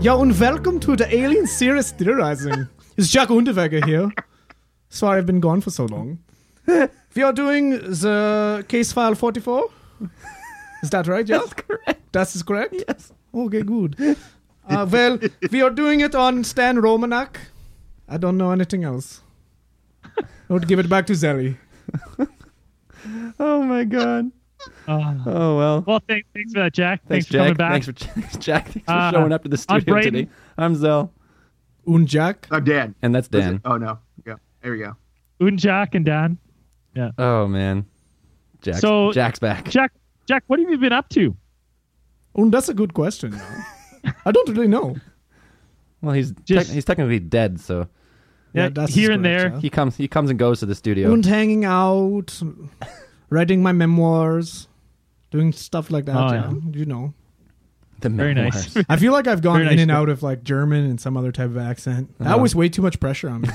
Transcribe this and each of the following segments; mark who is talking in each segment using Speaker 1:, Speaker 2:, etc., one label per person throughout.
Speaker 1: Yo, and welcome to the Alien Series Theorizing. It's Jack Unterweger here. Sorry I've been gone for so long. We are doing the case file 44. Is that right, Jack? That's correct. That is correct? Yes. Okay, good. Uh, well, we are doing it on Stan Romanak. I don't know anything else. I would give it back to Zelly.
Speaker 2: Oh my god.
Speaker 3: Uh,
Speaker 2: Oh well.
Speaker 3: well, thanks, thanks for that, Jack.
Speaker 2: Thanks,
Speaker 3: Thanks, for coming
Speaker 2: Jack.
Speaker 3: back.
Speaker 2: Thanks for thanks, Jack. Thanks for
Speaker 3: Uh,
Speaker 2: showing up to the
Speaker 3: I'm
Speaker 2: studio
Speaker 3: Brayden.
Speaker 2: today. I'm Zell,
Speaker 1: Un Jack.
Speaker 4: I'm Oh, Dan.
Speaker 2: and that's
Speaker 4: Was
Speaker 2: Dan.
Speaker 4: it? Oh no. Yeah. There we go.
Speaker 3: Un, Jack, and Dan.
Speaker 2: Oh man, Jack.
Speaker 3: So-
Speaker 2: Jack's back.
Speaker 3: Jack, Jack, what have you been up to?
Speaker 1: Un, that's a good question. I don't really know.
Speaker 2: well, he's tec-
Speaker 3: Just-
Speaker 2: he's technically dead, so
Speaker 1: Yeah,
Speaker 3: Yeah,
Speaker 1: that's
Speaker 3: here and
Speaker 1: correct,
Speaker 3: there.
Speaker 1: yeah.
Speaker 2: he comes he comes and goes to the studio.
Speaker 1: and hanging out, writing my memoirs, doing stuff like that.
Speaker 3: Oh,
Speaker 1: yeah.
Speaker 3: yeah.
Speaker 1: You know,
Speaker 2: The
Speaker 3: Very
Speaker 2: memoirs.
Speaker 3: nice.
Speaker 1: I feel like I've gone
Speaker 3: Very
Speaker 1: in
Speaker 3: nice
Speaker 1: and
Speaker 3: book.
Speaker 1: out of like German and some other type of accent. That
Speaker 2: Uh-huh.
Speaker 1: was way too much pressure on me.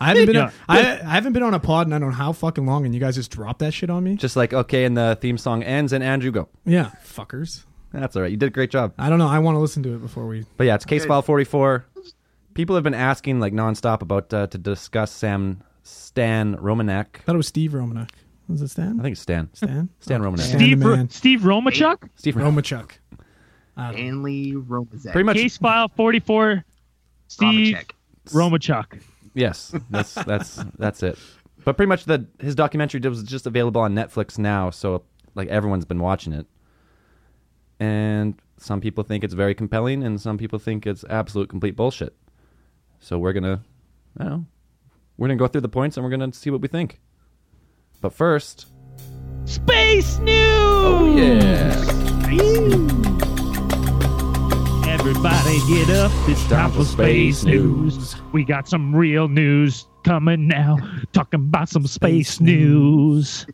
Speaker 1: I haven't been
Speaker 3: Yeah.
Speaker 1: I, I haven't been on a pod and I don't know how fucking long, and you guys just dropped that shit on me.
Speaker 2: Just like okay, and the theme song ends, and Andrew go.
Speaker 1: Yeah, fuckers.
Speaker 2: That's all right. You did a great job.
Speaker 1: I don't know. I want to listen to it before we.
Speaker 2: But yeah, it's case
Speaker 4: Okay.
Speaker 2: file forty four. People have been asking like nonstop about uh, to discuss Sam Stan Romanek.
Speaker 1: I thought it was Steve Romanek. Was it
Speaker 2: I
Speaker 1: Stan?
Speaker 2: think it's Stan.
Speaker 1: Stan.
Speaker 2: Stan Romanek.
Speaker 1: Stan
Speaker 3: Steve,
Speaker 1: the
Speaker 3: Ro-
Speaker 1: man.
Speaker 3: Steve Romachuk,
Speaker 2: Steve Romanek.
Speaker 1: Romachuk.
Speaker 3: Uh,
Speaker 1: I don't know.
Speaker 4: Stanley Romazek.
Speaker 2: Pretty much.
Speaker 3: case file forty-four. Steve
Speaker 4: Romacek.
Speaker 3: Romachuk.
Speaker 2: Yes, that's that's that's it. But pretty much the his documentary was just available on Netflix now, so like everyone's been watching it. And some people think it's very compelling, and some people think it's absolute complete bullshit. So we're gonna, I don't know, we're gonna go through the points and we're gonna see what we think. But first,
Speaker 3: Space news.
Speaker 2: Oh, yeah,
Speaker 3: Everybody get up. It's time for space news. We got some real news coming now. Talking about some space news.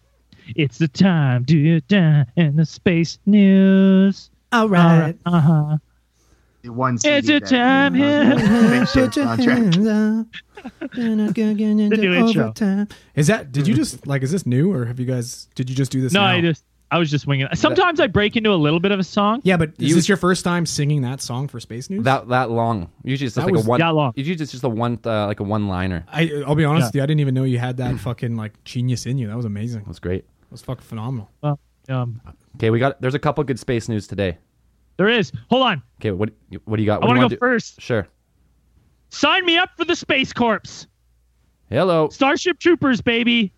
Speaker 3: It's the time to die in the space news.
Speaker 1: All right.
Speaker 3: Uh huh.
Speaker 4: The one CD
Speaker 3: It's a
Speaker 4: that-
Speaker 3: time
Speaker 4: Uh,
Speaker 3: here.
Speaker 4: Big Ship
Speaker 1: Put your
Speaker 4: soundtrack.
Speaker 1: hands up. Then I'll go get into
Speaker 3: new intro.
Speaker 1: overtime. Is that? Did you just like? Is this new, or have you guys? Did you just do this?
Speaker 3: No,
Speaker 1: now?
Speaker 3: I just I was just winging. it. Sometimes I break into a little bit of a song.
Speaker 1: Yeah, but is
Speaker 2: You-
Speaker 1: this your first time singing that song for Space News?
Speaker 2: that that long. Usually it's just
Speaker 1: That
Speaker 2: like
Speaker 1: was
Speaker 2: a one.
Speaker 3: that long.
Speaker 2: Usually it's just a one uh, like a one liner.
Speaker 1: I, I'll be honest
Speaker 3: Yeah.
Speaker 1: with you, I didn't even know you had that fucking like genius in you. That was amazing.
Speaker 2: That's great.
Speaker 1: That was fucking phenomenal.
Speaker 3: Well, um,
Speaker 2: Okay, we got. There's a couple good space news today.
Speaker 3: there is. Hold on.
Speaker 2: Okay, what what do you got?
Speaker 3: I
Speaker 2: What do
Speaker 3: want
Speaker 2: you
Speaker 3: to
Speaker 2: wanna do?
Speaker 3: go first.
Speaker 2: Sure.
Speaker 3: Sign me up for the space corps.
Speaker 2: Hello.
Speaker 3: Starship Troopers, baby.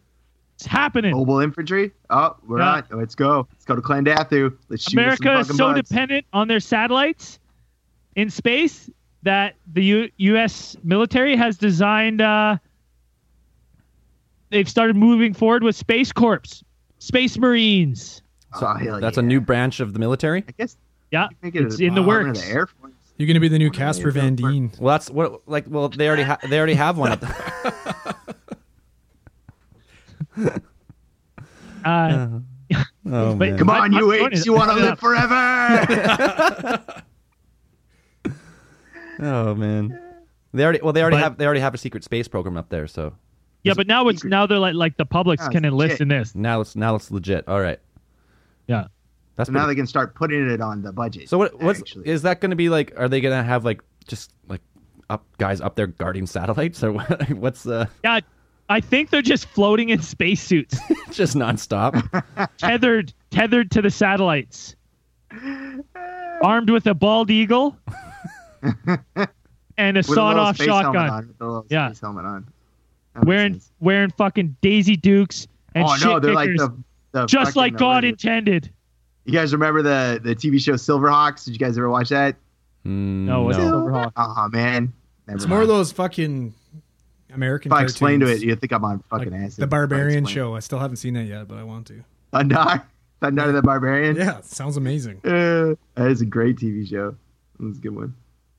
Speaker 3: It's happening.
Speaker 4: Mobile infantry. Oh, we're
Speaker 3: Yeah.
Speaker 4: on. Let's go. Let's go to Clandathu. Let's shoot us
Speaker 3: America
Speaker 4: some
Speaker 3: is
Speaker 4: fucking
Speaker 3: so
Speaker 4: bugs.
Speaker 3: dependent on their satellites in space that the U- U.S. military has designed. Uh, they've started moving forward with space corps, space marines.
Speaker 2: So
Speaker 4: Oh, hell
Speaker 2: that's a
Speaker 4: yeah.
Speaker 2: new branch of the military.
Speaker 4: I guess
Speaker 3: Yeah,
Speaker 4: make it
Speaker 3: Uh, it's
Speaker 4: a
Speaker 3: in the
Speaker 4: department
Speaker 3: works.
Speaker 4: of The Air Force.
Speaker 1: You're gonna be the new Casper Van Dien.
Speaker 2: Well, that's what like. Well, they already ha- they already have one. At the-
Speaker 3: Uh,
Speaker 2: oh
Speaker 3: but-
Speaker 4: Come
Speaker 3: I-
Speaker 4: on,
Speaker 3: I'm
Speaker 4: you
Speaker 3: doing
Speaker 4: apes!
Speaker 3: it.
Speaker 4: You want to
Speaker 3: Yeah.
Speaker 4: live forever?
Speaker 2: Oh man. They already well they already
Speaker 3: But-
Speaker 2: have they already have a secret space program up there. So
Speaker 3: yeah, but now it's now they're like like the publics
Speaker 4: Yeah,
Speaker 3: can
Speaker 4: Ah, it's
Speaker 3: enlist
Speaker 4: legit.
Speaker 3: in this.
Speaker 2: now it's now it's legit. All right.
Speaker 3: Yeah,
Speaker 2: That's
Speaker 4: so now
Speaker 2: pretty-
Speaker 4: they can start putting it on the budget.
Speaker 2: so what what's
Speaker 4: actually.
Speaker 2: is that going to be like? Are they going to have like just like up guys up there guarding satellites or what, what's uh
Speaker 3: yeah. I think they're just floating in spacesuits,
Speaker 2: just nonstop?
Speaker 3: tethered tethered to the satellites, armed with a bald eagle and a
Speaker 4: With a little
Speaker 3: sawed-off
Speaker 4: space helmet
Speaker 3: shotgun.
Speaker 4: on, with a little
Speaker 3: Yeah.
Speaker 4: space helmet on. That makes
Speaker 3: wearing
Speaker 4: sense.
Speaker 3: wearing fucking Daisy Dukes and
Speaker 4: Oh
Speaker 3: shit
Speaker 4: no, they're like
Speaker 3: kickers,
Speaker 4: the, the
Speaker 3: just
Speaker 4: fucking
Speaker 3: like God
Speaker 4: original-
Speaker 3: intended.
Speaker 4: You guys remember the the TV show Silverhawks? Did you guys ever watch that?
Speaker 2: Mm,
Speaker 3: No, it's
Speaker 2: no.
Speaker 3: not. Silverhawks.
Speaker 4: Oh man, Never
Speaker 1: It's
Speaker 4: mind.
Speaker 1: more of those fucking American.
Speaker 4: If I explain to it,
Speaker 1: cartoons.
Speaker 4: you think I'm on fucking
Speaker 1: Like,
Speaker 4: acid.
Speaker 1: the Barbarian
Speaker 4: Explain.
Speaker 1: show. I still haven't seen that yet, but I want to.
Speaker 4: Thunder, Thunder the Barbarian.
Speaker 1: Yeah, sounds amazing.
Speaker 4: Uh, that is a great TV show. That was a good one.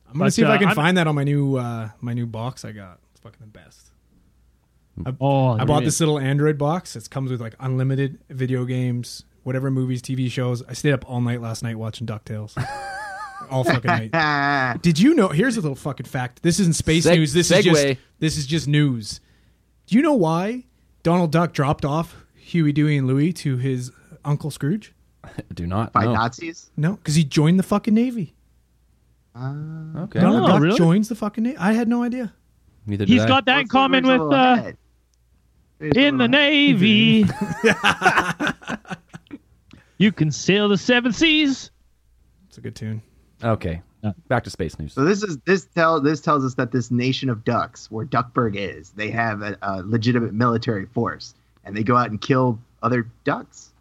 Speaker 1: I'm gonna
Speaker 3: But,
Speaker 1: see if
Speaker 3: uh,
Speaker 1: I can
Speaker 3: I'm-
Speaker 1: find that on my new uh, my new box I got. It's fucking the best.
Speaker 3: Oh,
Speaker 1: I bought this little Android box. It comes with like unlimited video games, whatever movies, TV shows. I stayed up all night last night watching Ducktales. all fucking night.
Speaker 4: Ah,
Speaker 1: Did you know? Here's a little fucking fact. This isn't space
Speaker 2: Seg-
Speaker 1: news. This is
Speaker 2: segue.
Speaker 1: just this is just news. Do you know why Donald Duck dropped off Huey, Dewey, and Louie to his Uncle Scrooge?
Speaker 2: Do not.
Speaker 4: by
Speaker 2: no.
Speaker 4: Nazis.
Speaker 1: No, because he joined the fucking Navy.
Speaker 4: Uh,
Speaker 2: Okay.
Speaker 1: Donald
Speaker 3: No,
Speaker 1: Duck
Speaker 3: Oh, really?
Speaker 1: joins the fucking. Na- I had no idea.
Speaker 2: Neither did
Speaker 3: He's
Speaker 2: I.
Speaker 3: got that in common with uh, in the Navy. you can sail the seven seas.
Speaker 1: It's a good tune.
Speaker 2: Okay.
Speaker 3: Uh,
Speaker 2: Back to space news.
Speaker 4: So this is this tell this tells us that this nation of ducks, where Duckburg is, they have a, a legitimate military force, and they go out and kill other ducks.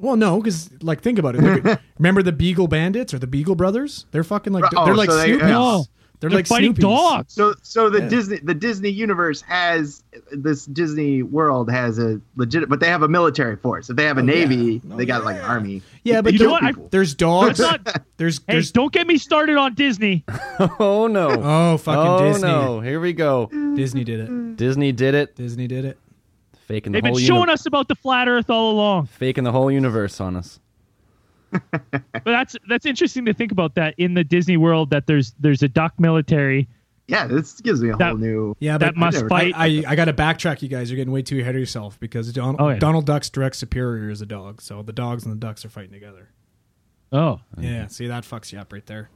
Speaker 1: Well, no, because like think about it. Look at- remember the Beagle Bandits or the Beagle Brothers? They're fucking like
Speaker 4: Oh,
Speaker 1: they're like
Speaker 4: so they-
Speaker 1: Snoopies.
Speaker 4: yeah.
Speaker 1: They're,
Speaker 3: They're,
Speaker 1: like
Speaker 3: fighting
Speaker 1: Snoopies.
Speaker 3: dogs.
Speaker 4: So so the
Speaker 1: Yeah.
Speaker 4: Disney the Disney universe has this Disney world has a legit, but they have a military force. If they have a
Speaker 1: Oh, yeah.
Speaker 4: navy,
Speaker 1: No,
Speaker 4: they got like an
Speaker 1: yeah.
Speaker 4: army.
Speaker 1: Yeah,
Speaker 4: They
Speaker 1: but
Speaker 4: kill
Speaker 3: you know what? I-
Speaker 4: people.
Speaker 1: There's dogs.
Speaker 3: That's not-
Speaker 1: There's
Speaker 3: Hey,
Speaker 1: there's
Speaker 3: don't get me started on Disney.
Speaker 2: oh no.
Speaker 1: oh fucking
Speaker 2: oh
Speaker 1: Disney.
Speaker 2: no. Here we go.
Speaker 1: Disney did it.
Speaker 2: Disney did it.
Speaker 1: Disney did it.
Speaker 2: Faking the
Speaker 3: They've been
Speaker 2: whole
Speaker 3: showing
Speaker 2: uni-
Speaker 3: us about the flat Earth all along.
Speaker 2: faking the whole universe on us.
Speaker 3: But that's that's interesting to think about that in the Disney world that there's there's a duck military
Speaker 4: yeah, this gives me a
Speaker 3: That-
Speaker 4: whole new.
Speaker 1: Yeah, but
Speaker 3: that must
Speaker 4: never-
Speaker 3: fight.
Speaker 1: I, I, I got to backtrack, you guys. You're getting way too ahead of yourself because Donald,
Speaker 3: Oh, yeah.
Speaker 1: Donald Duck's direct superior is a dog, so the dogs and the ducks are fighting together.
Speaker 3: oh,
Speaker 1: Yeah, see that fucks you up right there.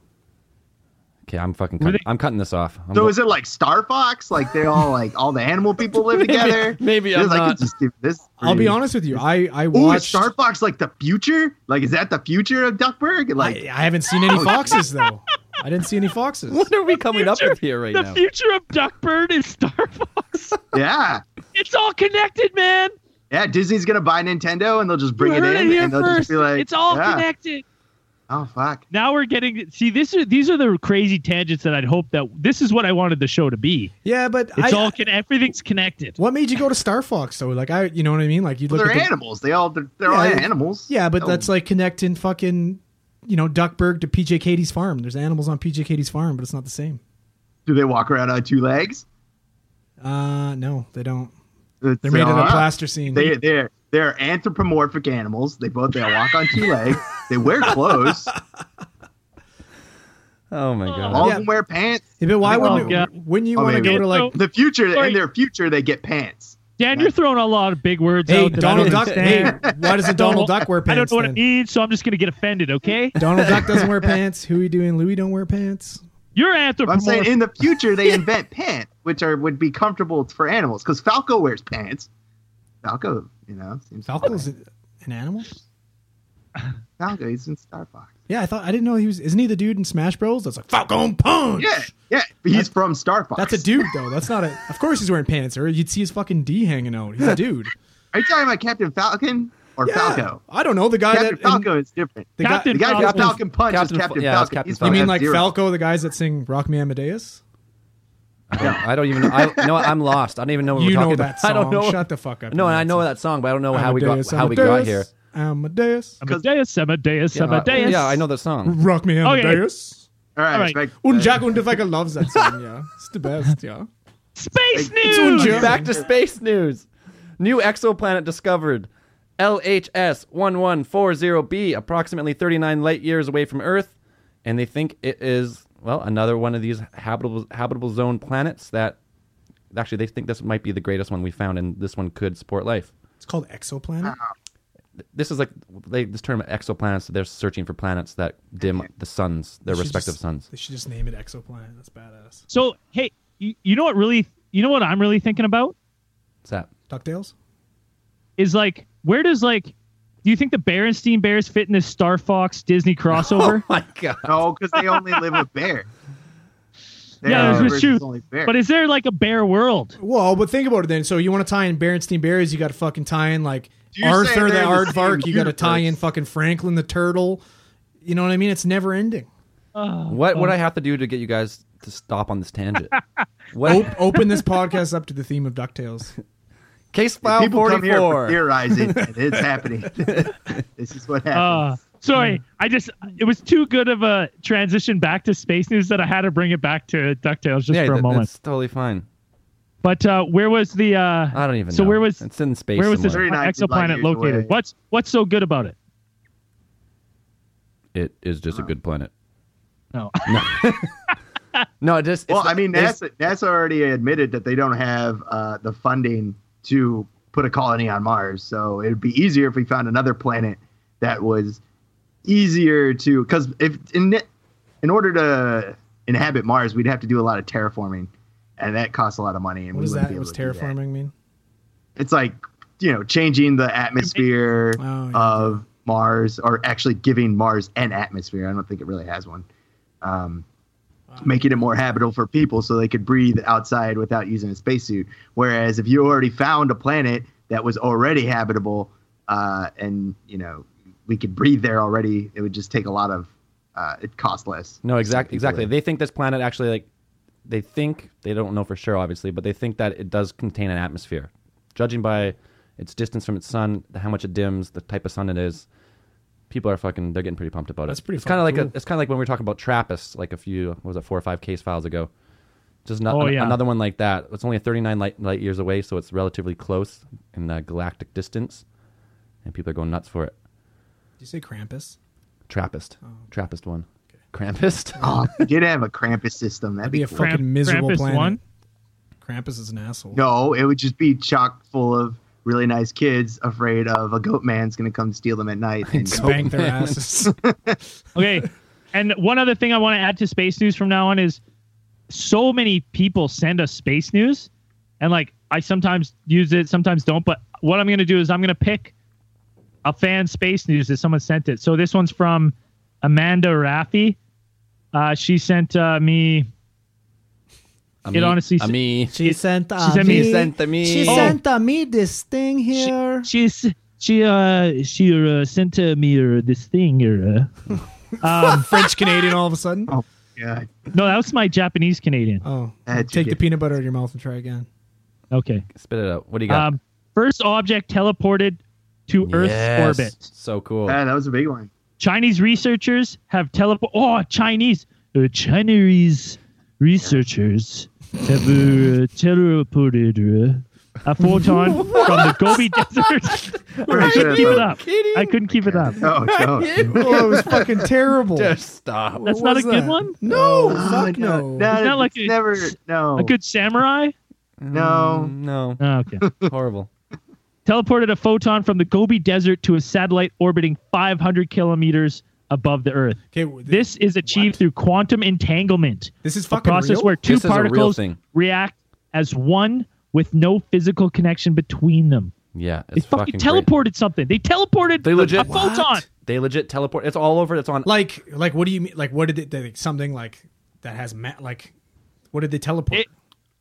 Speaker 2: Okay, I'm fucking.
Speaker 3: Were
Speaker 2: Cutting,
Speaker 3: they-
Speaker 2: I'm cutting this off. I'm
Speaker 4: So
Speaker 2: go-
Speaker 4: is it like Star Fox? Like they all like all the animal people live together?
Speaker 2: maybe I'm
Speaker 4: It's like,
Speaker 2: not.
Speaker 4: Just give this
Speaker 1: I'll be
Speaker 4: pretty-
Speaker 1: honest with you. I I
Speaker 4: Ooh,
Speaker 1: watched.
Speaker 4: is Star Fox like the future? Like, is that the future of Duckburg? Like,
Speaker 1: I, I haven't seen any foxes though. I didn't see any foxes.
Speaker 2: what are we coming up with here right
Speaker 3: the
Speaker 2: now?
Speaker 3: future of Duckbird is Star Fox.
Speaker 4: yeah,
Speaker 3: it's all connected, man.
Speaker 4: yeah. Disney's gonna buy Nintendo, and they'll just bring
Speaker 3: you
Speaker 4: it
Speaker 3: heard
Speaker 4: in,
Speaker 3: it here
Speaker 4: and they'll
Speaker 3: first.
Speaker 4: just be like,
Speaker 3: it's all
Speaker 4: yeah.
Speaker 3: connected.
Speaker 4: Oh fuck.
Speaker 3: Now we're getting see this are these are the crazy tangents that I'd hope that this is what I wanted the show to be.
Speaker 1: Yeah, but I,
Speaker 3: It's all con- everything's connected.
Speaker 1: what made you go to Star Fox though? Like I, you know what I mean? Like you
Speaker 4: Well,
Speaker 1: look
Speaker 4: they're
Speaker 1: at the,
Speaker 4: animals. They all they're, they're
Speaker 1: Yeah,
Speaker 4: all
Speaker 1: I-
Speaker 4: animals.
Speaker 1: Yeah, but
Speaker 4: So-
Speaker 1: that's like connecting fucking, you know, Duckburg to PJ Katie's farm. There's animals on PJ Katie's farm, but it's not the same.
Speaker 4: do they walk around on two legs?
Speaker 1: Uh, no, they don't.
Speaker 4: It's-
Speaker 1: They're made out of
Speaker 4: uh,
Speaker 1: plaster scene.
Speaker 4: They they're they're anthropomorphic animals. They both they walk on two legs. They wear clothes.
Speaker 2: Oh my
Speaker 4: All
Speaker 2: god.
Speaker 1: Yeah.
Speaker 4: of them wear pants.
Speaker 1: Yeah, but why
Speaker 4: Oh,
Speaker 1: wouldn't
Speaker 2: uh,
Speaker 3: God.
Speaker 1: wouldn't you
Speaker 4: Oh,
Speaker 1: want to
Speaker 4: they
Speaker 1: go
Speaker 4: would.
Speaker 1: to like
Speaker 4: In the future,
Speaker 3: Sorry.
Speaker 4: in their future, they get pants.
Speaker 3: Dan, you're throwing a lot of big words
Speaker 1: hey
Speaker 3: out. that I
Speaker 1: Donald
Speaker 3: don't
Speaker 1: Duck? Hey,
Speaker 3: understand.
Speaker 1: why doesn't Donald Duck wear pants?
Speaker 3: I don't know what
Speaker 1: then?
Speaker 3: it means, so I'm just gonna get offended. Okay,
Speaker 1: Donald Duck doesn't wear pants. Huey, Dewey, and Louie don't wear pants.
Speaker 3: you're
Speaker 4: I'm
Speaker 3: anthropomorphic.
Speaker 4: saying in the future they invent pants, which are would be comfortable for animals because Falco wears pants. Falco, you know, seems
Speaker 1: Falco's an animal.
Speaker 4: Falco. He's in Star Fox.
Speaker 1: Yeah, I thought I didn't know he was. Isn't he the dude in Smash Bros? That's like Falcon Punch.
Speaker 4: Yeah, yeah. but He's from Star Fox.
Speaker 1: That's a dude though. That's not a. Of course he's wearing pants, or you'd see his fucking D hanging out. He's a dude.
Speaker 4: Are you talking about Captain Falcon or Falco?
Speaker 1: I don't know the guy
Speaker 4: Captain
Speaker 1: that.
Speaker 4: Falco is different.
Speaker 1: the guy-
Speaker 4: The
Speaker 3: Captain
Speaker 4: guy who
Speaker 3: Falcon.
Speaker 4: Falcon Punch
Speaker 2: Captain
Speaker 4: is
Speaker 2: Fa-
Speaker 4: Captain
Speaker 2: yeah, it's
Speaker 4: Falcon.
Speaker 2: Captain
Speaker 4: He's
Speaker 1: You
Speaker 2: Falcon.
Speaker 1: mean
Speaker 4: from
Speaker 1: like
Speaker 4: F-Zero.
Speaker 1: Falco, the guys that sing Rock Me Amadeus?
Speaker 2: I don't, I don't even. know. I, you know what? I'm lost. I don't even know what
Speaker 1: You
Speaker 2: we're
Speaker 1: know
Speaker 2: talking
Speaker 1: that
Speaker 2: about.
Speaker 1: song.
Speaker 2: I don't know.
Speaker 1: Shut the fuck up.
Speaker 2: no,
Speaker 1: you
Speaker 2: and I know
Speaker 1: nonsense.
Speaker 2: that song, but I don't know how we got
Speaker 1: Amadeus,
Speaker 2: how we got
Speaker 1: Amadeus,
Speaker 2: here.
Speaker 1: Amadeus.
Speaker 3: Amadeus, Amadeus,
Speaker 2: Yeah,
Speaker 3: Amadeus.
Speaker 2: yeah, I know the song.
Speaker 1: Rock Me Amadeus.
Speaker 4: All right,
Speaker 3: All right.
Speaker 4: it's like-
Speaker 1: Und Oh, Jack Unterweger loves that song, yeah. It's the best, yeah. It's
Speaker 3: Space news.
Speaker 1: unjust.
Speaker 2: Back to space news. New exoplanet discovered. LHS 1140b, approximately 39 light years away from Earth, and they think it is well another one of these habitable habitable zone planets that actually they think this might be the greatest one we found, and this one could support life.
Speaker 1: It's called Exoplanet.
Speaker 2: This is like they, this term exoplanets. They're searching for planets that dim the suns, their
Speaker 1: They should
Speaker 2: respective
Speaker 1: just-
Speaker 2: suns.
Speaker 1: They should just name it Exoplanet. That's badass.
Speaker 3: So hey, you, you know what really? You know what I'm really thinking about
Speaker 2: What's that?
Speaker 1: DuckTales?
Speaker 3: is like, where does like, do you think the Berenstein Bears fit in this Star Fox Disney crossover?
Speaker 2: Oh my god!
Speaker 4: No, because they only live with bear. Their
Speaker 3: Yeah, that's
Speaker 4: universe
Speaker 3: true.
Speaker 4: is only bear.
Speaker 3: But is there like a bear world?
Speaker 1: Well, but think about it then. So you want to tie in Berenstein Bears, you got to fucking tie in like
Speaker 4: You're
Speaker 1: Arthur
Speaker 4: saying
Speaker 1: the
Speaker 4: they're the same
Speaker 1: Aardvark, you got to tie in
Speaker 4: universe.
Speaker 1: fucking Franklin the Turtle. You know what I mean? It's never ending.
Speaker 2: What
Speaker 4: Oh.
Speaker 2: would I have to do to get you guys to stop on this tangent?
Speaker 1: Op-
Speaker 2: What
Speaker 1: open this podcast up to the theme of DuckTales.
Speaker 2: case file
Speaker 4: People come here for
Speaker 2: 44?
Speaker 4: theorizing, and it's happening. this is what
Speaker 3: Uh,
Speaker 4: happens.
Speaker 3: sorry, I just it was too good of a transition back to space news that I had to bring it back to Ducktales just
Speaker 2: Yeah,
Speaker 3: for a
Speaker 2: that-
Speaker 3: moment.
Speaker 2: that's totally fine.
Speaker 3: But uh, where was the? Uh,
Speaker 2: I don't even.
Speaker 3: So
Speaker 2: know.
Speaker 3: where was
Speaker 2: it's in space?
Speaker 3: where was this
Speaker 2: somewhere.
Speaker 4: Very nice, it's like
Speaker 3: exoplanet
Speaker 4: years
Speaker 3: located?
Speaker 4: away.
Speaker 3: What's what's so good about it?
Speaker 2: It is just a good planet.
Speaker 3: No,
Speaker 2: No, it just. it's
Speaker 4: well,
Speaker 2: the-
Speaker 4: I mean,
Speaker 2: it's-
Speaker 4: NASA, NASA already admitted that they don't have uh, the funding to put a colony on Mars. So it'd be easier if we found another planet that was easier to. Because if in, in order to inhabit Mars, we'd have to do a lot of terraforming, and that costs a lot of money. And
Speaker 1: What
Speaker 4: we
Speaker 1: does
Speaker 4: wouldn't
Speaker 1: that?
Speaker 4: be able
Speaker 1: What's
Speaker 4: to do that.
Speaker 1: terraforming mean?
Speaker 4: It's like you know, changing the atmosphere
Speaker 1: Oh, yeah.
Speaker 4: of Mars, or actually giving Mars an atmosphere. I don't think it really has one. Um, Making it more habitable for people so they could breathe outside without using a spacesuit. Whereas if you already found a planet that was already habitable, uh, and you know we could breathe there already, it would just take a lot of. Uh, it cost less.
Speaker 2: No, exactly.
Speaker 4: People
Speaker 2: Exactly.
Speaker 4: in.
Speaker 2: They think this planet actually like they think they don't know for sure, obviously, but they think that it does contain an atmosphere, judging by its distance from its sun, how much it dims, the type of sun it is. People are fucking. They're getting pretty pumped about it.
Speaker 1: That's pretty
Speaker 2: It's kind of like
Speaker 1: fucking
Speaker 2: a, it's kind of like when we were talking about Trappist, like a few what was it four or five case files ago. Just not,
Speaker 3: Oh, yeah.
Speaker 2: another one like that. It's only 39 light, light years away, so it's relatively close in the galactic distance, and people are going nuts for it.
Speaker 1: Did you say Krampus?
Speaker 2: Trappist, Trappist one, Krampist.
Speaker 4: Oh, if we did have a Krampus system.
Speaker 1: That'd
Speaker 4: That'd, be,
Speaker 1: be a
Speaker 4: cool.
Speaker 1: fucking miserable
Speaker 3: Krampus
Speaker 1: planet.
Speaker 3: one?
Speaker 1: Krampus is an asshole.
Speaker 4: No, it would just be chock full of really nice kids afraid of a goat man's going to come steal them at night. And
Speaker 1: Spank their asses.
Speaker 3: Okay. and one other thing I want to add to space news from now on is so many people send us space news and like I sometimes use it, sometimes don't, but what I'm going to do is I'm going to pick a fan space news that someone sent it. So this one's from Amanda Raffi. Uh, she sent uh, me
Speaker 2: A
Speaker 3: It honestly
Speaker 2: a
Speaker 3: s-
Speaker 2: me.
Speaker 1: She sent
Speaker 3: She sent me- me-
Speaker 2: sent to me.
Speaker 1: She
Speaker 2: Oh.
Speaker 1: sent uh, me this thing
Speaker 3: she-
Speaker 1: here.
Speaker 3: she's she uh she uh, sent uh, me uh, this thing here. Uh. um,
Speaker 1: French Canadian all of a sudden.
Speaker 4: Oh, God.
Speaker 3: no, that was my Japanese Canadian.
Speaker 1: Oh, take
Speaker 4: That's
Speaker 1: the
Speaker 4: ridiculous.
Speaker 1: peanut butter out of your mouth and try again.
Speaker 3: Okay.
Speaker 2: Spit it out. What do you got?
Speaker 3: Um, first object teleported to
Speaker 2: Yes.
Speaker 3: Um, Earth's orbit.
Speaker 2: So cool.
Speaker 4: Yeah, that was a big one.
Speaker 3: Chinese researchers have teleport. Oh, Chinese. Uh, Chinese researchers have uh, teleported uh, a photon from the Gobi Desert. I couldn't keep it up. I couldn't keep it up.
Speaker 4: Oh, no.
Speaker 1: Oh, it was fucking terrible.
Speaker 2: Just stop.
Speaker 3: That's
Speaker 1: What
Speaker 3: not a
Speaker 1: was
Speaker 3: good
Speaker 1: that?
Speaker 3: one?
Speaker 1: No, fuck
Speaker 4: no,
Speaker 1: no.
Speaker 4: no,
Speaker 3: It's not like
Speaker 4: it's
Speaker 3: a-
Speaker 4: never. No,
Speaker 3: A good samurai?
Speaker 4: no.
Speaker 2: Mm, No.
Speaker 3: Oh, okay.
Speaker 2: Horrible.
Speaker 3: teleported a photon from the Gobi Desert to a satellite orbiting 500 kilometers above the Earth.
Speaker 1: Okay, w- th-
Speaker 3: This is achieved
Speaker 1: What?
Speaker 3: through quantum entanglement.
Speaker 1: This is
Speaker 3: a
Speaker 1: fucking
Speaker 3: process
Speaker 1: real?
Speaker 3: where two
Speaker 2: This is a real
Speaker 3: particles
Speaker 2: thing.
Speaker 3: react as one with no physical connection between them.
Speaker 2: Yeah. It's
Speaker 3: They fucking,
Speaker 2: great.
Speaker 3: teleported something. They teleported
Speaker 2: They legit-
Speaker 3: a photon.
Speaker 1: What?
Speaker 2: They legit teleport. It's all over. It's on.
Speaker 1: like, like, what do you mean? Like, what did it? Like, something like that has ma- like, what did they teleport?
Speaker 3: It-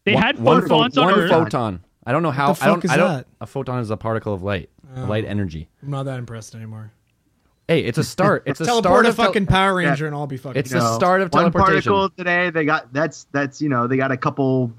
Speaker 3: They had
Speaker 2: one, pho-
Speaker 3: photons on
Speaker 2: one
Speaker 3: Earth.
Speaker 2: photon. I don't know how.
Speaker 1: What the
Speaker 2: I don't.
Speaker 1: fuck is
Speaker 2: I don't.
Speaker 1: that? Oh.
Speaker 2: A photon is a particle of light. Light energy.
Speaker 1: I'm not that impressed anymore.
Speaker 2: Hey, it's a start. It's a
Speaker 1: Teleport
Speaker 2: start
Speaker 1: a
Speaker 2: of tel-
Speaker 1: fucking Power Ranger and I'll be fucking.
Speaker 2: It's
Speaker 1: happy.
Speaker 2: the
Speaker 4: No.
Speaker 2: start of
Speaker 4: One
Speaker 2: teleportation.
Speaker 4: particle today. They got that's that's you know they got a couple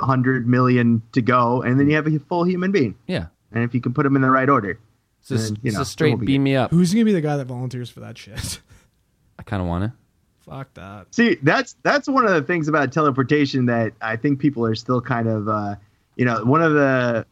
Speaker 4: hundred million to go, and then you have a full human being.
Speaker 2: yeah.
Speaker 4: And if you can put them in the right order,
Speaker 2: It's just,
Speaker 4: Then, you know,
Speaker 2: it's a straight
Speaker 4: we'll be
Speaker 2: beam me up.
Speaker 1: Who's gonna be the guy that volunteers for that shit?
Speaker 2: I kind of want to.
Speaker 1: fuck that.
Speaker 4: See, that's that's one of the things about teleportation that I think people are still kind of, uh, you know, one of the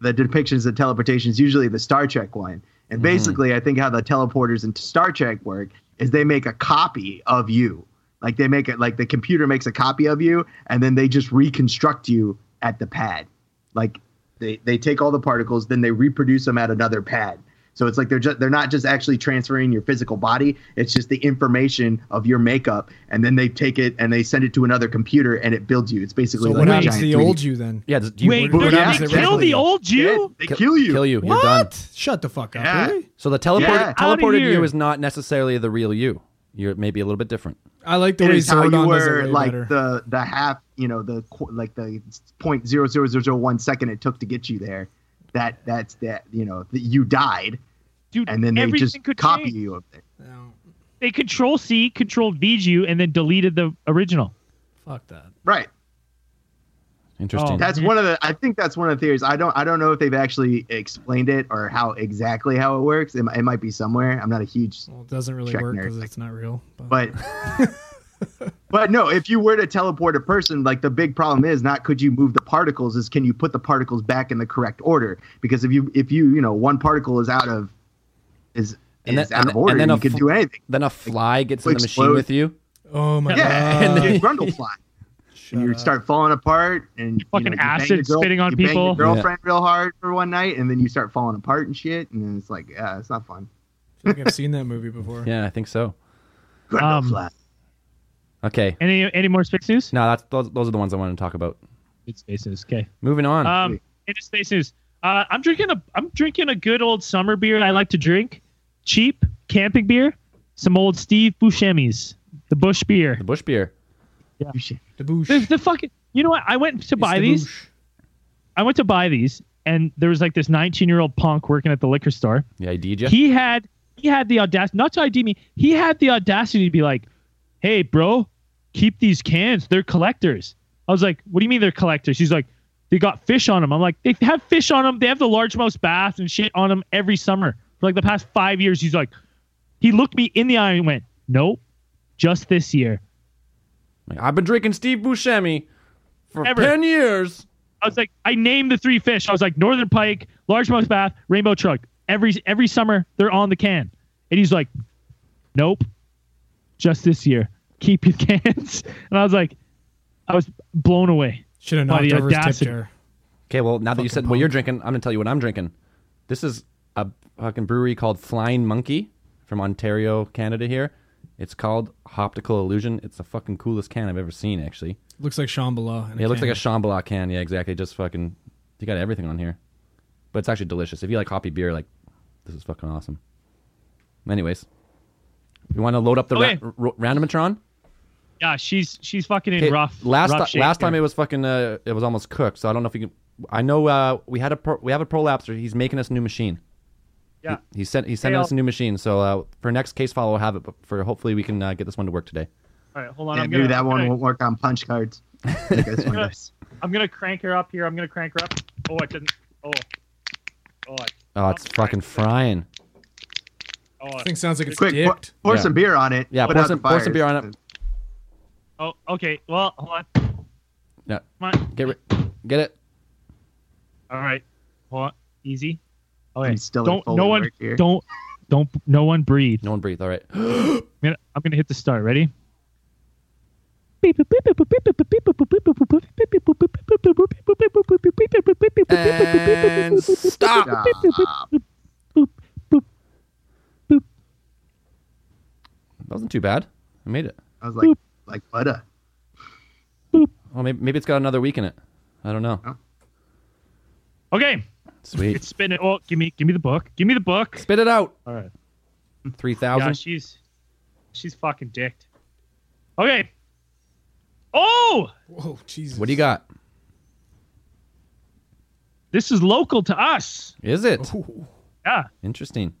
Speaker 4: the depictions of teleportation is usually the Star Trek one, and basically, I think how the teleporters in Star Trek work is they make a copy of you, like they make it like the computer makes a copy of you, and then they just reconstruct you at the pad, like they they take all the particles, then they reproduce them at another pad. So it's like they're just they're not just actually transferring your physical body. It's just the information of your makeup, and then they take it and they send it to another computer, and it builds you. It's
Speaker 1: So
Speaker 4: basically like
Speaker 1: what
Speaker 4: a
Speaker 1: happens
Speaker 4: giant
Speaker 1: to the
Speaker 4: 3D.
Speaker 1: old you then?
Speaker 2: Yeah. Just, do you,
Speaker 3: Wait,
Speaker 1: What
Speaker 3: they're-
Speaker 1: happens
Speaker 3: they
Speaker 1: if
Speaker 3: kill
Speaker 1: exactly-
Speaker 3: the old
Speaker 4: Yeah,
Speaker 3: you?
Speaker 4: they kill you.
Speaker 2: Kill you. You're done.
Speaker 1: What? Shut the fuck up.
Speaker 4: Yeah.
Speaker 1: really?
Speaker 2: So the teleport,
Speaker 4: Yeah.
Speaker 3: Outta
Speaker 2: teleported you
Speaker 3: here.
Speaker 2: is not necessarily the real you. You're maybe a little bit different.
Speaker 1: I like the
Speaker 4: It
Speaker 1: way
Speaker 4: is how
Speaker 1: Zordon
Speaker 4: you
Speaker 1: does it
Speaker 4: were
Speaker 1: way
Speaker 4: like
Speaker 1: better.
Speaker 4: the the half, you know, the qu- like the point zero zero zero zero one second it took to get you there. That that's that you know that you died,
Speaker 3: Dude,
Speaker 4: and then they
Speaker 3: everything
Speaker 4: just
Speaker 3: could
Speaker 4: copy
Speaker 3: change.
Speaker 4: you of it.
Speaker 1: No,
Speaker 3: They control C, control V'd you, and then deleted the original.
Speaker 1: fuck that.
Speaker 4: Right.
Speaker 2: Interesting.
Speaker 3: Oh.
Speaker 4: That's one of the. I think that's one of the theories. I don't. I don't know if they've actually explained it or how exactly how it works. It, mi- it might be somewhere. I'm not a huge,
Speaker 1: Well, it doesn't really
Speaker 4: Check
Speaker 1: work
Speaker 4: nerd.
Speaker 1: because it's not real.
Speaker 4: but. But no, if you were to teleport a person, like the big problem is not could you move the particles, is can you put the particles back in the correct order? Because if you if you you know one particle is out of is
Speaker 2: And
Speaker 4: is
Speaker 2: then-
Speaker 4: out
Speaker 2: and
Speaker 4: of
Speaker 2: then-
Speaker 4: order,
Speaker 2: and then
Speaker 4: you
Speaker 2: a
Speaker 4: can
Speaker 2: fl-
Speaker 4: do anything.
Speaker 2: Then a fly gets in the
Speaker 4: explode.
Speaker 2: machine with you.
Speaker 1: oh my
Speaker 4: Yeah,
Speaker 1: god.
Speaker 4: and then Grundle fly. And you start falling apart, and you
Speaker 3: Fucking
Speaker 4: know, you bang
Speaker 3: acid
Speaker 4: your girl-
Speaker 3: spitting on
Speaker 4: you bang
Speaker 3: people.
Speaker 4: Your girlfriend real hard for one night, and then you start falling apart and shit, and then it's like, yeah, it's not fun.
Speaker 1: I think I've seen that movie before.
Speaker 2: Yeah, I think so.
Speaker 3: Um,
Speaker 4: Grundlefly.
Speaker 2: Okay.
Speaker 3: Any any more space news?
Speaker 2: No, that's those, those are the ones I wanted to talk about.
Speaker 3: It's space news. Okay.
Speaker 2: Moving on.
Speaker 3: Um, into space news. Uh, I'm drinking a I'm drinking a good old summer beer. I like to drink cheap camping beer. Some old Steve Buscemi's, the Bush beer.
Speaker 2: the Bush beer.
Speaker 1: The boosh.
Speaker 3: The, the fucking. You know what? I went to buy
Speaker 1: the
Speaker 3: these.
Speaker 1: boosh.
Speaker 3: I went to buy these, and there was like this 19 year old punk working at the liquor store.
Speaker 2: Yeah, I did ya?
Speaker 3: He had he had the audacity not to ID me. He had the audacity to be like, "Hey, bro, keep these cans. They're collectors." I was like, "What do you mean they're collectors?" He's like, "They got fish on them." I'm like, "They have fish on them. They have the largemouth bass and shit on them every summer for like the past five years." He's like, he looked me in the eye and went, "Nope, just this year."
Speaker 2: Like, I've been drinking Steve Buscemi for
Speaker 3: Ever.
Speaker 2: ten years.
Speaker 3: I was like, I named the three fish. I was like, Northern Pike, Largemouth Bass, Rainbow Truck. Every every summer they're on the can. And he's like, Nope. Just this year. Keep your cans. And I was like, I was blown away.
Speaker 1: Should have
Speaker 3: By
Speaker 1: knocked
Speaker 3: the
Speaker 1: over his tip
Speaker 3: audacity.
Speaker 1: jar.
Speaker 2: Okay, well now that you said
Speaker 1: Fucking
Speaker 2: what you're drinking, I'm gonna tell you what I'm drinking. This is a fucking brewery called Flying Monkey from Ontario, Canada. Here, it's called Optical Illusion. It's the fucking coolest can I've ever seen, actually.
Speaker 1: Looks like Shambhala. in
Speaker 2: Yeah, it looks like
Speaker 1: can.
Speaker 2: a Shambhala can. Yeah, exactly. Just fucking, you got everything on here, but it's actually delicious. If you like hoppy beer, like this is fucking awesome. Anyways, you want to load up the
Speaker 3: Okay.
Speaker 2: ra- ro- randomatron?
Speaker 3: Yeah, she's she's fucking in
Speaker 2: Okay,
Speaker 3: rough.
Speaker 2: last
Speaker 3: rough
Speaker 2: ti-
Speaker 3: shape
Speaker 2: last
Speaker 3: here.
Speaker 2: time it was fucking uh, it was almost cooked. So I don't know if you can. I know uh, we had a pro- we have a prolapser. He's making us a new machine.
Speaker 3: Yeah.
Speaker 2: He, he sent he's sending
Speaker 3: Hey,
Speaker 2: us a new machine. So uh, for next case file, we'll have it. But for hopefully we can uh, get this one to work today.
Speaker 3: All right, hold on.
Speaker 4: Yeah,
Speaker 3: I'm
Speaker 4: maybe
Speaker 3: gonna,
Speaker 4: that
Speaker 3: I'm
Speaker 4: one
Speaker 3: gonna-
Speaker 4: won't work on punch cards. Like this one does.
Speaker 3: I'm gonna crank her up here. I'm gonna crank her up. Oh, I didn't. Oh, oh, I,
Speaker 2: Oh, it's fucking frying.
Speaker 3: oh, I-
Speaker 1: Thing sounds like it's
Speaker 4: Quick, pour,
Speaker 1: dipped.
Speaker 4: pour
Speaker 2: Yeah.
Speaker 4: some beer on it.
Speaker 2: Yeah,
Speaker 4: Put
Speaker 2: pour
Speaker 4: out
Speaker 2: some-
Speaker 4: the
Speaker 2: pour some
Speaker 4: fires.
Speaker 2: beer on it.
Speaker 3: oh. Okay. Well, hold on.
Speaker 2: Yeah.
Speaker 3: Come on.
Speaker 2: Get ri- get it.
Speaker 3: All right. Hold on. Easy. Okay.
Speaker 4: I'm still in
Speaker 3: don't
Speaker 4: Foley
Speaker 3: no one
Speaker 4: work here.
Speaker 3: don't don't no one breathe.
Speaker 2: No one breathe. All right.
Speaker 3: I'm gonna, I'm gonna hit the start. Ready? And
Speaker 2: And stop.
Speaker 4: Ah,
Speaker 2: That wasn't too bad. I made it.
Speaker 4: I was like, like butter.
Speaker 2: Well, maybe, maybe it's got another week in it. I don't know.
Speaker 4: Oh.
Speaker 3: Okay,
Speaker 2: Sweet.
Speaker 3: it's spinning. Oh, give me give me the book. Give me the book.
Speaker 2: Spit it out.
Speaker 3: All right.
Speaker 2: Three
Speaker 3: Yeah,
Speaker 2: thousand.
Speaker 3: she's she's fucking dicked. Okay. Oh,
Speaker 1: Whoa, Jesus.
Speaker 2: what do you got?
Speaker 3: this is local to us.
Speaker 2: Is it
Speaker 1: Ooh.
Speaker 3: Yeah.
Speaker 2: interesting?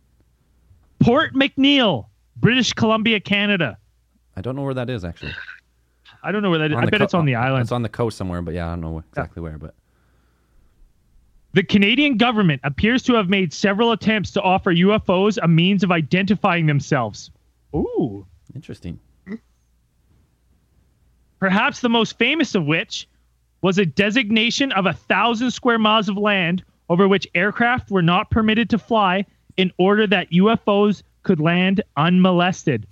Speaker 3: Port McNeil, British Columbia, Canada.
Speaker 2: I don't know where that is actually.
Speaker 3: I don't know where that is. I
Speaker 2: the
Speaker 3: bet
Speaker 2: co- uh,
Speaker 3: it's on the island.
Speaker 2: It's on the coast somewhere, but yeah, I don't know exactly where. But
Speaker 3: The Canadian government appears to have made several attempts to offer UFOs a means of identifying themselves. Ooh.
Speaker 2: interesting.
Speaker 3: Perhaps the most famous of which was a designation of a thousand square miles of land over which aircraft were not permitted to fly in order that UFOs could land unmolested.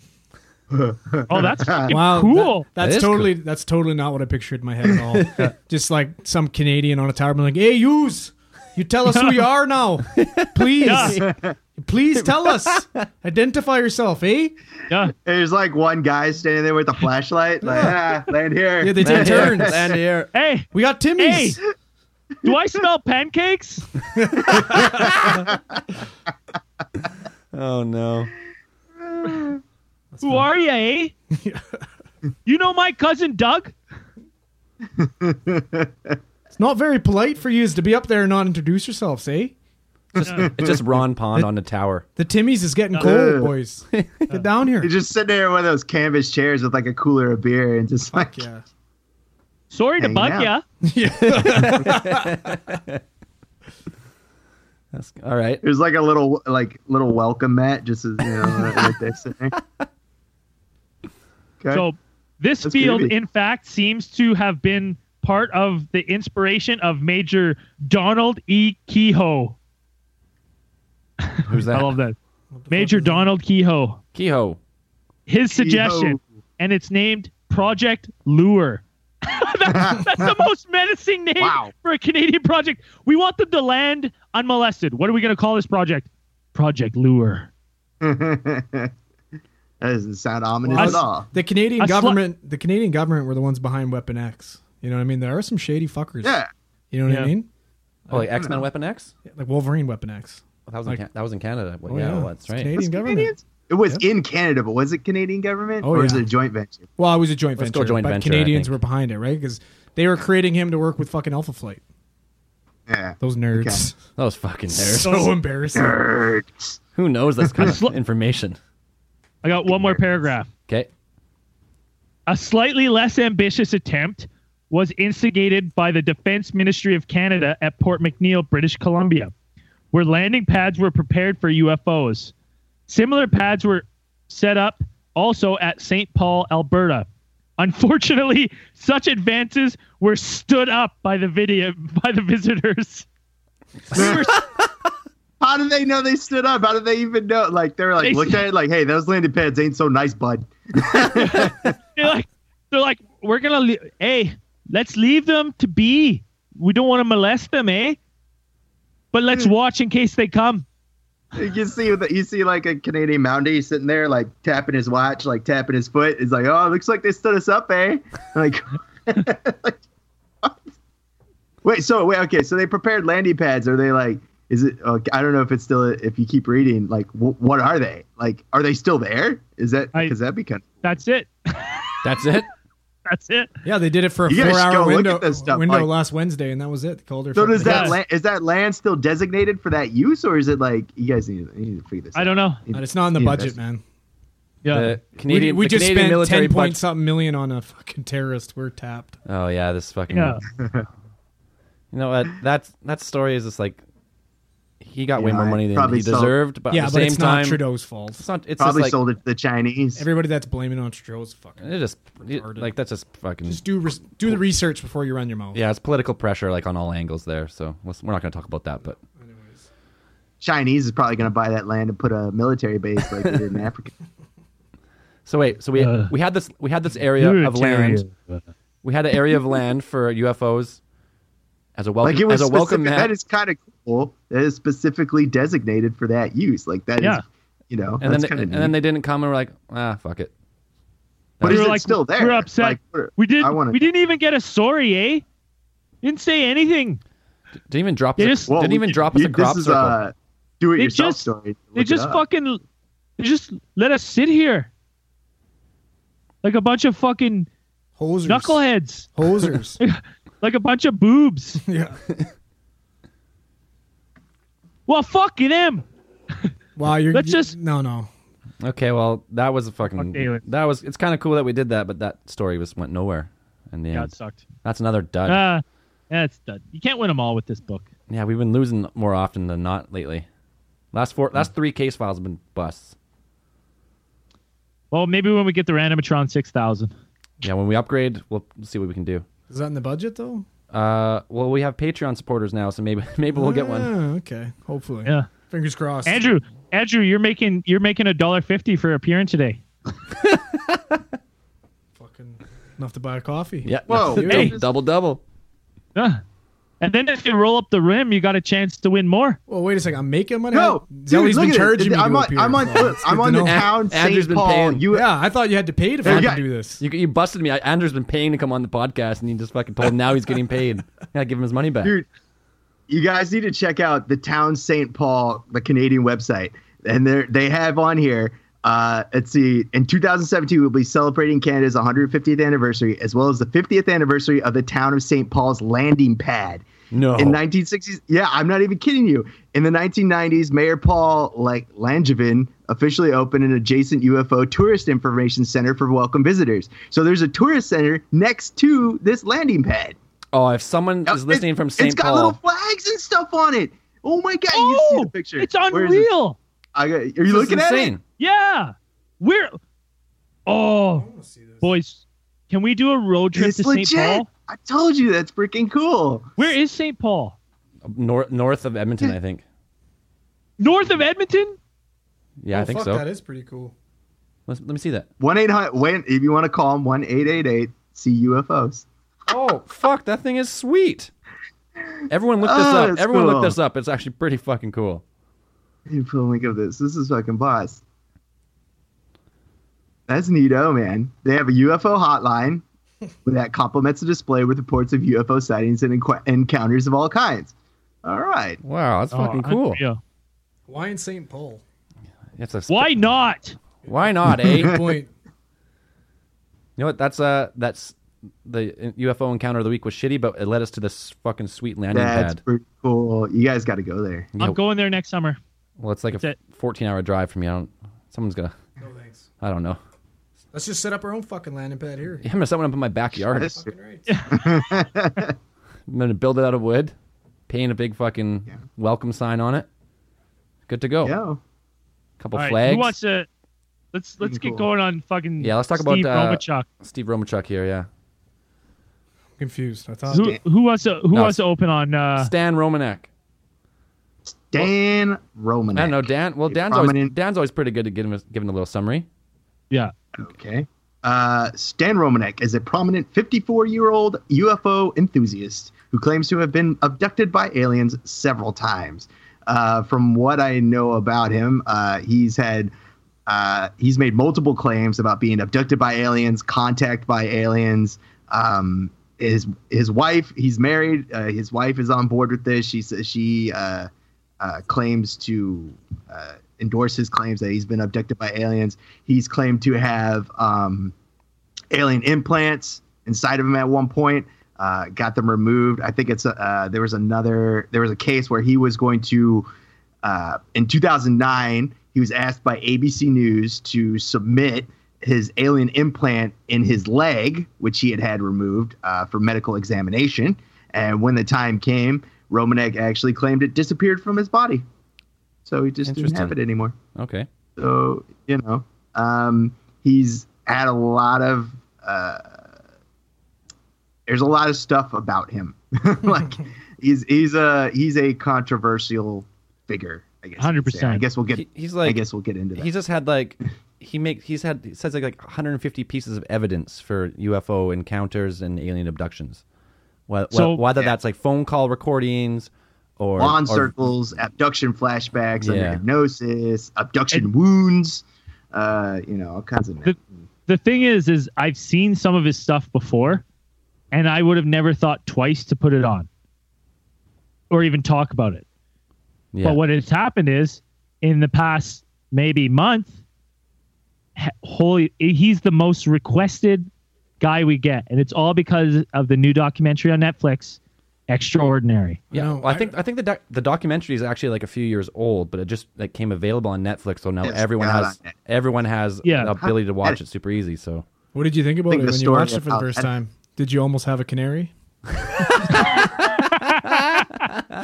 Speaker 3: oh, that's fucking
Speaker 1: Wow,
Speaker 3: cool.
Speaker 1: that-
Speaker 2: That
Speaker 1: that's
Speaker 2: is
Speaker 1: totally that's totally not what I pictured in my head at all. Just like some Canadian on a tower, being like, "Hey, yous, you tell us who you are now, please, please tell us, identify yourself, eh?"
Speaker 3: yeah.
Speaker 4: There's like one guy standing there with a flashlight. Like, ah, land here.
Speaker 1: Yeah, they take turns.
Speaker 2: and here.
Speaker 3: Hey,
Speaker 1: We got Timmy's.
Speaker 3: Hey. do I smell pancakes?
Speaker 2: Oh no.
Speaker 3: Who are you, eh? you know my cousin Doug?
Speaker 1: It's not very polite for yous to be up there and not introduce yourselves, eh?
Speaker 2: It's just Ron Pond on the tower.
Speaker 1: The Timmy's is getting
Speaker 4: Uh.
Speaker 1: cold, boys. Get down here.
Speaker 4: They just sit there in one of those canvas chairs with like a cooler of beer and just like,
Speaker 1: Yeah.
Speaker 3: Sorry to
Speaker 4: Hanging
Speaker 3: bug
Speaker 4: out.
Speaker 3: ya.
Speaker 2: That's all right.
Speaker 4: there's like a little like little welcome mat just as you know right there sitting there. Okay.
Speaker 3: So this
Speaker 4: That's
Speaker 3: field,
Speaker 4: creepy.
Speaker 3: in fact, seems to have been part of the inspiration of Major Donald E. Kehoe.
Speaker 2: Who's
Speaker 3: I
Speaker 2: that?
Speaker 3: love that. Major Donald Kehoe.
Speaker 2: Kehoe.
Speaker 3: His suggestion, and it's named Project Lure. that's, that's the most menacing name
Speaker 4: Wow.
Speaker 3: for a Canadian project. We want them to land unmolested. What are we going to call this project? Project Lure.
Speaker 4: That doesn't sound ominous
Speaker 1: Well,
Speaker 4: at all.
Speaker 1: The Canadian
Speaker 3: I sli-
Speaker 1: government, the Canadian government were the ones behind Weapon X. You know what I mean? There are some shady fuckers.
Speaker 4: Yeah.
Speaker 1: You know what I
Speaker 3: Yeah.
Speaker 1: mean?
Speaker 2: Oh, like X Men Weapon X.
Speaker 1: Like Wolverine Weapon X.
Speaker 2: That was in,
Speaker 1: Like-
Speaker 2: Can- that was in Canada. Well,
Speaker 1: Oh,
Speaker 2: yeah,
Speaker 1: yeah.
Speaker 2: well, that's
Speaker 1: It's
Speaker 2: right.
Speaker 1: Canadian government.
Speaker 4: Canadians? It was in Canada, but was it Canadian government
Speaker 1: Oh,
Speaker 4: or is
Speaker 1: yeah.
Speaker 4: it a joint venture?
Speaker 1: Well, it was a joint
Speaker 2: Let's
Speaker 1: venture,
Speaker 2: go joint
Speaker 1: but
Speaker 2: venture, I
Speaker 1: Canadians
Speaker 2: think.
Speaker 1: were behind it, right? Because they were creating him to work with fucking Alpha Flight.
Speaker 4: Yeah.
Speaker 1: Those nerds,
Speaker 2: Those fucking nerds.
Speaker 1: so embarrassing.
Speaker 4: Nerds.
Speaker 2: Who knows this kind of information?
Speaker 3: I got one more paragraph.
Speaker 2: Okay.
Speaker 3: A slightly less ambitious attempt was instigated by the Defense Ministry of Canada at Port McNeil, British Columbia, where landing pads were prepared for UFOs. Similar pads were set up also at St. Paul, Alberta. Unfortunately, such advances were stood up by the video by the visitors.
Speaker 4: How did they know they stood up? How did they even know? Like they were like
Speaker 3: They-
Speaker 4: looked at it like, hey, those landing pads ain't so nice, bud.
Speaker 3: They're like, they're like, we're gonna, le- hey, let's leave them to be. We don't want to molest them, eh? But let's watch in case they come.
Speaker 4: You can see that you see like a Canadian Mountie sitting there like tapping his watch, like tapping his foot. It's like, oh, looks like they stood us up, eh? Like, like, what? wait, so wait, okay, so they prepared landing pads. Are they like? Is it? Okay, I don't know if it's still. If you keep reading, like, wh- what are they? Like, are they still there? Is that
Speaker 3: I-
Speaker 4: because that'd be kind?
Speaker 3: That's it.
Speaker 2: That's it.
Speaker 3: That's it.
Speaker 1: Yeah, they did it for a
Speaker 4: You guys should
Speaker 1: four-hour
Speaker 4: go look
Speaker 1: window,
Speaker 4: at this stuff,
Speaker 1: window
Speaker 4: like-
Speaker 1: last Wednesday, and that was it. They called her.
Speaker 4: So
Speaker 1: fucking-
Speaker 4: does that
Speaker 3: Yes.
Speaker 4: land, is that land still designated for that use, or is it like you guys need, you need to figure this?
Speaker 3: I don't know.
Speaker 1: But it's not in the
Speaker 4: Yeah,
Speaker 1: budget,
Speaker 4: that's-
Speaker 1: man.
Speaker 3: Yeah.
Speaker 2: The Canadian.
Speaker 1: Uh, we we
Speaker 2: the
Speaker 1: just
Speaker 2: Canadian
Speaker 1: spent
Speaker 2: military
Speaker 1: ten point
Speaker 2: budget-
Speaker 1: something million on a fucking terrorist. We're tapped.
Speaker 2: Oh yeah, this fucking.
Speaker 3: yeah.
Speaker 2: You know what? That's that story is just like he got way
Speaker 4: Yeah,
Speaker 2: more
Speaker 4: I
Speaker 2: money than
Speaker 4: probably
Speaker 2: he
Speaker 4: sold-
Speaker 2: deserved, but
Speaker 1: yeah,
Speaker 2: at
Speaker 1: but
Speaker 2: the same
Speaker 1: it's
Speaker 2: time,
Speaker 1: not Trudeau's fault.
Speaker 2: it's not. It's just
Speaker 4: Probably
Speaker 2: like,
Speaker 4: sold it to the Chinese.
Speaker 1: Everybody that's blaming on Trudeau's fucking.
Speaker 2: It just it-
Speaker 1: Retarded.
Speaker 2: like that's just fucking.
Speaker 1: Just do res- do the research before you run your mouth.
Speaker 2: yeah, it's political pressure like on all angles there. So let's, we're not going to talk about that, but
Speaker 1: Anyways.
Speaker 4: Chinese is probably going to buy that land and put a military base like they did in Africa.
Speaker 2: So wait, so we
Speaker 3: Uh,
Speaker 2: we had this we had this area of land. We had an area of land for UFOs as a welcome
Speaker 4: Like it was
Speaker 2: as a welcome
Speaker 4: specific-
Speaker 2: mat.
Speaker 4: That is kind of cool. That is specifically designated for that use. Like that is,
Speaker 3: Yeah.
Speaker 4: you know,
Speaker 2: and then
Speaker 4: that's
Speaker 2: they,
Speaker 4: kind of
Speaker 2: and then they didn't come and we're like, ah, fuck it.
Speaker 4: But
Speaker 3: we
Speaker 4: is
Speaker 3: were
Speaker 4: it
Speaker 3: like,
Speaker 4: still there?
Speaker 3: We're upset.
Speaker 4: Like, what-
Speaker 3: we did.
Speaker 4: I wanna-
Speaker 3: We didn't even get a sorry, eh? Didn't say anything.
Speaker 2: Didn't even drop
Speaker 3: They
Speaker 2: us.
Speaker 3: just-
Speaker 2: A, didn't even drop us
Speaker 4: you-
Speaker 2: a crop
Speaker 4: This is uh,
Speaker 2: circle.
Speaker 4: a do-it-yourself
Speaker 3: just-
Speaker 4: story.
Speaker 3: They
Speaker 4: Look it
Speaker 3: just
Speaker 4: up.
Speaker 3: fucking. They just let us sit here. Like a bunch of fucking
Speaker 1: Hosers.
Speaker 3: knuckleheads.
Speaker 1: Hosers.
Speaker 3: Like a bunch of boobs.
Speaker 1: yeah.
Speaker 3: Well, fuck them.
Speaker 1: Wow, you're
Speaker 3: Let's
Speaker 1: you-
Speaker 3: just-
Speaker 1: no, no.
Speaker 2: okay, well that was a
Speaker 3: Fuck Taylor.
Speaker 2: fucking that was. It's kind of cool that we did that, but that story was went nowhere. In the
Speaker 3: Yeah,
Speaker 2: end,
Speaker 3: it sucked.
Speaker 2: that's another dud.
Speaker 3: Uh, yeah, it's done. You can't win them all with this book.
Speaker 2: yeah, we've been losing more often than not lately. Last four,
Speaker 3: Hmm.
Speaker 2: last three case files have been busts.
Speaker 3: Well, maybe when we get the Randomatron 6000.
Speaker 2: Yeah, when we upgrade, we'll see what we can do.
Speaker 1: Is that in the budget though?
Speaker 2: Uh, well, we have Patreon supporters now, so maybe maybe we'll get one.
Speaker 1: Ah, okay, hopefully.
Speaker 3: Yeah.
Speaker 1: Fingers crossed.
Speaker 3: Andrew, Andrew, you're making you're making a dollar fifty for appearing today.
Speaker 1: Fucking enough to buy a coffee.
Speaker 2: Yeah.
Speaker 4: Whoa,
Speaker 2: Hey.
Speaker 4: hey.
Speaker 2: Double double.
Speaker 3: Yeah. And then if you roll up the rim, you got a chance to win more.
Speaker 1: Well, wait a second. I'm making money.
Speaker 4: No,
Speaker 1: Zelly's
Speaker 4: dude, look
Speaker 1: been
Speaker 4: at
Speaker 1: charging
Speaker 4: it.
Speaker 1: me
Speaker 4: I'm
Speaker 1: to
Speaker 4: on,
Speaker 1: appear.
Speaker 4: I'm on,
Speaker 1: Well, that's
Speaker 4: I'm
Speaker 1: good
Speaker 4: on
Speaker 1: to
Speaker 4: the
Speaker 1: know.
Speaker 4: town
Speaker 2: Andrew's
Speaker 4: St.
Speaker 2: been
Speaker 4: Paul.
Speaker 2: paying.
Speaker 4: You
Speaker 1: Yeah, I thought you had to pay to
Speaker 4: Hey,
Speaker 1: fucking
Speaker 4: yeah.
Speaker 1: do this.
Speaker 2: You, you busted me. I, Andrew's been paying to come on the podcast, and you just fucking told him now he's getting paid. Yeah, give him his money back.
Speaker 4: Dude, you guys need to check out the town St. Paul, the Canadian website, and they they have on here. Uh, let's see. In 2017, we'll be celebrating Canada's 150th anniversary, as well as the 50th anniversary of the town of St. Paul's landing pad.
Speaker 2: no.
Speaker 4: In 1960s, yeah, I'm not even kidding you. In the 1990s, Mayor Paul like Langevin officially opened an adjacent UFO tourist information center for welcome visitors. So there's a tourist center next to this landing pad.
Speaker 2: oh, if someone is
Speaker 4: It-
Speaker 2: listening from
Speaker 4: It's
Speaker 2: St.
Speaker 4: got
Speaker 2: Paul,
Speaker 4: little flags and stuff on it. Oh my god! you see the picture?
Speaker 3: it's
Speaker 4: Where is it?
Speaker 3: unreal.
Speaker 4: I got, are you
Speaker 2: this is
Speaker 4: looking at
Speaker 2: insane.
Speaker 4: it?
Speaker 3: Yeah. We're Oh boys. Can we do a road trip
Speaker 4: It's
Speaker 3: to
Speaker 4: legit.
Speaker 3: St. Paul?
Speaker 4: I told you that's freaking cool.
Speaker 3: Where is St. Paul?
Speaker 2: North north of Edmonton, I think.
Speaker 3: North of Edmonton?
Speaker 2: Yeah, I
Speaker 1: Oh,
Speaker 2: think
Speaker 1: fuck,
Speaker 2: so.
Speaker 1: That is pretty cool.
Speaker 2: Let's, let me see that.
Speaker 4: One eight hundred. When if you want to call them, one eight eight eight. See UFOs.
Speaker 2: Oh fuck, that thing is sweet. Everyone look this
Speaker 4: Oh,
Speaker 2: up.
Speaker 4: it's
Speaker 2: Everyone look
Speaker 4: cool.
Speaker 2: this up. It's actually pretty fucking cool.
Speaker 4: You put a link of this. This is fucking boss. That's neato, man. They have a UFO hotline that complements the display with reports of UFO sightings and enqu- encounters of all kinds. All right.
Speaker 2: Wow, that's
Speaker 3: Oh,
Speaker 2: fucking cool.
Speaker 3: unreal.
Speaker 1: Why in St. Paul?
Speaker 2: It's a,
Speaker 3: Why not?
Speaker 2: Why not, eh? you
Speaker 1: Good point.
Speaker 2: know what? That's uh, that's the UFO encounter of the week was shitty, but it led us to this fucking sweet landing
Speaker 4: That's
Speaker 2: pad.
Speaker 4: pretty cool. You guys got to go there.
Speaker 2: Yeah.
Speaker 3: I'm going there next summer.
Speaker 2: Well, it's like a
Speaker 3: That's it.
Speaker 2: 14 hour drive from you. I don't, someone's gonna.
Speaker 1: No thanks.
Speaker 2: I don't know.
Speaker 1: Let's just set up our own fucking landing pad here.
Speaker 2: I'm gonna set one up in my backyard.
Speaker 4: That's-
Speaker 1: Fucking right.
Speaker 2: I'm gonna build it out of wood, paint a big fucking
Speaker 4: Yeah.
Speaker 2: welcome sign on it. Good to go.
Speaker 4: Yo.
Speaker 2: Couple
Speaker 3: All right,
Speaker 2: flags.
Speaker 3: Who wants to? Let's let's
Speaker 4: Pretty
Speaker 3: get
Speaker 4: cool.
Speaker 3: going on fucking.
Speaker 2: Yeah, let's talk about,
Speaker 3: Steve
Speaker 2: uh,
Speaker 3: Robichaux.
Speaker 2: Steve Romanchuk here. Yeah.
Speaker 1: Confused. I thought.
Speaker 3: Who, who wants to who
Speaker 2: No,
Speaker 3: wants to open on? Uh,
Speaker 2: Stan Romanek.
Speaker 4: Dan Roman.
Speaker 2: I don't know Dan. Well,
Speaker 4: A
Speaker 2: Dan's always,
Speaker 4: prominent-
Speaker 2: Dan's always pretty good at giving us giving a little summary.
Speaker 3: yeah,
Speaker 4: Okay. Uh, Stan Romanek is a prominent 54 year old UFO enthusiast who claims to have been abducted by aliens several times. Uh, from what I know about him, uh, he's had. Uh, he's made multiple claims about being abducted by aliens, contact by aliens. Um, his his wife, he's married. Uh, his wife is on board with this. She says she uh, uh, claims to uh, endorse his claims that he's been abducted by aliens. He's claimed to have um, alien implants inside of him at one point. Uh, got them removed. I think it's uh, there was another there was a case where he was going to uh, in 2009 he was asked by ABC News to submit his alien implant in his leg, which he had had removed uh, for medical examination. And when the time came, Romanek actually claimed it disappeared from his body, so he just didn't
Speaker 2: Interesting.
Speaker 4: have it anymore.
Speaker 2: Okay.
Speaker 4: So you know, um, he's had a lot of. Uh, there's a lot of stuff about him. like he's he's a he's a controversial figure. I guess. you could say.
Speaker 3: 100%.
Speaker 4: I guess we'll get.
Speaker 2: He- he's
Speaker 4: I
Speaker 2: like
Speaker 4: guess we'll get into that.
Speaker 2: he's just had like he make he's had he says like like 150 pieces of evidence for UFO encounters and alien abductions. Well,
Speaker 3: So-
Speaker 2: whether
Speaker 4: Yeah.
Speaker 2: that's like phone call recordings or
Speaker 4: Lawn
Speaker 2: or-
Speaker 4: circles, abduction flashbacks, under
Speaker 2: Yeah.
Speaker 4: hypnosis, abduction wounds. Uh, you know, all kinds of.
Speaker 3: The- the thing is, is I've seen some of his stuff before, and I would have never thought twice to put it on, or even talk about it.
Speaker 2: yeah.
Speaker 3: But what has happened is, in the past maybe month, he- holy, he's the most requested guy we get, and it's all because of the new documentary on Netflix, Extraordinary.
Speaker 2: Yeah,
Speaker 1: No,
Speaker 2: well, I
Speaker 1: I-
Speaker 2: think I think the doc- the documentary is actually like a few years old, but it just like came available on Netflix, so now
Speaker 4: It's
Speaker 2: everyone
Speaker 4: got
Speaker 2: has
Speaker 4: on Netflix.
Speaker 2: everyone has
Speaker 3: Yeah.
Speaker 2: the ability to watch it super easy. So
Speaker 1: What did you think about
Speaker 4: Think
Speaker 1: it
Speaker 4: the
Speaker 1: when you
Speaker 4: story
Speaker 1: watched it for the
Speaker 4: about
Speaker 1: first
Speaker 4: that-
Speaker 1: time? Did you almost have a canary?
Speaker 3: Oh,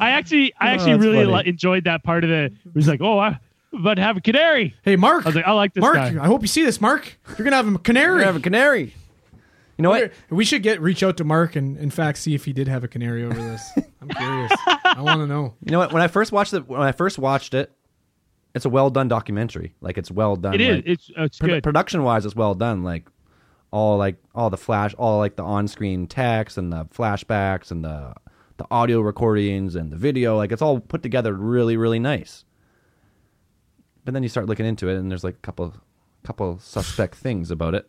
Speaker 3: I actually, I
Speaker 2: Oh,
Speaker 3: actually
Speaker 2: that's
Speaker 3: really
Speaker 2: funny.
Speaker 3: li- enjoyed that part of the. It was like, oh, I but have a canary.
Speaker 1: Hey, Mark.
Speaker 3: I was like, I like this
Speaker 1: Mark,
Speaker 3: guy.
Speaker 1: I hope you see this, Mark. You're gonna have a canary.
Speaker 2: a canary. You know what?
Speaker 1: we should get reach out to Mark and in fact see if he did have a canary over this. I'm curious. I want to know.
Speaker 2: You know what? When I first watched it, when I first watched it, it's a well done documentary. Like it's well done.
Speaker 3: It is.
Speaker 2: like,
Speaker 3: it's it's good.
Speaker 2: Production wise, it's well done. Like all like all the flash, all like the on screen text and the flashbacks and the the audio recordings and the video. Like it's all put together really really nice. But then you start looking into it, and there's like a couple couple suspect things about it.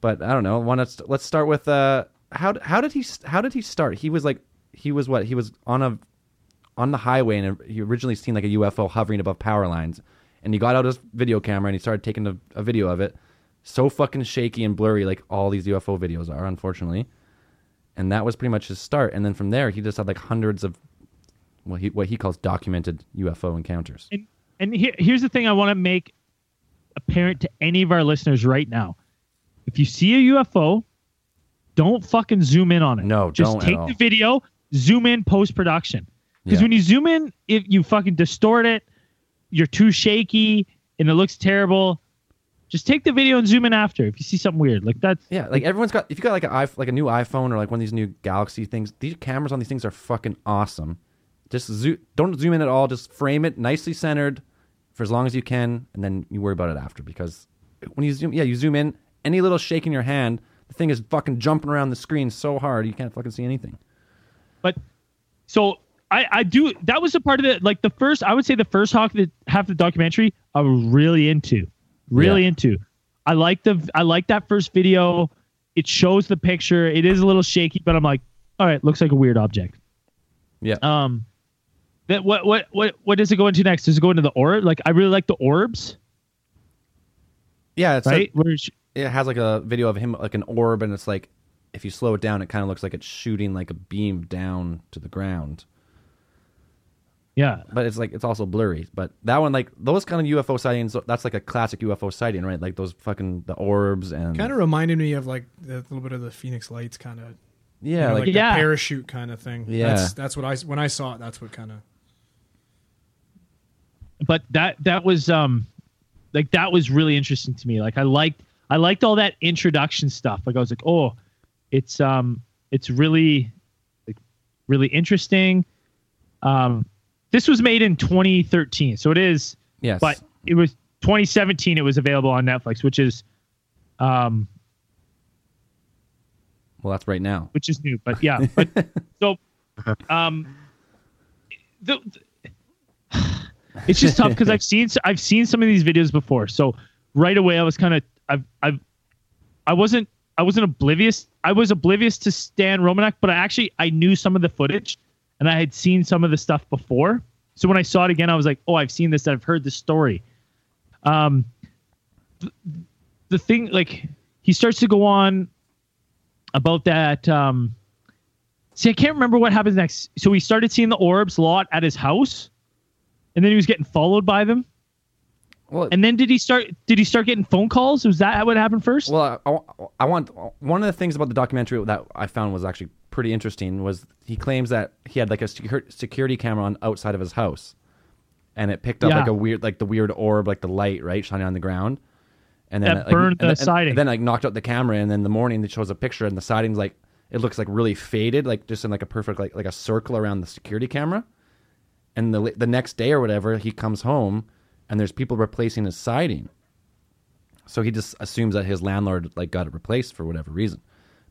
Speaker 2: But I don't know. Why not? Let's start with uh, how how did he how did he start? He was like he was what he was on a on the highway and he originally seen like a UFO hovering above power lines and he got out his video camera and he started taking a, a video of it so fucking shaky and blurry like all these UFO videos are unfortunately and that was pretty much his start and then from there he just had like hundreds of what he what he calls documented UFO encounters
Speaker 3: and and here, here's the thing I want to make apparent to any of our listeners right now. If you see a UFO, don't fucking zoom in on it.
Speaker 2: No,
Speaker 3: just
Speaker 2: don't at
Speaker 3: take
Speaker 2: all.
Speaker 3: the video, zoom in post production. Because
Speaker 2: Yeah.
Speaker 3: when you zoom in, if you fucking distort it, you're too shaky and it looks terrible. Just take the video and zoom in after if you see something weird. Like that's
Speaker 2: yeah like everyone's got if you got like a i- like a new iPhone or like one of these new Galaxy things these cameras on these things are fucking awesome just zoom don't zoom in at all just frame it nicely centered for as long as you can and then you worry about it after because when you zoom yeah you zoom in any little shake in your hand the thing is fucking jumping around the screen so hard you can't fucking see anything
Speaker 3: But so I, I do. That was a part of the like the first. I would say the first half of the half of the documentary I was really into. Really
Speaker 2: Yeah.
Speaker 3: into. I like the I like that first video. It shows the picture. It is a little shaky, but I'm like, all right, looks like a weird object.
Speaker 2: Yeah.
Speaker 3: Um, that what what what what does it go into next? Does it go into the orb? Like I really like the orbs,
Speaker 2: Yeah, it's
Speaker 3: right?
Speaker 2: like-
Speaker 3: Where she-
Speaker 2: it has like a video of him like an orb, and it's like if you slow it down, it kind of looks like it's shooting like a beam down to the ground.
Speaker 3: yeah,
Speaker 2: But it's like it's also blurry. But that one, like those kind of UFO sightings, that's like a classic UFO sighting, right? Like those fucking the orbs and
Speaker 1: Kind of reminded me of like a little bit of the Phoenix Lights kind of
Speaker 2: yeah,
Speaker 1: you know,
Speaker 2: like,
Speaker 1: like,
Speaker 3: Yeah.
Speaker 1: the parachute kind of thing.
Speaker 2: Yeah.
Speaker 1: that's, that's what I when I saw it. That's what kind of
Speaker 3: but that that was um like that was really interesting to me like i liked i liked all that introduction stuff like i was like oh it's um it's really like really interesting um this was made in 2013 so it is
Speaker 2: yes,
Speaker 3: but it was 2017 it was available on netflix which is um
Speaker 2: well, that's right now.
Speaker 3: which is new. But yeah, but so um, the, the- it's just tough because I've seen s- I've seen some of these videos before. So right away, I was kind of I've I've I wasn't I wasn't oblivious. I was oblivious to Stan Romanek, but I actually I knew some of the footage and I had seen some of the stuff before. So when I saw it again, I was like, oh, I've seen this. I've heard this story. Um, th- the thing like he starts to go on about that. Um, see, I can't remember what happens next. So he started seeing the orbs a lot at his house, and then he was getting followed by them.
Speaker 2: Well,
Speaker 3: And then did he start? Did he start getting phone calls? Was that what happened first?
Speaker 2: Well, I- I, I want one of the things about the documentary that I found was actually pretty interesting was he claims that he had like a secur- security camera on outside of his house, and it picked up
Speaker 3: Yeah.
Speaker 2: like a weird like the weird orb like the light right shining on the ground, and then
Speaker 3: That
Speaker 2: it, like,
Speaker 3: burned
Speaker 2: and
Speaker 3: the
Speaker 2: then- and
Speaker 3: siding.
Speaker 2: then like knocked out the camera, and then in the morning it shows a picture, and the siding's like it looks like really faded, like just in like a perfect like like a circle around the security camera, and the the next day or whatever he comes home, and there's people replacing his siding. So he just assumes that his landlord like got it replaced for whatever reason.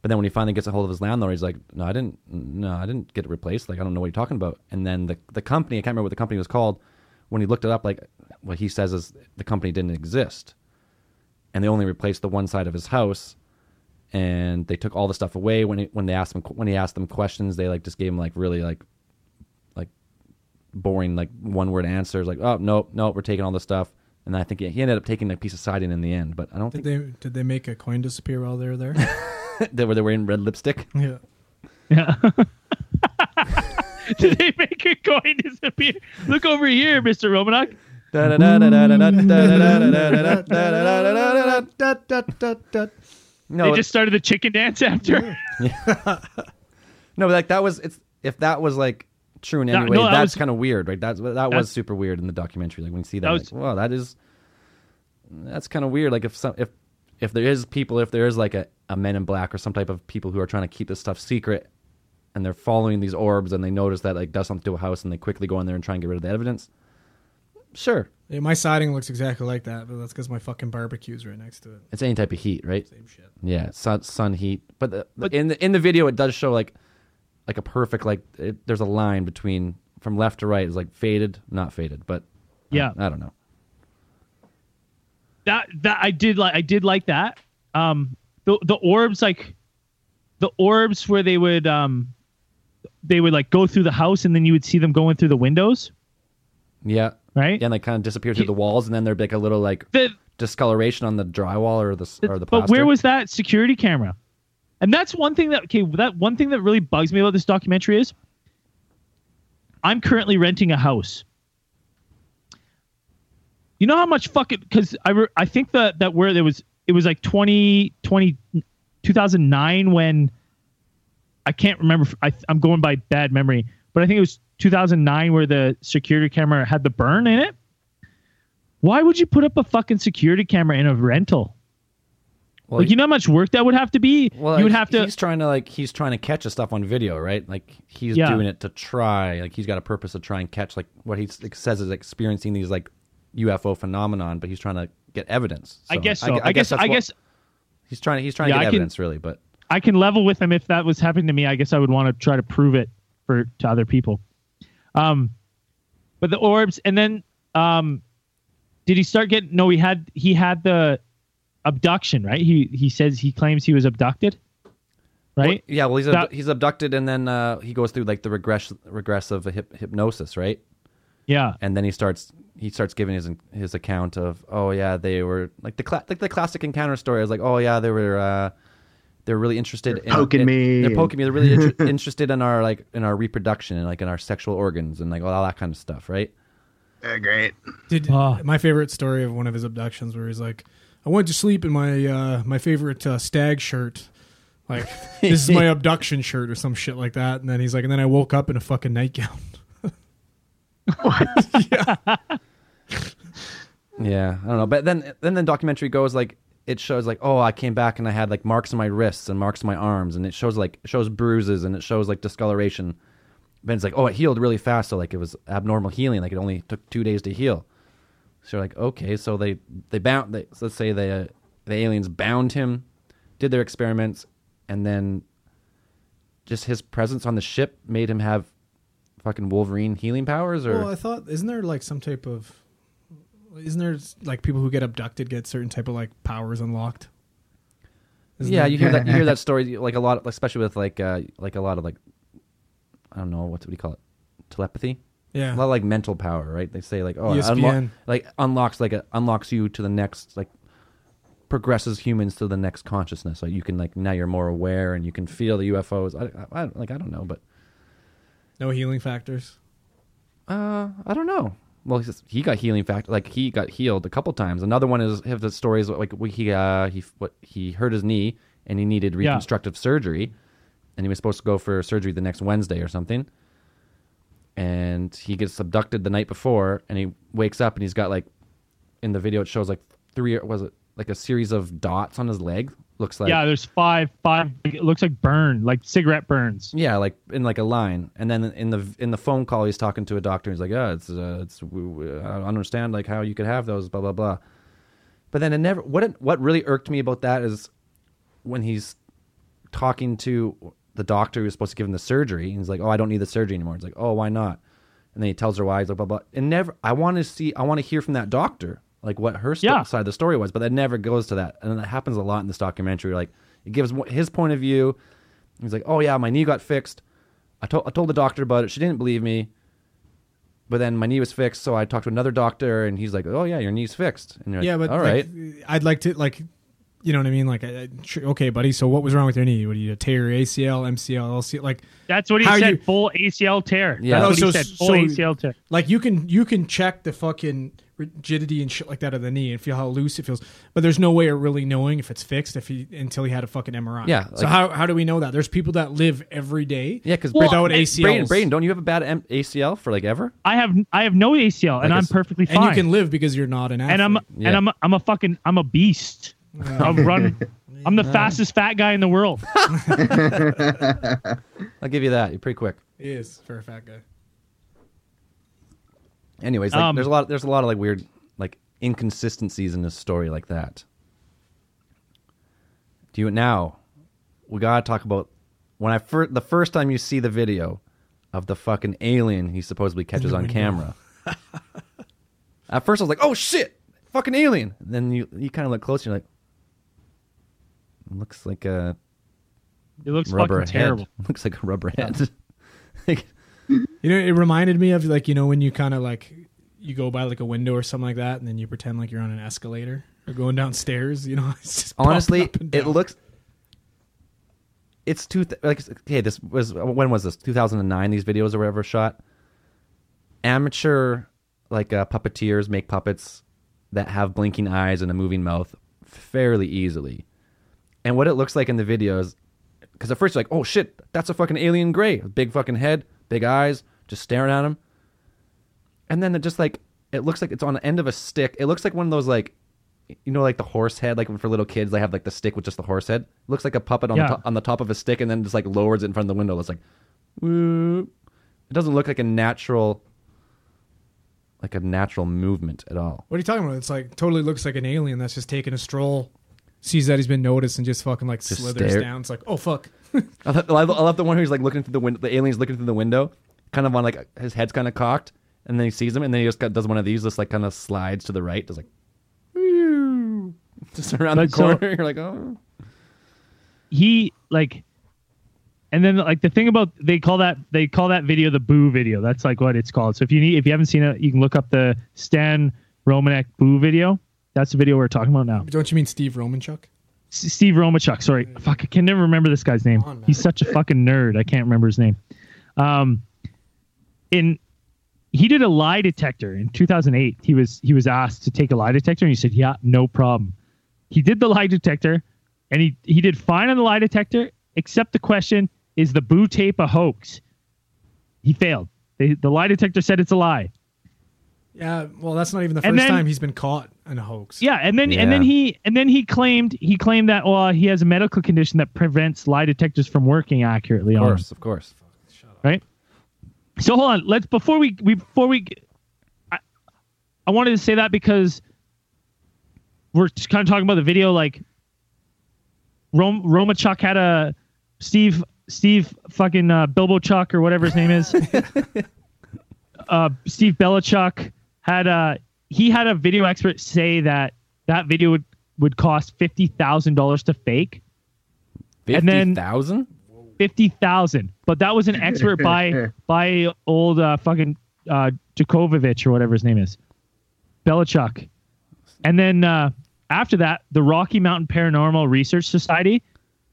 Speaker 2: But then when he finally gets a hold of his landlord, he's like, "No, I didn't. No, I didn't get it replaced. Like I don't know what you're talking about." And then the the company, I can't remember what the company was called. When he looked it up, like what he says is the company didn't exist, and they only replaced the one side of his house, and they took all the stuff away. When he, when they asked him when he asked them questions, they like just gave him like really like like boring like one word answers like oh no no we're taking all this stuff and I think he he ended up taking a piece of siding in the end but I don't
Speaker 1: did
Speaker 2: think
Speaker 1: they did they make a coin disappear while they were there?
Speaker 2: they were they wearing red lipstick
Speaker 1: yeah,
Speaker 3: Yeah. did they make a coin disappear? Look over here, Mister Romanok.
Speaker 2: no
Speaker 1: Da, da, da, da.
Speaker 3: they just started the chicken dance after.
Speaker 2: no like that was it's if that was like true in
Speaker 3: No,
Speaker 2: any way
Speaker 3: no, that
Speaker 2: that's
Speaker 3: was-
Speaker 2: kind of weird right that's that was
Speaker 3: That's-
Speaker 2: super weird in the documentary like when you see that,
Speaker 3: That
Speaker 2: like,
Speaker 3: was-
Speaker 2: wow that is that's kind of weird like if some if if there is people if there is like a, a men in black or some type of people who are trying to keep this stuff secret and they're following these orbs and they notice that like does something to a house and they quickly go in there and try and get rid of the evidence sure
Speaker 1: Yeah, my siding looks exactly like that, but that's because my fucking barbecue's right next to it.
Speaker 2: It's any type of heat, right?
Speaker 1: Same shit.
Speaker 2: Yeah, sun, sun heat. But, the, in the in the video, it does show like like a perfect like it, there's a line between from left to right. It's like faded, not faded, but
Speaker 3: Yeah.
Speaker 2: I, don't know.
Speaker 3: that that I did like I did like that. Um the the orbs like the orbs where they would um they would like go through the house and then you would see them going through the windows,
Speaker 2: Yeah,
Speaker 3: right?
Speaker 2: yeah, and they kind of disappear through the walls, and then there'd be like a little like
Speaker 3: The,
Speaker 2: discoloration on the drywall or the s-
Speaker 3: the-
Speaker 2: or the.
Speaker 3: but
Speaker 2: plaster.
Speaker 3: where was that security camera? And that's one thing that okay, that one thing that really bugs me about this documentary is I'm currently renting a house. You know how much fucking because I re, I think that that where there was it was like 20, 20 2009 when I can't remember. if- I, I'm going by bad memory, but I think it was 2009 where the security camera had the burn in it. Why would you put up a fucking security camera in a rental?
Speaker 2: Well,
Speaker 3: like, you know how much work that would have to be.
Speaker 2: Well,
Speaker 3: you would
Speaker 2: like,
Speaker 3: have to.
Speaker 2: He's trying to like he's trying to catch the stuff on video, right? Like he's
Speaker 3: Yeah.
Speaker 2: doing it to try. Like he's got a purpose to try and catch like what he s- says is experiencing these like UFO phenomenon, but he's trying to get evidence.
Speaker 3: I
Speaker 2: So
Speaker 3: guess so. I, guess.
Speaker 2: that's
Speaker 3: I
Speaker 2: what-
Speaker 3: guess
Speaker 2: he's trying. He's trying
Speaker 3: Yeah,
Speaker 2: to
Speaker 3: I
Speaker 2: get
Speaker 3: can-
Speaker 2: evidence, really. But
Speaker 3: I can level with him if that was happening to me. I guess I would want to try to prove it for to other people. Um, but the orbs, and then um, Did he start getting? No, he had he had the abduction, right? He he says he claims he was abducted, right?
Speaker 2: Well, yeah, well, he's
Speaker 3: That-
Speaker 2: abdu- he's abducted, and then uh, he goes through like the regress regressive hyp- hypnosis, right?
Speaker 3: yeah,
Speaker 2: And then he starts he starts giving his his account of oh yeah they were like the cla- like the classic encounter story is like oh yeah they were uh, they were really interested in
Speaker 4: poking
Speaker 2: in-
Speaker 4: me
Speaker 2: they're
Speaker 4: and-
Speaker 2: poking me they're really inter- interested in our like in our reproduction and like in our sexual organs and like all that kind of stuff, right?
Speaker 4: Uh, great.
Speaker 1: Did
Speaker 3: Ah.
Speaker 1: my favorite story of one of his abductions where he's like, I went to sleep in my uh, my favorite uh, stag shirt. Like this is my abduction shirt or some shit like that, and then he's like, and then I woke up in a fucking nightgown.
Speaker 2: Yeah, I don't know. But then then the documentary goes like it shows like oh I came back and I had like marks on my wrists and marks on my arms and it shows like it shows bruises and it shows like discoloration. But it's like oh it healed really fast so like it was abnormal healing like it only took two days to heal. So you're like okay so they they bound they so let's say they uh, the aliens bound him, did their experiments, and then just his presence on the ship made him have fucking Wolverine healing powers or
Speaker 1: Well, I thought isn't there like some type of isn't there like people who get abducted get certain type of like powers unlocked? Isn't
Speaker 2: yeah,
Speaker 1: there-
Speaker 2: you hear that you hear that story like a lot, especially with like uh, like a lot of like I don't know what's what do you call it telepathy.
Speaker 1: Yeah. E
Speaker 2: A lot of like mental power, right? They say like oh, it
Speaker 1: ESPN.
Speaker 2: like unlocks like a, unlocks you to the next like progresses humans to the next consciousness. Like you can like now you're more aware and you can feel the UFOs. I, I, I like I don't know, but
Speaker 1: No healing factors.
Speaker 2: uh, I don't know. Well, he's, he got healing factor. Like he got healed a couple times. Another one is have the stories like we- he uh, he what he hurt his knee and he needed
Speaker 3: Yeah.
Speaker 2: reconstructive surgery, and he was supposed to go for surgery the next Wednesday or something. And he gets abducted the night before, and he wakes up and he's got like, in the video it shows like three was it like a series of dots on his leg. Looks like
Speaker 3: yeah. There's five five. It looks like burn, like cigarette burns.
Speaker 2: yeah, like in like a line, and then in the in the phone call, he's talking to a doctor. He's like, "Yeah, it's uh, it's w- w- I don't understand like how you could have those, blah blah blah." But then it never. What it, what really irked me about that is when he's talking to the doctor who's supposed to give him the surgery, and he's like, "Oh, I don't need the surgery anymore." It's like, "Oh, why not?" And then he tells her why. He's like, "Blah blah." And never. I want to see. I want to hear from that doctor, like what her sto-
Speaker 3: Yeah.
Speaker 2: side of the story was. But that never goes to that, and that happens a lot in this documentary. Like it gives wh- his point of view. He's like, "Oh yeah, my knee got fixed. I told I told the doctor about it. She didn't believe me." But then my knee was fixed, so I talked to another doctor, and he's like, "Oh yeah, your knee's fixed." And you're like,
Speaker 1: yeah, but
Speaker 2: all right,
Speaker 1: like, I'd like to like, you know what I mean? Like, I, I- sure, okay, buddy. So what was wrong with your knee? What do you tear your ACL, MCL, LCL? Like,
Speaker 3: That's what he
Speaker 1: How are
Speaker 3: said.
Speaker 1: you-
Speaker 3: Full ACL tear.
Speaker 2: Yeah.
Speaker 3: That's
Speaker 2: No,
Speaker 3: what
Speaker 1: so-
Speaker 3: he said. Full
Speaker 1: so-
Speaker 3: ACL tear.
Speaker 1: like you can you can check the fucking rigidity and shit like that of the knee and feel how loose it feels, but there's no way of really knowing if it's fixed if he until he had a fucking MRI.
Speaker 2: Yeah,
Speaker 1: so
Speaker 2: like-
Speaker 1: how how do we know that? There's people that live every day.
Speaker 2: yeah, because
Speaker 1: without ACLs.
Speaker 2: Braden, Braden, don't you have a bad M- ACL for like ever?
Speaker 3: I have I have no ACL, and
Speaker 2: Like
Speaker 3: I'm
Speaker 2: it's-
Speaker 3: perfectly
Speaker 1: and
Speaker 3: fine.
Speaker 1: you can live because you're not an athlete.
Speaker 3: and I'm
Speaker 2: Yeah.
Speaker 3: and I'm I'm a fucking I'm a beast. I run. I'm the fastest fat guy in the world.
Speaker 2: I'll give you that. You're pretty quick.
Speaker 1: He is for a fat guy.
Speaker 2: Anyways, like,
Speaker 3: Um,
Speaker 2: there's a lot. There's a lot of like weird, like inconsistencies in this story, like that. Do you now? We gotta talk about when I first the first time you see the video of the fucking alien he supposedly catches on camera. At first, I was like, "Oh shit, fucking alien!" And then you you kind of look closer, you're like, "Looks like a
Speaker 3: It looks
Speaker 2: rubber
Speaker 3: fucking
Speaker 2: head.
Speaker 3: terrible.
Speaker 2: Looks like a rubber head." Like,
Speaker 1: You know, it reminded me of like you know when you kind of like you go by like a window or something like that, and then you pretend like you're on an escalator or going downstairs. You know, it's just popping
Speaker 2: honestly
Speaker 1: up and
Speaker 2: it
Speaker 1: down.
Speaker 2: looks it's two th- like okay this was when was this 2009 these videos or whatever shot amateur like uh, puppeteers make puppets that have blinking eyes and a moving mouth fairly easily and what it looks like in the videos because at first you're like oh shit that's a fucking alien gray big fucking head big eyes just staring at him and then it just like it looks like it's on the end of a stick. It looks like one of those like you know like the horse head like for little kids they have like the stick with just the horse head. It looks like a puppet on
Speaker 3: Yeah.
Speaker 2: the top, on the top of a stick and then just like lowers it in front of the window. It's like whoop. It doesn't look like a natural like a natural movement at all.
Speaker 1: What are you talking about? It's like totally looks like an alien that's just taking a stroll, sees that he's been noticed, and just fucking like
Speaker 2: Just
Speaker 1: slithers
Speaker 2: stare.
Speaker 1: down. It's like, oh fuck.
Speaker 2: I love, I love- I love the one who's like looking through the window. The alien's looking through the window, kind of on like his head's kind of cocked, and then he sees him, and then he just got, does one of these, just like kind of slides to the right, just like, just around
Speaker 3: But
Speaker 2: the
Speaker 3: so-
Speaker 2: corner. You're like, oh,
Speaker 3: he like and then like the thing about they call that they call that video the boo video that's like what it's called so if you need if you haven't seen it you can look up the stan romanek boo video that's the video we're talking about now
Speaker 1: Don't you mean Steve Romanchuk?
Speaker 3: S- steve romachuk sorry fuck i can never remember this guy's name
Speaker 1: on, man.
Speaker 3: he's such a fucking nerd i can't remember his name um in he did a lie detector in 2008 he was he was asked to take a lie detector and he said yeah no problem he did the lie detector and he, he did fine on the lie detector except the question is the boo tape a hoax he failed they, the lie detector said it's a lie
Speaker 1: Yeah, well, that's not even the first
Speaker 3: And then-
Speaker 1: time he's been caught in a hoax.
Speaker 3: yeah and then and
Speaker 2: Yeah.
Speaker 3: then he and then he claimed he claimed that well he has a medical condition that prevents lie detectors from working accurately
Speaker 2: of
Speaker 3: on him.
Speaker 2: course, of course.
Speaker 3: right? So hold on. Let's before we, we before we, I, I wanted to say that because we're just kind of talking about the video. Like, Rome, Roma Chuck had a Steve Steve fucking uh, Bilbo Chuck or whatever his name is. uh, Steve Belichick had a he had a video expert say that that video would would cost fifty thousand dollars to fake And then-
Speaker 2: Fifty thousand.
Speaker 3: fifty thousand. But that was an expert by by old uh, fucking uh, Djokovic or whatever his name is, Belichick. And then uh, after that, the Rocky Mountain Paranormal Research Society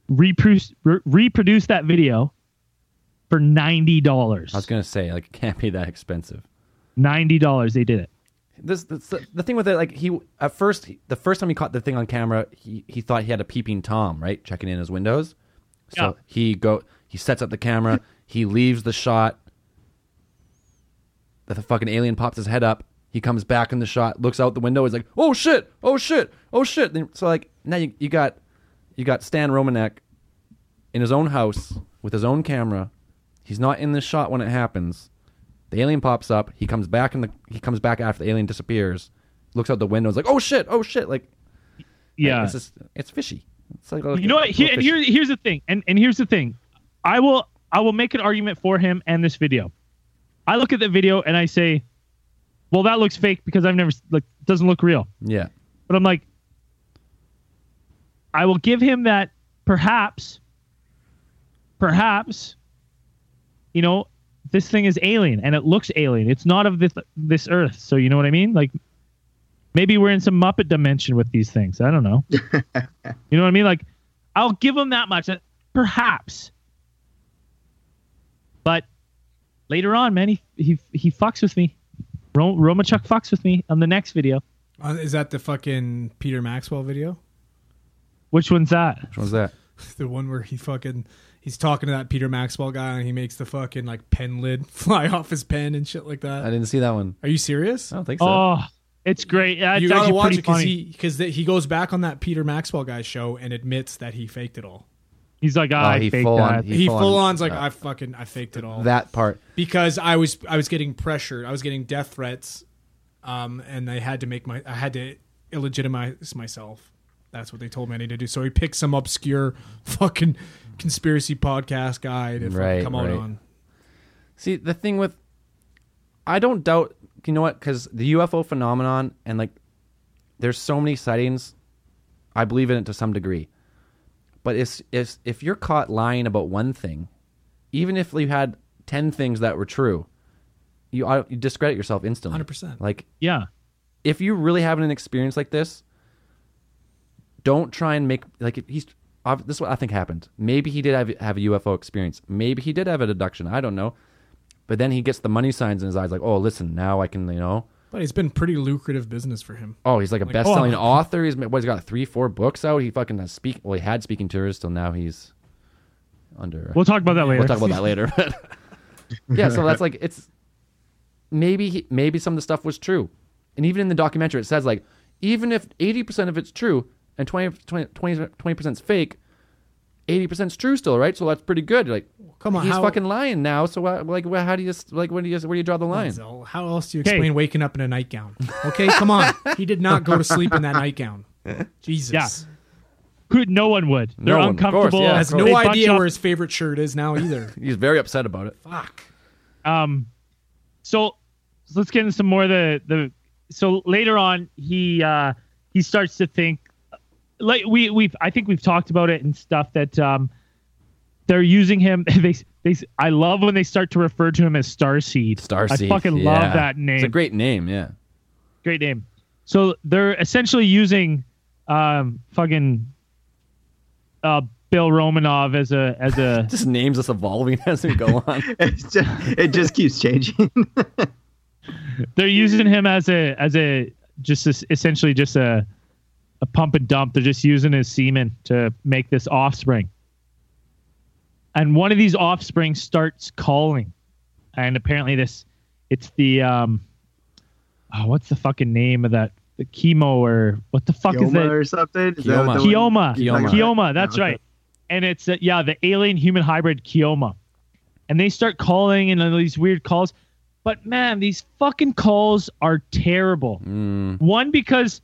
Speaker 3: reproduced, re- reproduced that video for ninety dollars.
Speaker 2: I was gonna say like it can't be that expensive.
Speaker 3: Ninety dollars. They did it.
Speaker 2: This, this the, the thing with it, like he at first the first time he caught the thing on camera, he he thought he had a peeping tom, right, checking in his windows. So
Speaker 3: Yeah.
Speaker 2: he go he sets up the camera, he leaves the shot. The, the fucking alien pops his head up. He comes back in the shot, looks out the window, is like, "Oh shit! Oh shit! Oh shit!" Then, so like now you, you got you got Stan Romanek in his own house with his own camera. He's not in the shot when it happens. The alien pops up. He comes back in the he comes back after the alien disappears. Looks out the window. Is like, oh shit, oh shit. Like,
Speaker 3: Yeah.
Speaker 2: it's just it's fishy. It's like
Speaker 3: you know what? Here, and here, here's the thing, and and here's the thing, I will I will make an argument for him and this video. I look at the video and I say, well, that looks fake because I've never s- like doesn't look real.
Speaker 2: yeah,
Speaker 3: But I'm like, I will give him that perhaps, perhaps, you know, this thing is alien and it looks alien. It's not of this this Earth, so you know what I mean. Like, maybe we're in some Muppet dimension with these things. I don't know. you know what I mean? Like, I'll give him that much, that perhaps. But later on, man, he he he fucks with me. Ro- Romachuk fucks with me on the next video.
Speaker 1: Uh, is that the fucking Peter Maxwell video?
Speaker 3: Which one's that?
Speaker 2: which one's that?
Speaker 1: The one where he fucking he's talking to that Peter Maxwell guy and he makes the fucking like pen lid fly off his pen and shit like
Speaker 2: I
Speaker 1: that.
Speaker 2: didn't see that one.
Speaker 1: Are you serious?
Speaker 2: I don't think so.
Speaker 3: Oh, it's great. Yeah, it's
Speaker 1: you
Speaker 3: actually
Speaker 1: gotta watch
Speaker 3: pretty
Speaker 1: it because
Speaker 3: funny.
Speaker 1: he because he goes back on that Peter Maxwell guy show and admits that he faked it all.
Speaker 3: He's like, ah,
Speaker 2: Oh,
Speaker 3: I
Speaker 2: he
Speaker 3: faked
Speaker 2: full on-
Speaker 3: that.
Speaker 2: he-
Speaker 1: He,
Speaker 2: full
Speaker 1: full
Speaker 2: on-
Speaker 1: on's like
Speaker 2: uh,
Speaker 1: I fucking I faked it all
Speaker 2: that part.
Speaker 1: because I was I was getting pressured. I was getting death threats, um, and I had to make my I had to illegitimize myself. That's what they told me I need to do. So he picked some obscure fucking conspiracy podcast guy to fucking
Speaker 2: Right,
Speaker 1: come out
Speaker 2: right.
Speaker 1: on.
Speaker 2: See, the thing with I don't doubt you know what cuz the UFO phenomenon and like there's so many sightings I believe in it to some degree. But if if if you're caught lying about one thing, even if you had 10 things that were true, you au- you discredit yourself instantly.
Speaker 1: 100%.
Speaker 2: Like
Speaker 3: yeah,
Speaker 2: if you really having an experience like this, don't try and make like if he's. ob- This is what I think happened. Maybe he did have have a UFO experience. Maybe he did have a deduction. I don't know. But then he gets the money signs in his eyes, like, oh, listen, now I can, you know.
Speaker 1: But it's been pretty lucrative business for him.
Speaker 2: Oh, he's like a
Speaker 1: Like,
Speaker 2: best selling author. He's ma- what he's got three, four books out. He fucking has speak. Well, he had speaking tours till now. He's under.
Speaker 3: we'll talk about that later.
Speaker 2: We'll talk about that later. But yeah, so that's like it's maybe he, maybe some of the stuff was true, and even in the documentary it says like even if eighty percent of it's true and 20 20 percent's fake, eighty percent's true still, right? So that's pretty good. Like,
Speaker 1: come on,
Speaker 2: he's
Speaker 1: how-
Speaker 2: fucking lying now. So why, like, why- how do you s- like when do you s- where do you draw the line?
Speaker 1: So how else do you explain waking up in a nightgown? Okay, come on. He did not go to sleep in that nightgown. Jesus.
Speaker 3: Yeah. Who- no one would. They're
Speaker 2: No one, of course,
Speaker 3: uncomfortable.
Speaker 2: yeah, of
Speaker 1: Has
Speaker 2: course.
Speaker 1: no
Speaker 3: They bunch
Speaker 1: idea
Speaker 3: up.
Speaker 1: where his favorite shirt is now either.
Speaker 2: He's very upset about it.
Speaker 1: Fuck.
Speaker 3: Um, so So let's get into some more of the the. So later on, he uh, he starts to think, like we we have I think we've talked about it and stuff that um, they're using him. They they I love when they start to refer to him as Starseed.
Speaker 2: Starseed.
Speaker 3: I fucking
Speaker 2: yeah.
Speaker 3: love that name.
Speaker 2: It's a great name, yeah.
Speaker 3: great name. So they're essentially using um, fucking uh, Bill Romanov as a as a
Speaker 2: Just names us evolving as we go on.
Speaker 4: It's just, it just keeps changing.
Speaker 3: they're using him as a as a just as, essentially just a a pump and dump. They're just using his semen to make this offspring. And one of these offspring starts calling, and apparently this, it's the um, oh, what's the fucking name of that? The chemo or what the fuck is
Speaker 4: Kioma
Speaker 3: that?
Speaker 4: or something? Is that
Speaker 2: Kioma.
Speaker 4: the
Speaker 3: Kioma.
Speaker 4: one-
Speaker 2: Kioma.
Speaker 3: Kioma. that's
Speaker 4: Yeah, okay.
Speaker 3: right. And it's uh, yeah, the alien human hybrid Kioma. And they start calling and all these weird calls. But man, these fucking calls are terrible.
Speaker 2: Mm,
Speaker 3: One because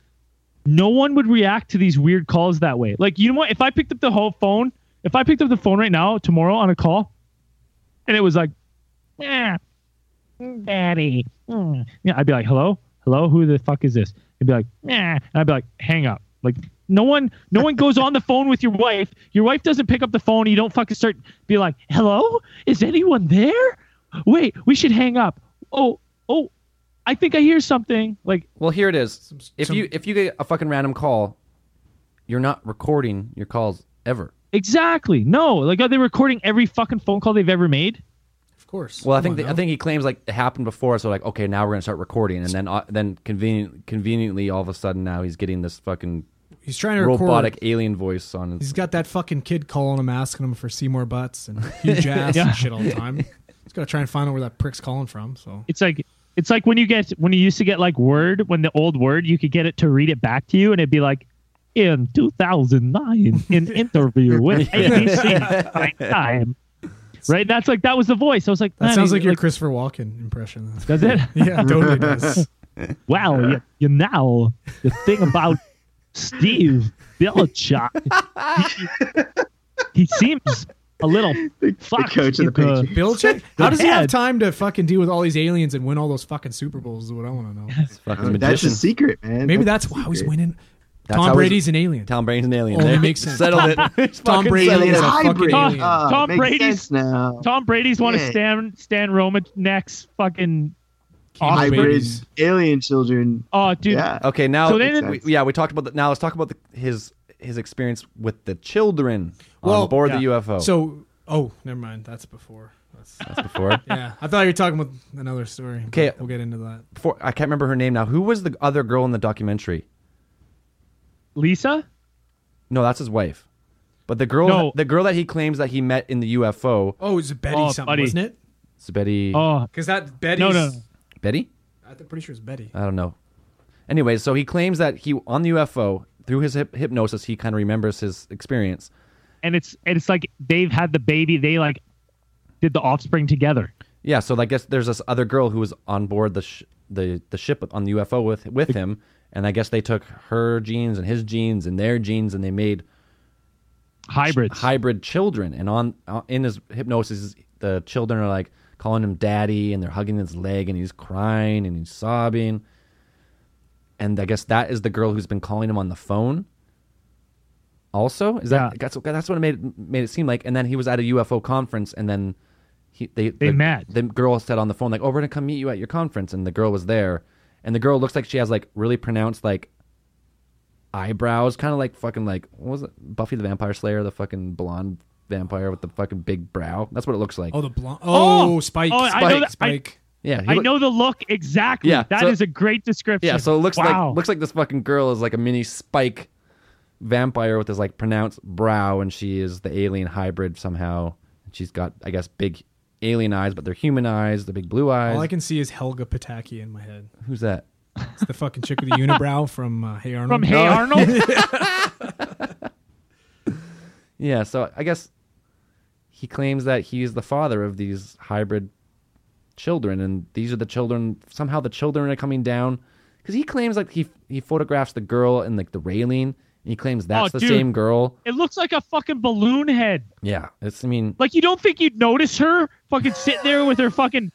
Speaker 3: no one would react to these weird calls that way. Like you know what? If I picked up the whole phone, if I picked up the phone right now tomorrow on a call, and it was like, yeah, daddy, mm," yeah, I'd be like, hello, hello, who the fuck is this? It'd be like, yeah, and I'd be like, hang up. Like no one, no one goes on the phone with your wife. Your wife doesn't pick up the phone. You don't fucking start be like, hello, is anyone there? Wait, we should hang up. Oh, oh, I think I hear something. Like
Speaker 2: Well, here it is. if
Speaker 1: some-
Speaker 2: you if you get a fucking random call, you're not recording your calls ever.
Speaker 3: Exactly. No, like are they recording every fucking phone call they've ever made?
Speaker 1: Of course.
Speaker 2: Well, I
Speaker 1: Come
Speaker 2: think
Speaker 1: on
Speaker 2: the, I
Speaker 1: now.
Speaker 2: think he claims like it happened before, so like okay, now we're gonna start recording, and then uh, then convenient, conveniently, all of a sudden now he's getting this fucking
Speaker 1: he's trying to record.
Speaker 2: robotic alien voice on.
Speaker 1: He's
Speaker 2: His,
Speaker 1: got that fucking kid calling him, asking him for Seymour Butts and huge ass
Speaker 3: Yeah.
Speaker 1: and shit all the time. He's got to try and find out where that prick's calling from. So
Speaker 3: It's like it's like when you get when you used to get like Word, when the old Word, you could get it to read it back to you, and it'd be like, in 2009, in interview with ABC, Prime time. Right? That's like that was the voice. I was like,
Speaker 1: that
Speaker 3: man,
Speaker 1: sounds
Speaker 3: he-
Speaker 1: like your Christopher Walken impression.
Speaker 3: does it?
Speaker 1: yeah, totally does.
Speaker 3: Wow, you, you know the thing about Steve Belichick. He, he seems a little
Speaker 4: the coach of the
Speaker 3: Patriots.
Speaker 4: Patriots.
Speaker 1: Bill check. How does he
Speaker 3: Yeah.
Speaker 1: have time to fucking deal with all these aliens and win all those fucking Super Bowls? Is what I want to know.
Speaker 2: fucking
Speaker 4: That's
Speaker 2: magician.
Speaker 4: his secret, man.
Speaker 1: Maybe that's why he's winning.
Speaker 2: That's how
Speaker 1: Tom
Speaker 2: he's-
Speaker 1: Brady's an alien.
Speaker 2: Tom Brady's an alien.
Speaker 1: Only
Speaker 2: There-
Speaker 1: makes sense.
Speaker 2: Settled it.
Speaker 1: Tom
Speaker 2: Fucking
Speaker 1: Brady
Speaker 2: settled
Speaker 1: is
Speaker 2: it.
Speaker 1: a fucking
Speaker 4: hybrid.
Speaker 1: alien.
Speaker 4: Ah,
Speaker 3: Tom
Speaker 4: makes
Speaker 3: Brady's-
Speaker 4: sense now.
Speaker 3: Tom Brady's one of
Speaker 4: Yeah.
Speaker 3: Stan Stan Roman next fucking
Speaker 1: Chemo
Speaker 4: hybrid
Speaker 1: babies.
Speaker 4: alien children.
Speaker 3: oh dude
Speaker 4: yeah.
Speaker 1: uh,
Speaker 2: Okay, now
Speaker 3: So then-
Speaker 2: we- yeah, we talked about that. Now let's talk about the, his his experience with the children
Speaker 1: Well,
Speaker 2: on board the
Speaker 1: yeah.
Speaker 2: UFO.
Speaker 1: So, oh, never mind. That's before. That's,
Speaker 2: That's before.
Speaker 1: yeah, I thought you were talking about another story. but
Speaker 2: Okay.
Speaker 1: we'll get into that.
Speaker 2: before, I can't remember her name now. Who was the other girl in the documentary?
Speaker 3: Lisa
Speaker 2: No, that's his wife. But the girl,
Speaker 3: No.
Speaker 2: the girl that he claims that he met in the UFO,
Speaker 1: Oh, it was Betty
Speaker 3: Oh,
Speaker 1: something,
Speaker 3: buddy.
Speaker 1: wasn't it?
Speaker 2: it's Betty.
Speaker 3: oh
Speaker 1: Because that Betty's.
Speaker 3: no no no.
Speaker 2: Betty?
Speaker 1: I'm pretty sure it's Betty.
Speaker 2: I don't know. Anyway, so he claims that he on the UFO through his hyp hypnosis, he kind of remembers his experience.
Speaker 3: and it's and it's like they've had the baby they like did the offspring together
Speaker 2: Yeah, so I guess there's this other girl who was on board the sh- the the ship on the UFO with with him, and I guess they took her genes and his genes and their genes, and they made
Speaker 3: hybrids
Speaker 2: hybrid children. And on uh, in his hypnosis, the children are like calling him daddy, and they're hugging his leg, and he's crying and he's sobbing. And I guess that is the girl who's been calling him on the phone. Also, is that
Speaker 3: Yeah.
Speaker 2: that's that's what it made made it seem like. And then he was at a UFO conference, and then he they
Speaker 3: They
Speaker 2: the,
Speaker 3: met.
Speaker 2: The girl said on the phone like, "Oh, we're gonna come meet you at your conference," and the girl was there. And the girl looks like she has like really pronounced like eyebrows, kind of like fucking like what was it Buffy the Vampire Slayer, the fucking blonde vampire with the fucking big brow. That's what it looks like.
Speaker 1: Oh, the blonde. Oh,
Speaker 3: Oh!
Speaker 1: Spike.
Speaker 3: Oh, I
Speaker 1: Spike.
Speaker 3: know that- I-
Speaker 1: Spike.
Speaker 2: yeah, he
Speaker 3: I
Speaker 2: look-
Speaker 3: know the look exactly
Speaker 2: Yeah,
Speaker 3: That is
Speaker 2: so-
Speaker 3: a great description
Speaker 2: Yeah, so it looks
Speaker 3: wow.
Speaker 2: like looks like this fucking girl is like a mini Spike vampire with this like pronounced brow, and she is the alien hybrid somehow. And she's got I guess big alien eyes, but they're human eyes, the big blue eyes.
Speaker 1: All I can see is Helga Pataki in my head.
Speaker 2: Who's that?
Speaker 1: It's the fucking chick with the unibrow from uh, Hey Arnold.
Speaker 3: from Hey Arnold
Speaker 2: Yeah, so I guess he claims that he is the father of these hybrid children, and these are the children. Somehow the children are coming down because he claims like he he photographs the girl in like the railing, and he claims that's the
Speaker 3: dude.
Speaker 2: same girl.
Speaker 3: it looks like a fucking balloon head
Speaker 2: Yeah, it's I mean
Speaker 3: like you don't think you'd notice her fucking sitting there with her fucking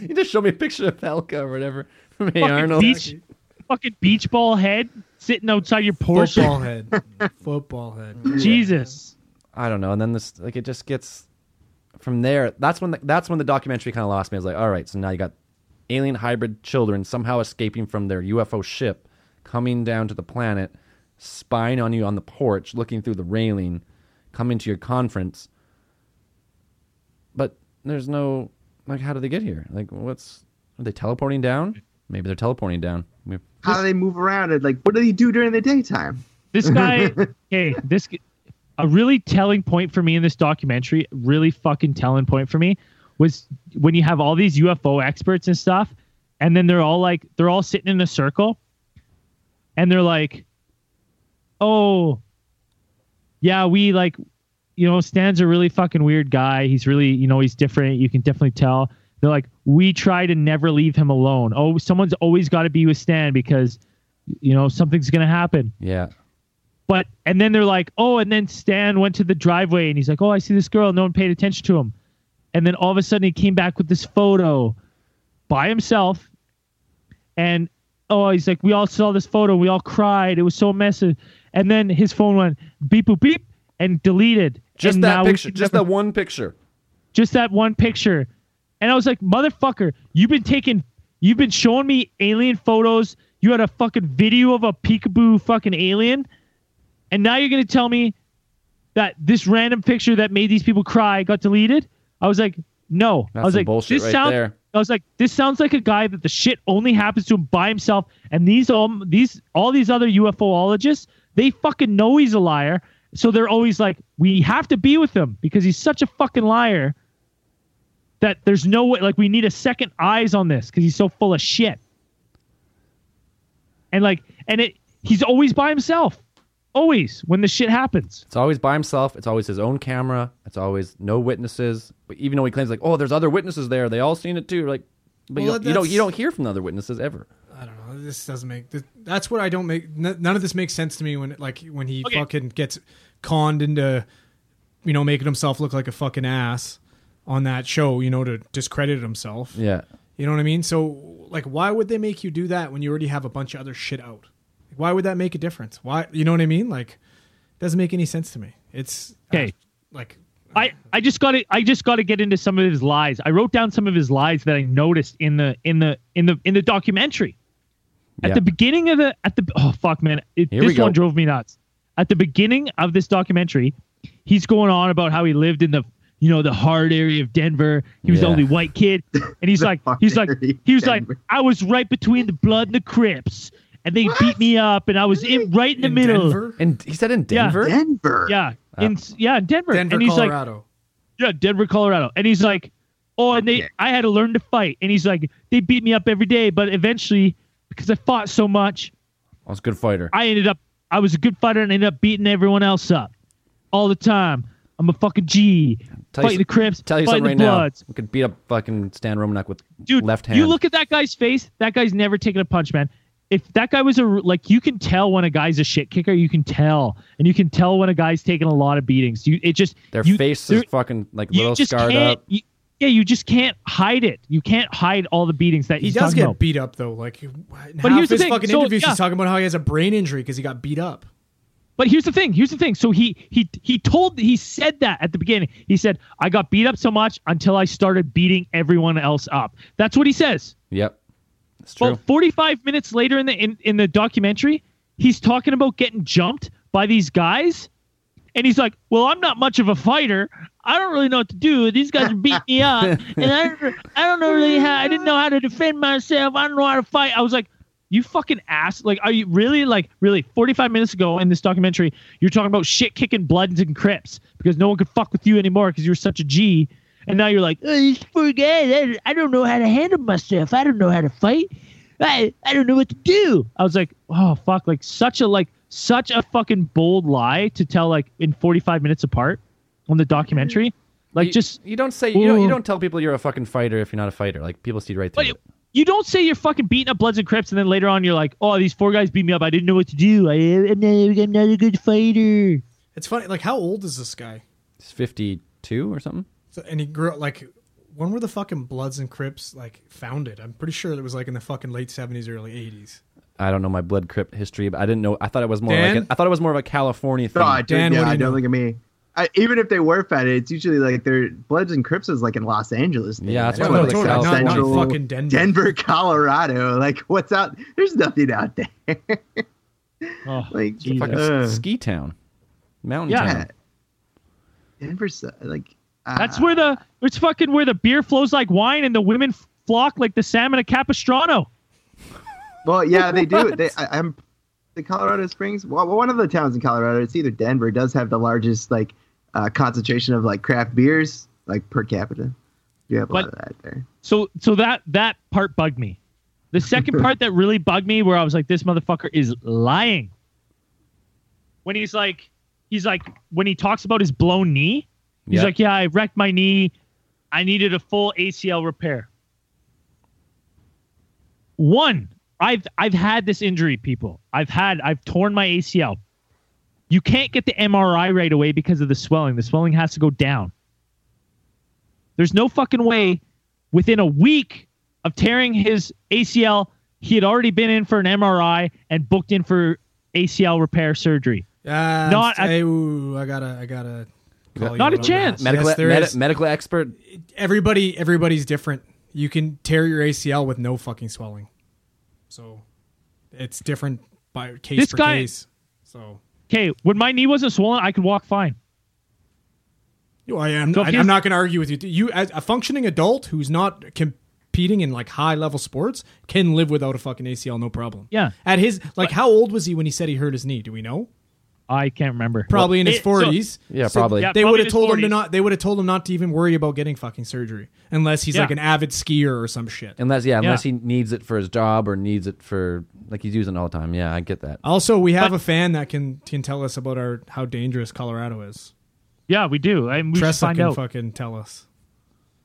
Speaker 2: You just show me a picture of Helga or whatever from Hey
Speaker 3: fucking
Speaker 2: Arnold.
Speaker 3: beach, fucking beach ball head sitting outside your porch.
Speaker 1: Football head. Football head.
Speaker 3: Jesus.
Speaker 2: I don't know. And then this, like, it just gets from there. That's when the, that's when the documentary kind of lost me. I was like, all right, so now you got alien hybrid children somehow escaping from their UFO ship, coming down to the planet, spying on you on the porch, looking through the railing, coming to your conference. But there's no like, how did they get here? Like, what's are they teleporting down? Maybe they're teleporting down. We-
Speaker 4: How do they move around? And like, what do they do during the daytime?
Speaker 3: This guy, hey, this g- a really telling point for me in this documentary, really fucking telling point for me was when you have all these UFO experts and stuff and then they're all like they're all sitting in a circle and they're like oh yeah, we like you know, Stan's a really fucking weird guy. He's really, you know, he's different. You can definitely tell. They're like, we try to never leave him alone. Oh, someone's always got to be with Stan because, you know, something's going to happen.
Speaker 2: Yeah.
Speaker 3: But and then they're like, oh, and then Stan went to the driveway and he's like, oh, I see this girl. No one paid attention to him. And then all of a sudden he came back with this photo by himself. And oh, he's like, we all saw this photo. We all cried. It was so messy. And then his phone went beep boop beep and deleted.
Speaker 2: Just
Speaker 3: And now
Speaker 2: that
Speaker 3: we
Speaker 2: picture.
Speaker 3: can
Speaker 2: Just
Speaker 3: never-
Speaker 2: that one picture.
Speaker 3: just that one picture. And I was like, motherfucker, you've been taking, you've been showing me alien photos. You had a fucking video of a peekaboo fucking alien. And now you're going to tell me that this random picture that made these people cry got deleted? I was like, no.
Speaker 2: That's
Speaker 3: I was
Speaker 2: some
Speaker 3: like,
Speaker 2: bullshit
Speaker 3: this
Speaker 2: right
Speaker 3: sounds,
Speaker 2: there.
Speaker 3: I was like, this sounds like a guy that the shit only happens to him by himself. And these all these all these other UFOologists, they fucking know he's a liar. So they're always like, we have to be with him because he's such a fucking liar that there's no way. Like, we need a second eyes on this because he's so full of shit. And like, and it, he's always by himself, always when the shit happens.
Speaker 2: It's always by himself. It's always his own camera. It's always no witnesses. But even though he claims like, oh, there's other witnesses there. They all seen it too. Like, but
Speaker 1: Well,
Speaker 2: you, don't- you don't
Speaker 1: that's-
Speaker 2: you don't hear from the other witnesses ever.
Speaker 1: I don't know. This doesn't make. This, that's what I don't make. N- none of this makes sense to me when, like, when he
Speaker 3: Okay.
Speaker 1: fucking gets conned into, you know, making himself look like a fucking ass on that show, you know, to discredit himself.
Speaker 2: Yeah.
Speaker 1: You know what I mean? So, like, why would they make you do that when you already have a bunch of other shit out? Why would that make a difference? Why? You know what I mean? Like, it doesn't make any sense to me. It's
Speaker 3: Okay.
Speaker 1: like,
Speaker 3: I, I just got to I just got to get into some of his lies. I wrote down some of his lies that I noticed in the in the in the in the documentary. At
Speaker 2: Yeah.
Speaker 3: the beginning of the at the oh fuck man, it,
Speaker 2: Here we
Speaker 3: this
Speaker 2: go.
Speaker 3: one drove me nuts. At the beginning of this documentary, he's going on about how he lived in the you know the hard area of Denver. He was the
Speaker 2: Yeah.
Speaker 3: only white kid, and he's
Speaker 4: The
Speaker 3: like
Speaker 4: hard
Speaker 3: he's like
Speaker 4: area of
Speaker 3: he was like
Speaker 4: Denver.
Speaker 3: I was right between the blood and the Crips, and they beat me up, and I was in right in the
Speaker 1: in
Speaker 3: middle.
Speaker 1: Denver,
Speaker 2: And he said in
Speaker 3: Yeah.
Speaker 2: Denver.
Speaker 4: Denver.
Speaker 3: Yeah, in yeah Denver,
Speaker 1: Denver,
Speaker 3: and he's like
Speaker 1: Colorado.
Speaker 3: yeah, Denver, Colorado. And he's like, oh, and they,
Speaker 4: Okay.
Speaker 3: I had to learn to fight. And he's like, they beat me up every day, but eventually, because I fought so much,
Speaker 2: I was Oh, a good fighter.
Speaker 3: I ended up, I was a good fighter and ended up beating everyone else up all the time. I'm a fucking G.
Speaker 2: Tell you
Speaker 3: fighting
Speaker 2: some-
Speaker 3: the Crips,
Speaker 2: Tell you
Speaker 3: fighting
Speaker 2: something right
Speaker 3: the
Speaker 2: now.
Speaker 3: Bloods.
Speaker 2: We could beat up fucking Stan Romanek with
Speaker 3: Dude,
Speaker 2: left hand.
Speaker 3: you look at that guy's face, that guy's never taken a punch, man. If that guy was a, like, you can tell when a guy's a shit kicker, you can tell. And you can tell when a guy's taking a lot of beatings. You, it just,
Speaker 2: their
Speaker 3: you,
Speaker 2: face
Speaker 3: there-
Speaker 2: is fucking like little scarred
Speaker 3: can't,
Speaker 2: up.
Speaker 3: you- yeah, you just can't hide it. You can't hide all the beatings that
Speaker 1: He
Speaker 3: he's
Speaker 1: does
Speaker 3: talking
Speaker 1: get
Speaker 3: about.
Speaker 1: beat up though. Like, but
Speaker 3: But
Speaker 1: half
Speaker 3: here's the
Speaker 1: his
Speaker 3: thing,
Speaker 1: fucking
Speaker 3: so,
Speaker 1: interviews,
Speaker 3: yeah.
Speaker 1: he's talking about how he has a brain injury because he got beat up.
Speaker 3: But here's the thing. Here's the thing. So he he he told he said that at the beginning. He said, "I got beat up so much until I started beating everyone else up." That's what he says.
Speaker 2: Yep. It's true.
Speaker 3: Well, 45 minutes later in the in, in the documentary, he's talking about getting jumped by these guys. And he's like, "Well, I'm not much of a fighter. I don't really know what to do. These guys beat me up, and I, don't- I don't know really how. I didn't know how to defend myself. I don't know how to fight." I was like, "You fucking ass! Like, are you really like really 45 minutes ago in this documentary, you're talking about shit kicking Bloods and Crips because no one could fuck with you anymore because you were such a G, and now you're like, oh, these poor guys. I, I don't know how to handle myself. I don't know how to fight. I, I don't know what to do. I was like, oh fuck, like such a like such a fucking bold lie to tell like in 45 minutes apart on the documentary. Like
Speaker 2: You-
Speaker 3: just
Speaker 2: you don't say you don't, you
Speaker 3: Ooh.
Speaker 2: don't tell people you're a fucking fighter if you're not a fighter. Like people see right through
Speaker 3: But
Speaker 2: it.
Speaker 3: you don't say you're fucking beating up Bloods and Crips, and then later on you're like, "Oh, these four guys beat me up. I didn't know what to do. I, I'm, not, I'm not a good fighter."
Speaker 1: It's funny. Like, how old is this guy?
Speaker 2: It's 52 or something.
Speaker 1: So, and he grew up like when were the fucking Bloods and Crips like founded? I'm pretty sure it was like in the fucking late 70s, early 80s.
Speaker 2: I don't know my blood crypt history, but I didn't know. I thought it was more
Speaker 1: Dan?
Speaker 2: like a, I thought it was more of a California thing.
Speaker 4: No, I
Speaker 1: Dan,
Speaker 4: yeah,
Speaker 1: what do you
Speaker 4: I don't
Speaker 1: know?
Speaker 4: look at me. I, even if they were founded, it's usually like their Bloods and Crips is like in Los Angeles.
Speaker 2: Yeah, that's
Speaker 4: man.
Speaker 2: what
Speaker 4: It's
Speaker 2: I
Speaker 4: like
Speaker 2: thought, not- not
Speaker 4: Central
Speaker 1: fucking Denver.
Speaker 4: Denver, Colorado. Like, what's out? There's nothing out there.
Speaker 3: Oh,
Speaker 4: like,
Speaker 3: Jesus.
Speaker 2: Fucking
Speaker 4: uh,
Speaker 2: ski town, mountain
Speaker 3: Yeah.
Speaker 2: town.
Speaker 4: Denver's uh, like. Uh,
Speaker 3: That's where the it's fucking where the beer flows like wine and the women flock like the salmon of Capistrano.
Speaker 4: Well, yeah, they do. They, I, I'm the Colorado Springs. Well, one of the towns in Colorado. It's either Denver does have the largest like uh, concentration of like craft beers like per capita. You have a lot
Speaker 3: But-
Speaker 4: of that there.
Speaker 3: So so that that part bugged me. The second part that really bugged me where I was like this motherfucker is lying. When he's like he's like when he talks about his blown knee, he's
Speaker 2: Yeah.
Speaker 3: like yeah, I wrecked my knee. I needed a full ACL repair. One, I've I've had this injury, people. I've had I've torn my ACL. You can't get the MRI right away because of the swelling. The swelling has to go down. There's no fucking way within a week of tearing his ACL, he had already been in for an MRI and booked in for ACL repair surgery.
Speaker 1: Uh,
Speaker 3: Not
Speaker 1: I,
Speaker 3: a-
Speaker 1: ooh, I gotta, I gotta. call
Speaker 3: Not
Speaker 1: you
Speaker 3: a
Speaker 1: on
Speaker 3: chance.
Speaker 1: that.
Speaker 2: Medical
Speaker 1: Yes, there
Speaker 2: med-
Speaker 1: is.
Speaker 2: medical expert.
Speaker 1: everybody, everybody's different. You can tear your ACL with no fucking swelling, so it's different by case
Speaker 3: This
Speaker 1: per
Speaker 3: guy-
Speaker 1: case. So
Speaker 3: Okay, when my knee wasn't swollen, I could walk fine.
Speaker 1: Well, I am.
Speaker 3: So if
Speaker 1: I,
Speaker 3: you-
Speaker 1: am not going to argue with you. You, as a functioning adult who's not competing in like high level sports, can live without a fucking ACL, no problem.
Speaker 3: Yeah.
Speaker 1: At his like, how old was he when he said he hurt his knee? Do we know?
Speaker 3: I can't remember.
Speaker 1: Probably in his
Speaker 3: It- so-
Speaker 1: forties.
Speaker 2: Yeah, probably.
Speaker 3: Yeah,
Speaker 1: They
Speaker 3: probably
Speaker 1: would have
Speaker 3: in his
Speaker 1: told him to
Speaker 3: 40s.
Speaker 1: not. They would have told him not to even worry about getting fucking surgery unless he's
Speaker 3: Yeah.
Speaker 1: like an avid skier or some shit.
Speaker 2: Unless yeah, unless he needs it for his job or needs it for like he's using it all the time. Yeah, I get that.
Speaker 3: Uh,
Speaker 1: Also, we have
Speaker 3: But-
Speaker 1: a fan that can can tell us about our how dangerous Colorado is.
Speaker 3: yeah, we do. I mean, we should
Speaker 1: Tressa
Speaker 3: find
Speaker 1: can
Speaker 3: out.
Speaker 1: fucking tell us.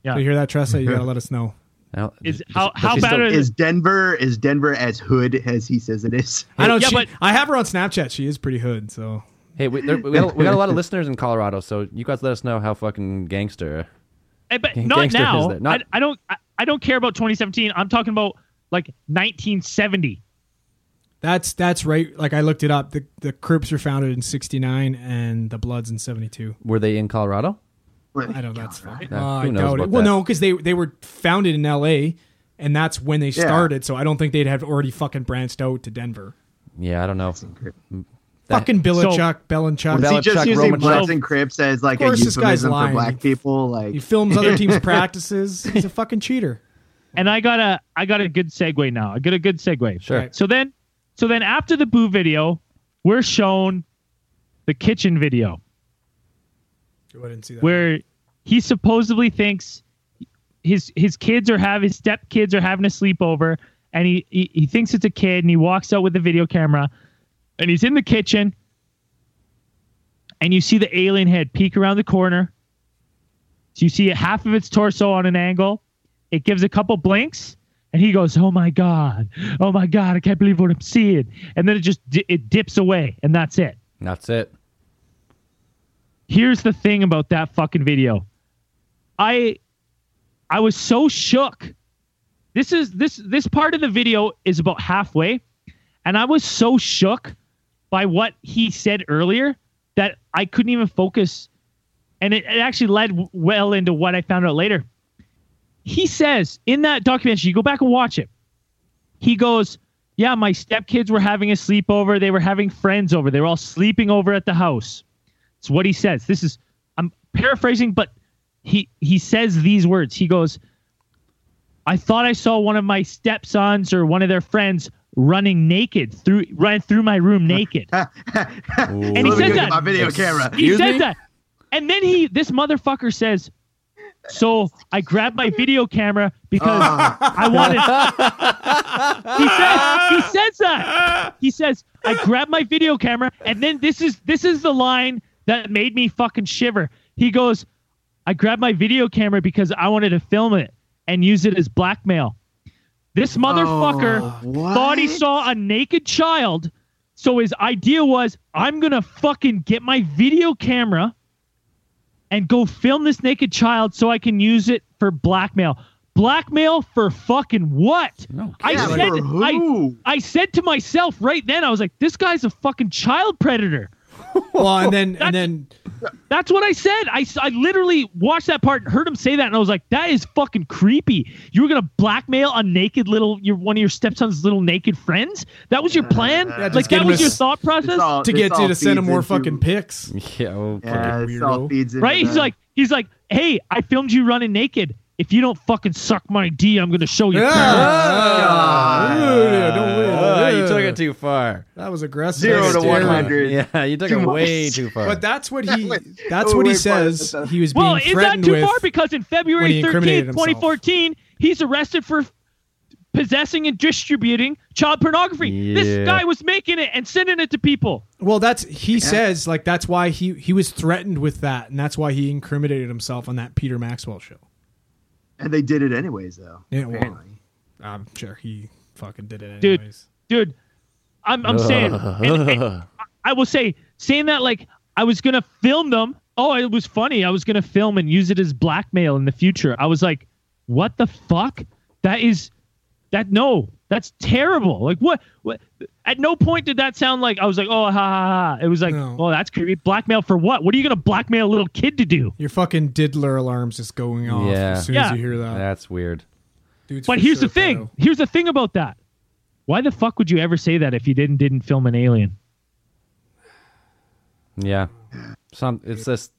Speaker 3: Yeah.
Speaker 1: you hear that, Tressa? You gotta let us know.
Speaker 2: Now-
Speaker 3: Is
Speaker 2: just-
Speaker 3: how
Speaker 2: but
Speaker 3: how
Speaker 2: she's
Speaker 3: bad
Speaker 2: still-
Speaker 3: are
Speaker 4: Is Denver is Denver as hood as he says it is?
Speaker 1: I know.
Speaker 3: Yeah,
Speaker 1: she,
Speaker 3: but-
Speaker 1: I have her on Snapchat. She is pretty hood. So
Speaker 2: Hey, we, there, we, got, we got a lot of listeners in Colorado, so you guys let us know how fucking gangster.
Speaker 3: Eh, but
Speaker 2: Gang-
Speaker 3: not
Speaker 2: gangster is
Speaker 3: now.
Speaker 2: there. Not-
Speaker 3: I, I don't. I, I don't care about 2017. I'm talking about like 1970.
Speaker 1: That's that's right. Like I looked it up. The the Crips were founded in '69 and the Bloods in '72.
Speaker 2: Were they in Colorado?
Speaker 1: I know that's fine.
Speaker 2: Nah,
Speaker 1: Uh,
Speaker 2: who
Speaker 1: I
Speaker 2: knows
Speaker 1: doubt
Speaker 2: about
Speaker 1: it. Well,
Speaker 2: that?
Speaker 1: no, because they they were founded in L.A. and that's when they
Speaker 4: Yeah.
Speaker 1: started. So I don't think they'd have already fucking branched out to Denver.
Speaker 2: Yeah, I don't know.
Speaker 1: Fucking Billichuk, Belinchuk.
Speaker 4: Is he
Speaker 2: Belichick,
Speaker 4: just using
Speaker 2: Roman
Speaker 4: Bloods
Speaker 2: Reigns.
Speaker 4: and Crips as like a
Speaker 1: Of course this guy's
Speaker 4: euphemism for
Speaker 1: lying.
Speaker 4: black people? Like,
Speaker 1: he films other teams' practices. He's a fucking cheater.
Speaker 3: And I got a I got a good segue now. I got a good segue.
Speaker 2: Sure.
Speaker 1: Right.
Speaker 3: So then, so then after the boo video, we're shown the kitchen video
Speaker 1: Oh, I didn't see that.
Speaker 3: where he supposedly thinks his his kids are have his stepkids are having a sleepover, and he, he he thinks it's a kid, and he walks out with a video camera, and he's in the kitchen, and you see the alien head peek around the corner. So you see half of its torso on an angle. It gives a couple blinks, and he goes, "Oh my god, oh my god, I can't believe what I'm seeing." And then it just di- it dips away, and that's it.
Speaker 2: That's it.
Speaker 3: Here's the thing about that fucking video. I I was so shook. This is this this part of the video is about halfway and I was so shook by what he said earlier that I couldn't even focus and it, it actually led w- well into what I found out later. He says in that documentary, you go back and watch it. He goes, "Yeah, my stepkids were having a sleepover. They were having friends over. They were all sleeping over at the house." It's what he says. This is I'm paraphrasing, but he he says these words. He goes, "I thought I saw one of my stepsons or one of their friends running naked through ran through my room naked."
Speaker 2: And
Speaker 3: he
Speaker 4: let me
Speaker 3: said
Speaker 4: go get
Speaker 3: that-
Speaker 4: my video camera.
Speaker 2: Ah,
Speaker 3: he
Speaker 2: Excuse
Speaker 3: said
Speaker 2: me?
Speaker 3: that, and then he this motherfucker says. So I grabbed my video camera because
Speaker 2: Ah.
Speaker 3: I wanted. he says he says that he says I grabbed my video camera and then this is this is the line that made me fucking shiver. He goes, I grabbed my video camera because I wanted to film it and use it as blackmail. This motherfucker
Speaker 4: Oh, what?
Speaker 3: thought he saw a naked child, so his idea was I'm gonna fucking get my video camera and go film this naked child so I can use it for blackmail. Blackmail for fucking what?
Speaker 2: No
Speaker 3: I
Speaker 4: Yeah,
Speaker 3: said,
Speaker 4: for
Speaker 3: I,
Speaker 4: who?
Speaker 3: I said to myself right then, I was like, this guy's a fucking child predator.
Speaker 1: Well, and then and then
Speaker 3: That's what I said. I, s- I literally watched that part and heard him say that, and I was like, that is fucking creepy. You were gonna blackmail a naked little your one of your stepson's little naked friends. That was your plan.
Speaker 4: Yeah, just
Speaker 3: like
Speaker 1: give
Speaker 3: that
Speaker 1: him
Speaker 3: was
Speaker 1: a
Speaker 3: your
Speaker 1: s-
Speaker 3: thought
Speaker 4: It's
Speaker 3: process,
Speaker 4: all-
Speaker 1: to
Speaker 4: this
Speaker 1: get
Speaker 4: all
Speaker 1: you to send him
Speaker 4: feeds
Speaker 1: more
Speaker 4: into-
Speaker 1: fucking pics.
Speaker 2: yeah, oh,
Speaker 4: Yeah,
Speaker 1: fucking
Speaker 4: this all
Speaker 1: weirdo.
Speaker 4: feeds into
Speaker 3: right? He's
Speaker 4: the-
Speaker 3: like, he's like, hey, I filmed you running naked. If you don't fucking suck my D, I'm gonna show you.
Speaker 1: Ah.
Speaker 4: God.
Speaker 1: Ooh, yeah, don't worry.
Speaker 2: Uh, you
Speaker 1: Yeah.
Speaker 2: took it too far.
Speaker 1: That was aggressive.
Speaker 4: Zero
Speaker 1: That's
Speaker 4: to
Speaker 1: terrible.
Speaker 4: 100.
Speaker 2: Yeah, you took
Speaker 4: Too
Speaker 2: it
Speaker 4: much.
Speaker 2: way too far.
Speaker 1: But that's what he
Speaker 4: was-
Speaker 1: that's
Speaker 4: oh,
Speaker 1: what he
Speaker 4: wait,
Speaker 1: says
Speaker 4: pardon.
Speaker 1: he was being
Speaker 3: Well, it's not
Speaker 1: threatened
Speaker 3: too
Speaker 1: with.
Speaker 3: far because in
Speaker 1: when
Speaker 3: February
Speaker 1: he incriminated
Speaker 3: 13th,
Speaker 1: himself.
Speaker 3: 2014, he's arrested for possessing and distributing child pornography.
Speaker 2: Yeah.
Speaker 3: This guy was making it and sending it to people.
Speaker 1: well, that's he says like that's why he he was threatened with that and that's why he incriminated himself on that Peter Maxwell show.
Speaker 4: and they did it anyways, though.
Speaker 1: Yeah, well,
Speaker 4: apparently.
Speaker 1: I'm sure he fucking did it
Speaker 3: Dude.
Speaker 1: anyways.
Speaker 3: Dude, I'm, I'm saying, and- and I- I will say, saying that like I was going to film them. Oh, it was funny. I was going to film and use it as blackmail in the future. I was like, what the fuck? That is, that no, that's terrible. Like what? What? At no point did that sound like I was like, oh, ha ha ha. It was like,
Speaker 1: No.
Speaker 3: oh, that's creepy. Blackmail for what? What are you going to blackmail a little kid to do?
Speaker 1: Your fucking diddler alarms just going off
Speaker 2: Yeah.
Speaker 1: as soon as
Speaker 3: Yeah.
Speaker 1: you hear that.
Speaker 2: that's weird.
Speaker 1: Dude's
Speaker 3: But
Speaker 1: for
Speaker 3: here's
Speaker 1: sure
Speaker 3: the thing.
Speaker 1: pedo.
Speaker 3: Here's the thing about that. Why the fuck would you ever say that if you didn't didn't film an alien?
Speaker 2: Yeah, some it's just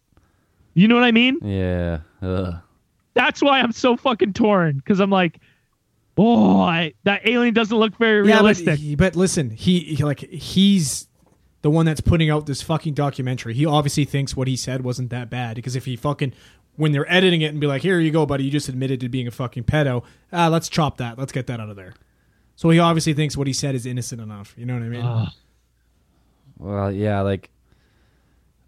Speaker 3: You know what I mean?
Speaker 2: yeah. Ugh.
Speaker 3: That's why I'm so fucking torn because I'm like, oh, I, that alien doesn't look very
Speaker 1: Yeah, but,
Speaker 3: realistic.
Speaker 1: he- but listen, he, he like he's the one that's putting out this fucking documentary. He obviously thinks what he said wasn't that bad because if he fucking when they're editing it and be like, "Here you go, buddy, you just admitted to being a fucking pedo. Ah, let's chop that. Let's get that out of there." So he obviously thinks what he said is innocent enough. You know what I mean?
Speaker 3: Ugh.
Speaker 2: Well, yeah, like,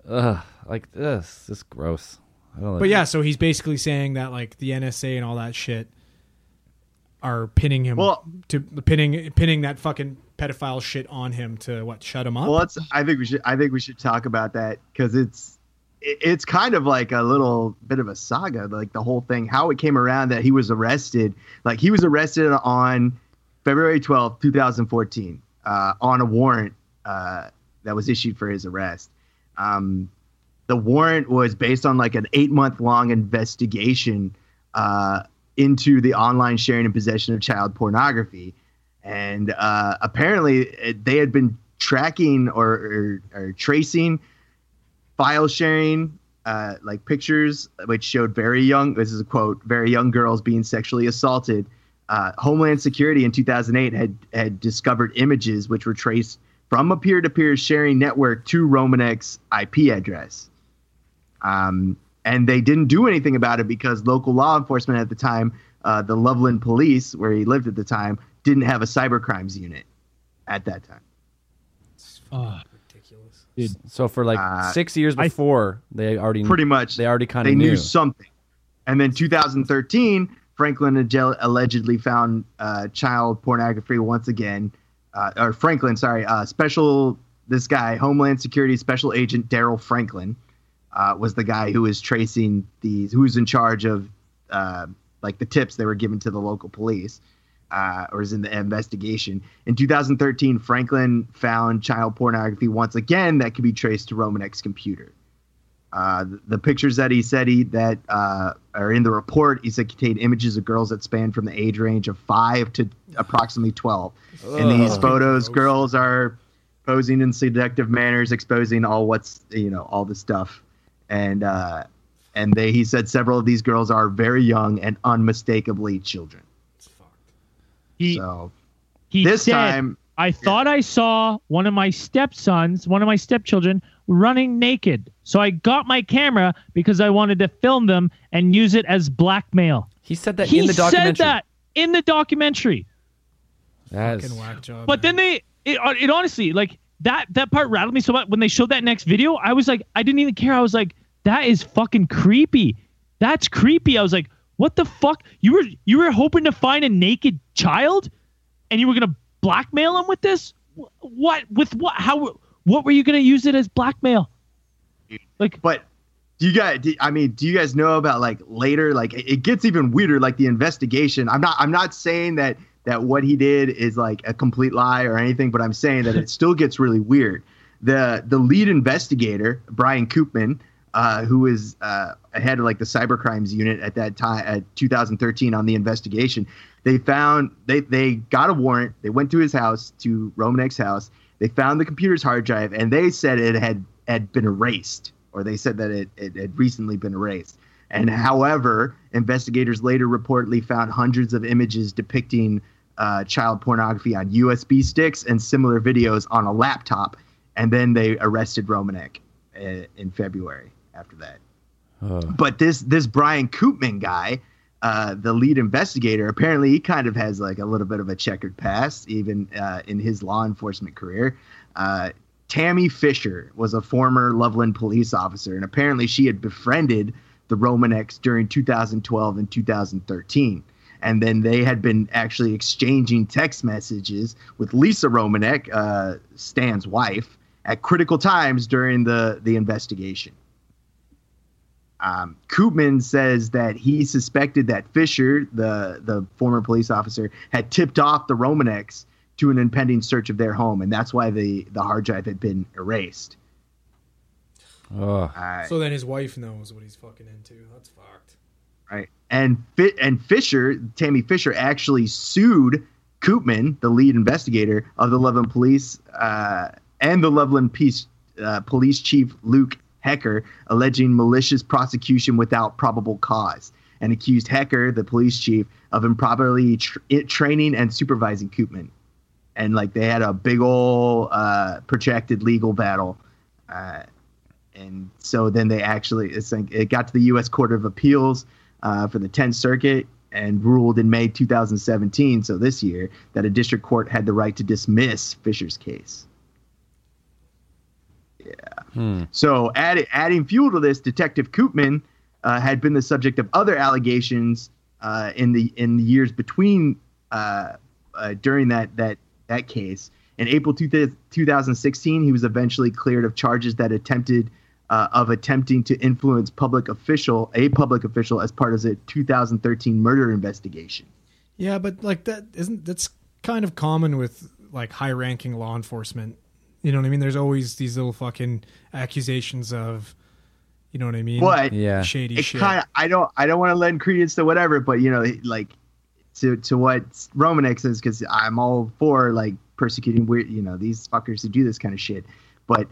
Speaker 2: ugh, like this, this is gross. I don't
Speaker 1: but yeah, so he's basically saying that like the NSA and all that shit are pinning him
Speaker 4: Well-
Speaker 1: to pinning pinning that fucking pedophile shit on him to what shut him up.
Speaker 4: Well, it's, I think we should. I think we should talk about that because it's it- it's kind of like a little bit of a saga, like the whole thing, how it came around that he was arrested. Like he was arrested on February twelfth, two 2014, uh, on a warrant uh, that was issued for his arrest. Um, the warrant was based on like an eight month long investigation uh, into the online sharing and possession of child pornography. And uh, apparently, it, they had been tracking or, or, or tracing file sharing, uh, like pictures which showed very young, this is a quote, very young girls being sexually assaulted. Uh, Homeland Security in 2008 had, had discovered images which were traced from a peer to peer sharing network to Romanek's IP address. Um, and they didn't do anything about it because local law enforcement at the time, uh, the Loveland police, where he lived at the time, didn't have a cyber crimes unit at that time.
Speaker 3: Ugh.
Speaker 2: so for like
Speaker 4: uh,
Speaker 2: six years
Speaker 3: I-
Speaker 2: before, they already
Speaker 4: Pretty much,
Speaker 2: Mm-hmm. they already kind
Speaker 4: they
Speaker 2: of
Speaker 4: knew
Speaker 2: knew.
Speaker 4: something. And then 2013, Franklin Agel- allegedly found uh, child pornography once again. Uh, or Franklin, sorry, uh, special this guy, Homeland Security Special Agent Daryl Franklin, uh, was the guy who was tracing these, who was in charge of uh, like the tips they were given to the local police, uh, or is in the investigation. In 2013, Franklin found child pornography once again that could be traced to Romanek's computer. Uh, the, the pictures that he said he that uh, are in the report, he said contain images of girls that span from the age range of five to approximately twelve. In these photos, girls are posing in seductive manners, exposing all what's you know all the stuff, and uh, and they he said several of these girls are very young and unmistakably children.
Speaker 3: He,
Speaker 4: So
Speaker 3: he
Speaker 4: this
Speaker 3: said,
Speaker 4: time,
Speaker 3: I thought I saw one of my stepsons, one of my stepchildren, running naked. So I got my camera because I wanted to film them and use it as blackmail.
Speaker 2: He said that
Speaker 3: he
Speaker 2: in the documentary.
Speaker 3: said that in the documentary.
Speaker 2: That
Speaker 1: Fucking
Speaker 2: is,
Speaker 1: whack job,
Speaker 3: But
Speaker 1: man.
Speaker 3: then they, it, uh, it honestly, like that that part rattled me so much. When they showed that next video, I was like, I didn't even care. I was like, that is fucking creepy. That's creepy. I was like, what the fuck? You were you were hoping to find a naked child, and you were gonna blackmail him with this? Wh- What with what? How? What were you gonna use it as blackmail? Like,
Speaker 4: but do you guys? Do, I mean, do you guys know about like later? Like it, it gets even weirder. Like the investigation. I'm not. I'm not saying that that what he did is like a complete lie or anything, but I'm saying that it still gets really weird. The the lead investigator Brian Koopman, uh, who is uh, head of like the cybercrimes unit at that time at 2013 on the investigation, they found they they got a warrant. They went to his house to Romanek's house. They found the computer's hard drive and they said it had had been erased, or they said that it, it had recently been erased. And however, investigators later reportedly found hundreds of images depicting uh, child pornography on USB sticks and similar videos on a laptop. And then they arrested Romanek uh, in February after that. But this this Brian Koopman guy, uh, the lead investigator, apparently he kind of has like a little bit of a checkered past, even uh, in his law enforcement career. Uh, Tammy Fisher was a former Loveland police officer, and apparently she had befriended the Romaneks during 2012 and 2013. And then they had been actually exchanging text messages with Lisa Romanek, uh, Stan's wife, at critical times during the, the investigation. Um, Koopman says that he suspected that Fisher, the the former police officer, had tipped off the Romaneks to an impending search of their home, and that's why the the hard drive had been erased.
Speaker 2: Ugh.
Speaker 4: Uh,
Speaker 1: So then his wife knows what he's fucking into. That's fucked.
Speaker 4: right? And Fi- and Fisher, Tammy Fisher, actually sued Koopman, the lead investigator of the Loveland Police, uh, and the Loveland Peace, uh, Police Chief Luke Hecker, alleging malicious prosecution without probable cause, and accused Hecker, the police chief, of improperly tr- i- training and supervising Koopman. And like they had a big ol' uh, protracted legal battle. Uh, and so then they actually it's like it got to the U.S. Court of Appeals uh, for the Tenth Circuit and ruled in May 2017, so this year, that a district court had the right to dismiss Fisher's case.
Speaker 2: Hmm.
Speaker 4: So, add, adding fuel to this, Detective Koopman uh, had been the subject of other allegations uh, in the in the years between uh, uh, during that that that case. In April two th- 2016, he was eventually cleared of charges that attempted uh, of attempting to influence public official a public official as part of a 2013 murder investigation.
Speaker 1: Yeah, but like that isn't that's kind of common with like high ranking law enforcement. You know what I mean? There's always these little fucking accusations of you know what I mean?
Speaker 4: But
Speaker 2: Yeah.
Speaker 1: shady
Speaker 4: it
Speaker 1: shit.
Speaker 4: kind of I don't I don't want to lend credence to whatever, but you know, like to to what Romanek says because I'm all for like persecuting weird, you know, these fuckers who do this kind of shit. But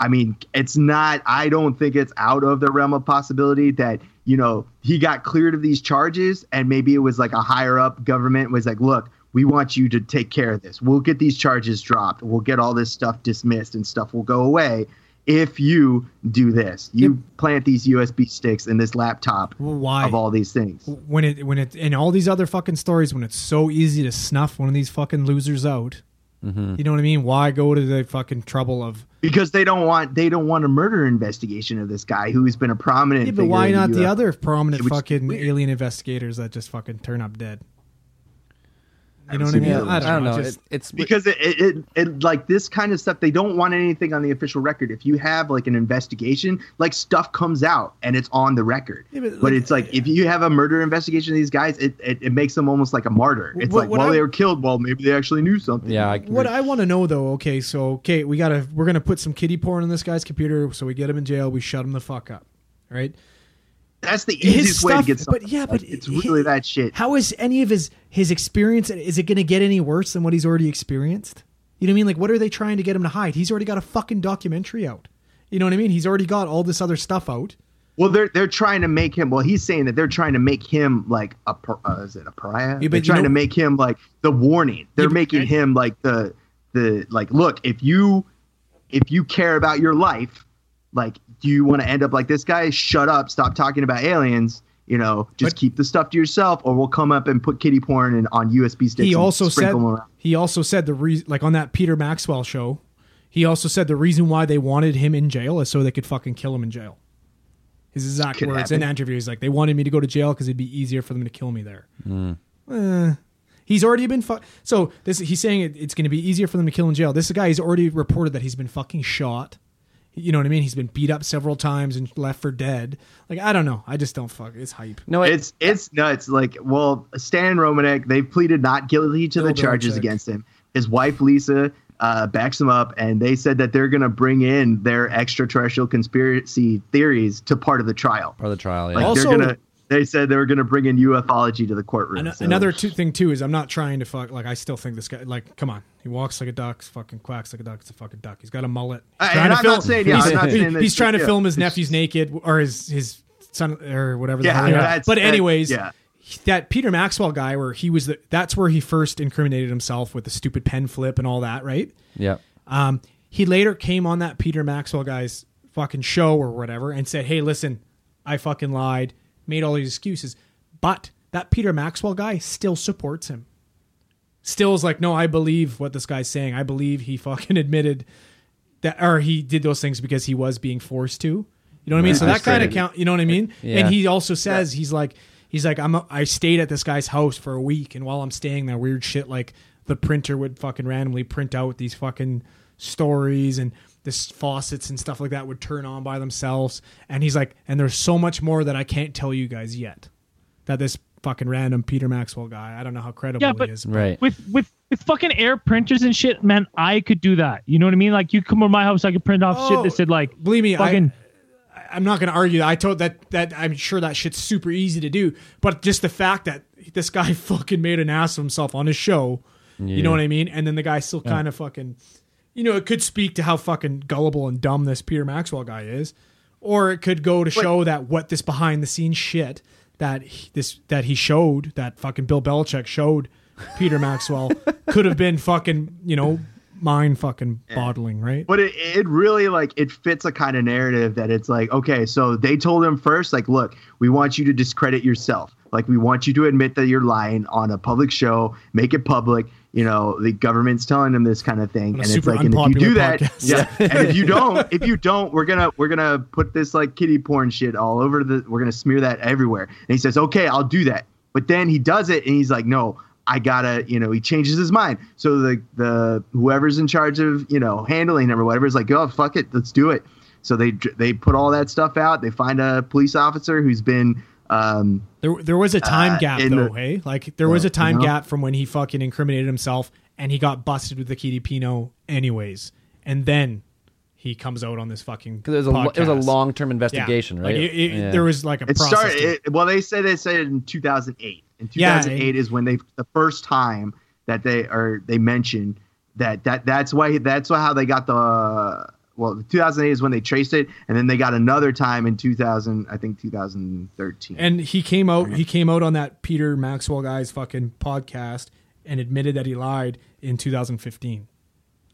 Speaker 4: I mean, it's not. I don't think it's out of the realm of possibility that you know he got cleared of these charges, and maybe it was like a higher up government was like, look. We want you to take care of this. We'll get these charges dropped. We'll get all this stuff dismissed and stuff will go away if you do this. You plant these USB sticks in this laptop
Speaker 1: Well, why?
Speaker 4: of all these things.
Speaker 1: when it when it and all these other fucking stories when it's so easy to snuff one of these fucking losers out. You know what I mean? Why go to the fucking trouble of
Speaker 4: because they don't want they don't want a murder investigation of this guy who's been a prominent.
Speaker 1: Yeah,
Speaker 4: figure
Speaker 1: but why
Speaker 4: in
Speaker 1: not the
Speaker 4: UFO.
Speaker 1: other prominent
Speaker 4: Which is
Speaker 1: fucking
Speaker 4: weird.
Speaker 1: alien investigators that just fucking turn up dead? You know
Speaker 4: haven't
Speaker 1: what I
Speaker 4: seen
Speaker 1: mean?
Speaker 4: the
Speaker 1: I
Speaker 4: other
Speaker 1: don't,
Speaker 2: I don't know.
Speaker 1: Just,
Speaker 2: It- it's
Speaker 4: Because it, it, it, it like this kind of stuff, they don't want anything on the official record. If you have like an investigation, like stuff comes out and it's on the record.
Speaker 1: Yeah, but,
Speaker 4: but,
Speaker 1: like,
Speaker 4: it's like if you have a murder investigation of these guys, it, it, it makes them almost like a martyr. It's
Speaker 1: What-
Speaker 4: like,
Speaker 1: what
Speaker 4: well,
Speaker 1: I-
Speaker 4: they were killed. Well, maybe they actually knew something.
Speaker 2: yeah. I,
Speaker 1: what I want to know though, okay, so okay, we gotta we're gonna put some kitty porn on this guy's computer, so we get him in jail, we shut him the fuck up, right?
Speaker 4: that's the
Speaker 1: His
Speaker 4: easiest way to
Speaker 1: stuff-
Speaker 4: get
Speaker 1: but
Speaker 4: something.
Speaker 1: yeah, but
Speaker 4: Like, it's
Speaker 1: he-
Speaker 4: really that shit.
Speaker 1: How is any of his his experience? Is it going to get any worse than what he's already experienced? You know what I mean? Like, what are they trying to get him to hide? He's already got a fucking documentary out. You know what I mean? He's already got all this other stuff out.
Speaker 4: Well, they're they're trying to make him. Well, he's saying that they're trying to make him like a par- uh, is it a pariah?
Speaker 1: but
Speaker 4: they're
Speaker 1: you
Speaker 4: trying
Speaker 1: know-
Speaker 4: to make him like the warning. They're making him like the the like look if you if you care about your life, like do you want to end up like this guy? Shut up! Stop talking about aliens. You know, just
Speaker 1: But-
Speaker 4: keep the stuff to yourself, or we'll come up and put kitty porn and on USB sticks.
Speaker 1: he
Speaker 4: and
Speaker 1: also said
Speaker 4: sprinkle 'em around.
Speaker 1: he also said the reason like on that Peter Maxwell show, he also said the reason why they wanted him in jail is so they could fucking kill him in jail. His exact
Speaker 4: Could
Speaker 1: words in
Speaker 4: happen.
Speaker 1: that interview. He's like, they wanted me to go to jail because it'd be easier for them to kill me there. Eh. he's already been fu- so this he's saying it, it's going to be easier for them to kill in jail. This guy he's already reported that he's been fucking shot. You know what I mean? He's been beat up several times and left for dead. Like I don't know. I just don't fuck. It's hype.
Speaker 2: No, it,
Speaker 4: It's it's nuts. Like, well, Stan Romanek, they pleaded not guilty to the
Speaker 1: Bill
Speaker 4: charges
Speaker 1: Belichick.
Speaker 4: against him. His wife Lisa uh, backs him up, and they said that they're going to bring in their extraterrestrial conspiracy theories to part of the trial.
Speaker 2: part of the trial. Yeah.
Speaker 4: Like
Speaker 1: Also-
Speaker 4: they're gonna, they said they were going to bring in ufology to the courtroom.
Speaker 1: An-
Speaker 4: so-
Speaker 1: Another two, thing too is I'm not trying to fuck. Like I still think this guy. Like come on, he walks like a duck, fucking quacks like a duck. It's a fucking duck. He's got a mullet.
Speaker 4: Uh,
Speaker 1: Trying
Speaker 4: and
Speaker 1: to
Speaker 4: I'm
Speaker 1: film-
Speaker 4: not saying- yeah,
Speaker 1: he's,
Speaker 4: I'm not saying that-
Speaker 1: he's trying to
Speaker 4: yeah.
Speaker 1: film his nephew's naked or his his son or whatever. the
Speaker 4: Yeah,
Speaker 1: hell they are.
Speaker 4: that's-
Speaker 1: But
Speaker 4: that-
Speaker 1: anyways,
Speaker 4: yeah.
Speaker 1: that Peter Maxwell guy where he was the, that's where he first incriminated himself with the stupid pen flip and all that, right?
Speaker 2: yeah.
Speaker 1: Um, he later came on that Peter Maxwell guy's fucking show or whatever and said, "Hey, listen, I fucking lied, made all these excuses." But that Peter Maxwell guy still supports him. Still is like, "No, I believe what this guy's saying. I believe he fucking admitted that or he did those things because he was being forced to." You know what I mean? So that kind of count, you know what I mean?
Speaker 2: Yeah.
Speaker 1: And he also says he's like he's like I'm a, I stayed at this guy's house for a week and while I'm staying there weird shit like the printer would fucking randomly print out these fucking stories and this faucets and stuff like that would turn on by themselves and he's like and there's so much more that I can't tell you guys yet that this fucking random Peter Maxwell guy I don't know how credible
Speaker 3: Yeah, but-
Speaker 1: he is
Speaker 2: Right.
Speaker 3: with with with fucking air printers and shit, man, I could do that. You know what I mean? Like you come over my house, I could print off shit
Speaker 1: Oh,
Speaker 3: that said like
Speaker 1: believe me I-
Speaker 3: fucking
Speaker 1: I'm not going to argue that. I told that that I'm sure that shit's super easy to do, but just the fact that this guy fucking made an ass of himself on his show, you know what I mean? And then the guy still kind of fucking, you know, it could speak to how fucking gullible and dumb this Peter Maxwell guy is, or it could go to show that what this behind the scenes shit that he, this that he showed that fucking Bill Belichick showed Peter Maxwell could have been fucking you know mind fucking bottling right.
Speaker 4: but it, it really like it fits a kind of narrative that it's like okay so they told him first like look we want you to discredit yourself like we want you to admit that you're lying on a public show make it public you know the government's telling them this kind of thing
Speaker 1: On a
Speaker 4: and it's
Speaker 1: super
Speaker 4: like and if you
Speaker 1: unpopular
Speaker 4: do that
Speaker 1: podcast.
Speaker 4: yeah and if you don't if you don't we're gonna we're gonna put this like kitty porn shit all over the we're gonna smear that everywhere and he says okay i'll do that but then he does it and he's like no I gotta, you know, he changes his mind. So the the whoever's in charge of, you know, handling him or whatever is like, oh fuck it, let's do it. So they they put all that stuff out. They find a police officer who's been, um,
Speaker 1: There, there was a time
Speaker 4: Uh,
Speaker 1: gap
Speaker 4: in
Speaker 1: though,
Speaker 4: the-
Speaker 1: hey? Like there was a time
Speaker 4: no.
Speaker 1: gap from when he fucking incriminated himself and he got busted with the Kitty Pino anyways. And then he comes out on this fucking
Speaker 2: Because it was a lo- it was a
Speaker 1: podcast.
Speaker 2: long term
Speaker 1: Yeah.
Speaker 2: investigation,
Speaker 1: Like,
Speaker 2: right?
Speaker 1: it- it-
Speaker 2: Yeah.
Speaker 1: There was like a
Speaker 4: it
Speaker 1: process.
Speaker 4: started.
Speaker 1: to-
Speaker 4: It, well, they said they said it in 2008. In
Speaker 1: Yeah,
Speaker 4: 2008 is when they the first time that they are they mentioned that that that's why that's why how they got the well 2008 is when they traced it, and then they got another time in 2000 I think 2013.
Speaker 1: and he came out he came out on that Peter Maxwell guy's fucking podcast and admitted that he lied in 2015.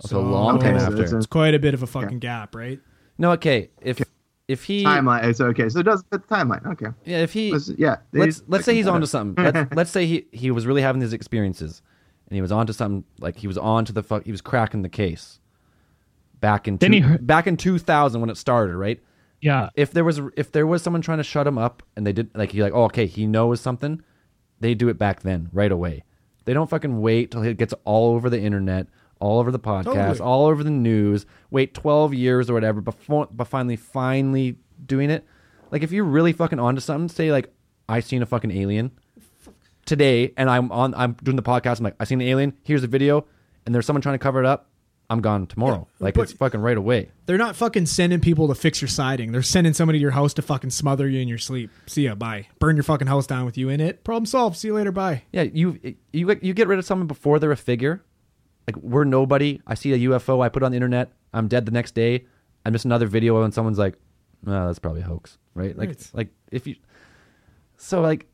Speaker 2: It's a long
Speaker 4: Okay,
Speaker 2: time
Speaker 4: so
Speaker 2: after.
Speaker 4: it's a-
Speaker 1: It's quite a bit of a fucking gap, right?
Speaker 2: no, okay. If if he
Speaker 4: timeline. It's okay. So it does fit the timeline. Okay.
Speaker 2: yeah, if he
Speaker 4: Let's- uh, yeah. they
Speaker 2: let's
Speaker 4: just-
Speaker 2: let's say he's
Speaker 4: whatever.
Speaker 2: onto something. Let's, let's say he he was really having these experiences, and he was onto something. Like he was onto the fuck. He was cracking the case. Back in
Speaker 3: Then he
Speaker 2: two-
Speaker 3: heard-
Speaker 2: back in two thousand when it started, right?
Speaker 3: yeah.
Speaker 2: If there was if there was someone trying to shut him up, and they did like he like oh okay he knows something, they do it back then right away. They don't fucking wait till it gets all over the internet, all over the podcast,
Speaker 1: Totally.
Speaker 2: all over the news. Wait twelve years or whatever before but finally finally doing it. Like if you're really fucking onto something, say like I seen a fucking alien today, and I'm on I'm doing the podcast. I'm like I seen an alien. Here's a video, and there's someone trying to cover it up. I'm gone tomorrow. like
Speaker 1: but-
Speaker 2: it's fucking right away.
Speaker 1: They're not fucking sending people to fix your siding. They're sending somebody to your house to fucking smother you in your sleep. See ya, bye. Burn your fucking house down with you in it. Problem solved. See you later, bye.
Speaker 2: Yeah, you you you get rid of someone before they're a figure. Like we're nobody. I see a UFO. I put it on the internet. I'm dead the next day. I miss another video and someone's like, "No, that's probably a hoax." Right? Like
Speaker 1: Right.
Speaker 2: like if you so like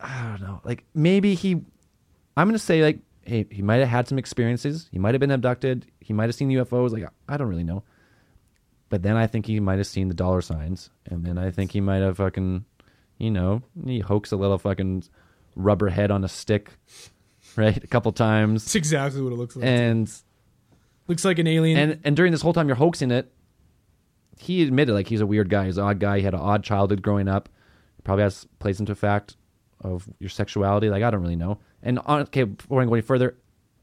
Speaker 2: I don't know. Like maybe he I'm going to say like hey, he might have had some experiences. He might have been abducted. He might have seen UFOs like I don't really know. But then I think he might have seen the dollar signs, and then I think he might have fucking, you know, he hoaxed a little fucking rubber head on a stick, right, a couple
Speaker 1: It's
Speaker 2: times,
Speaker 1: exactly what it looks like.
Speaker 2: and
Speaker 1: looks like an alien.
Speaker 2: and and during this whole time you're hoaxing it. He admitted like he's a weird guy, he's an odd guy. He had an odd childhood growing up. Probably has plays into fact of your sexuality. Like I don't really know. And on, okay, before I go any further,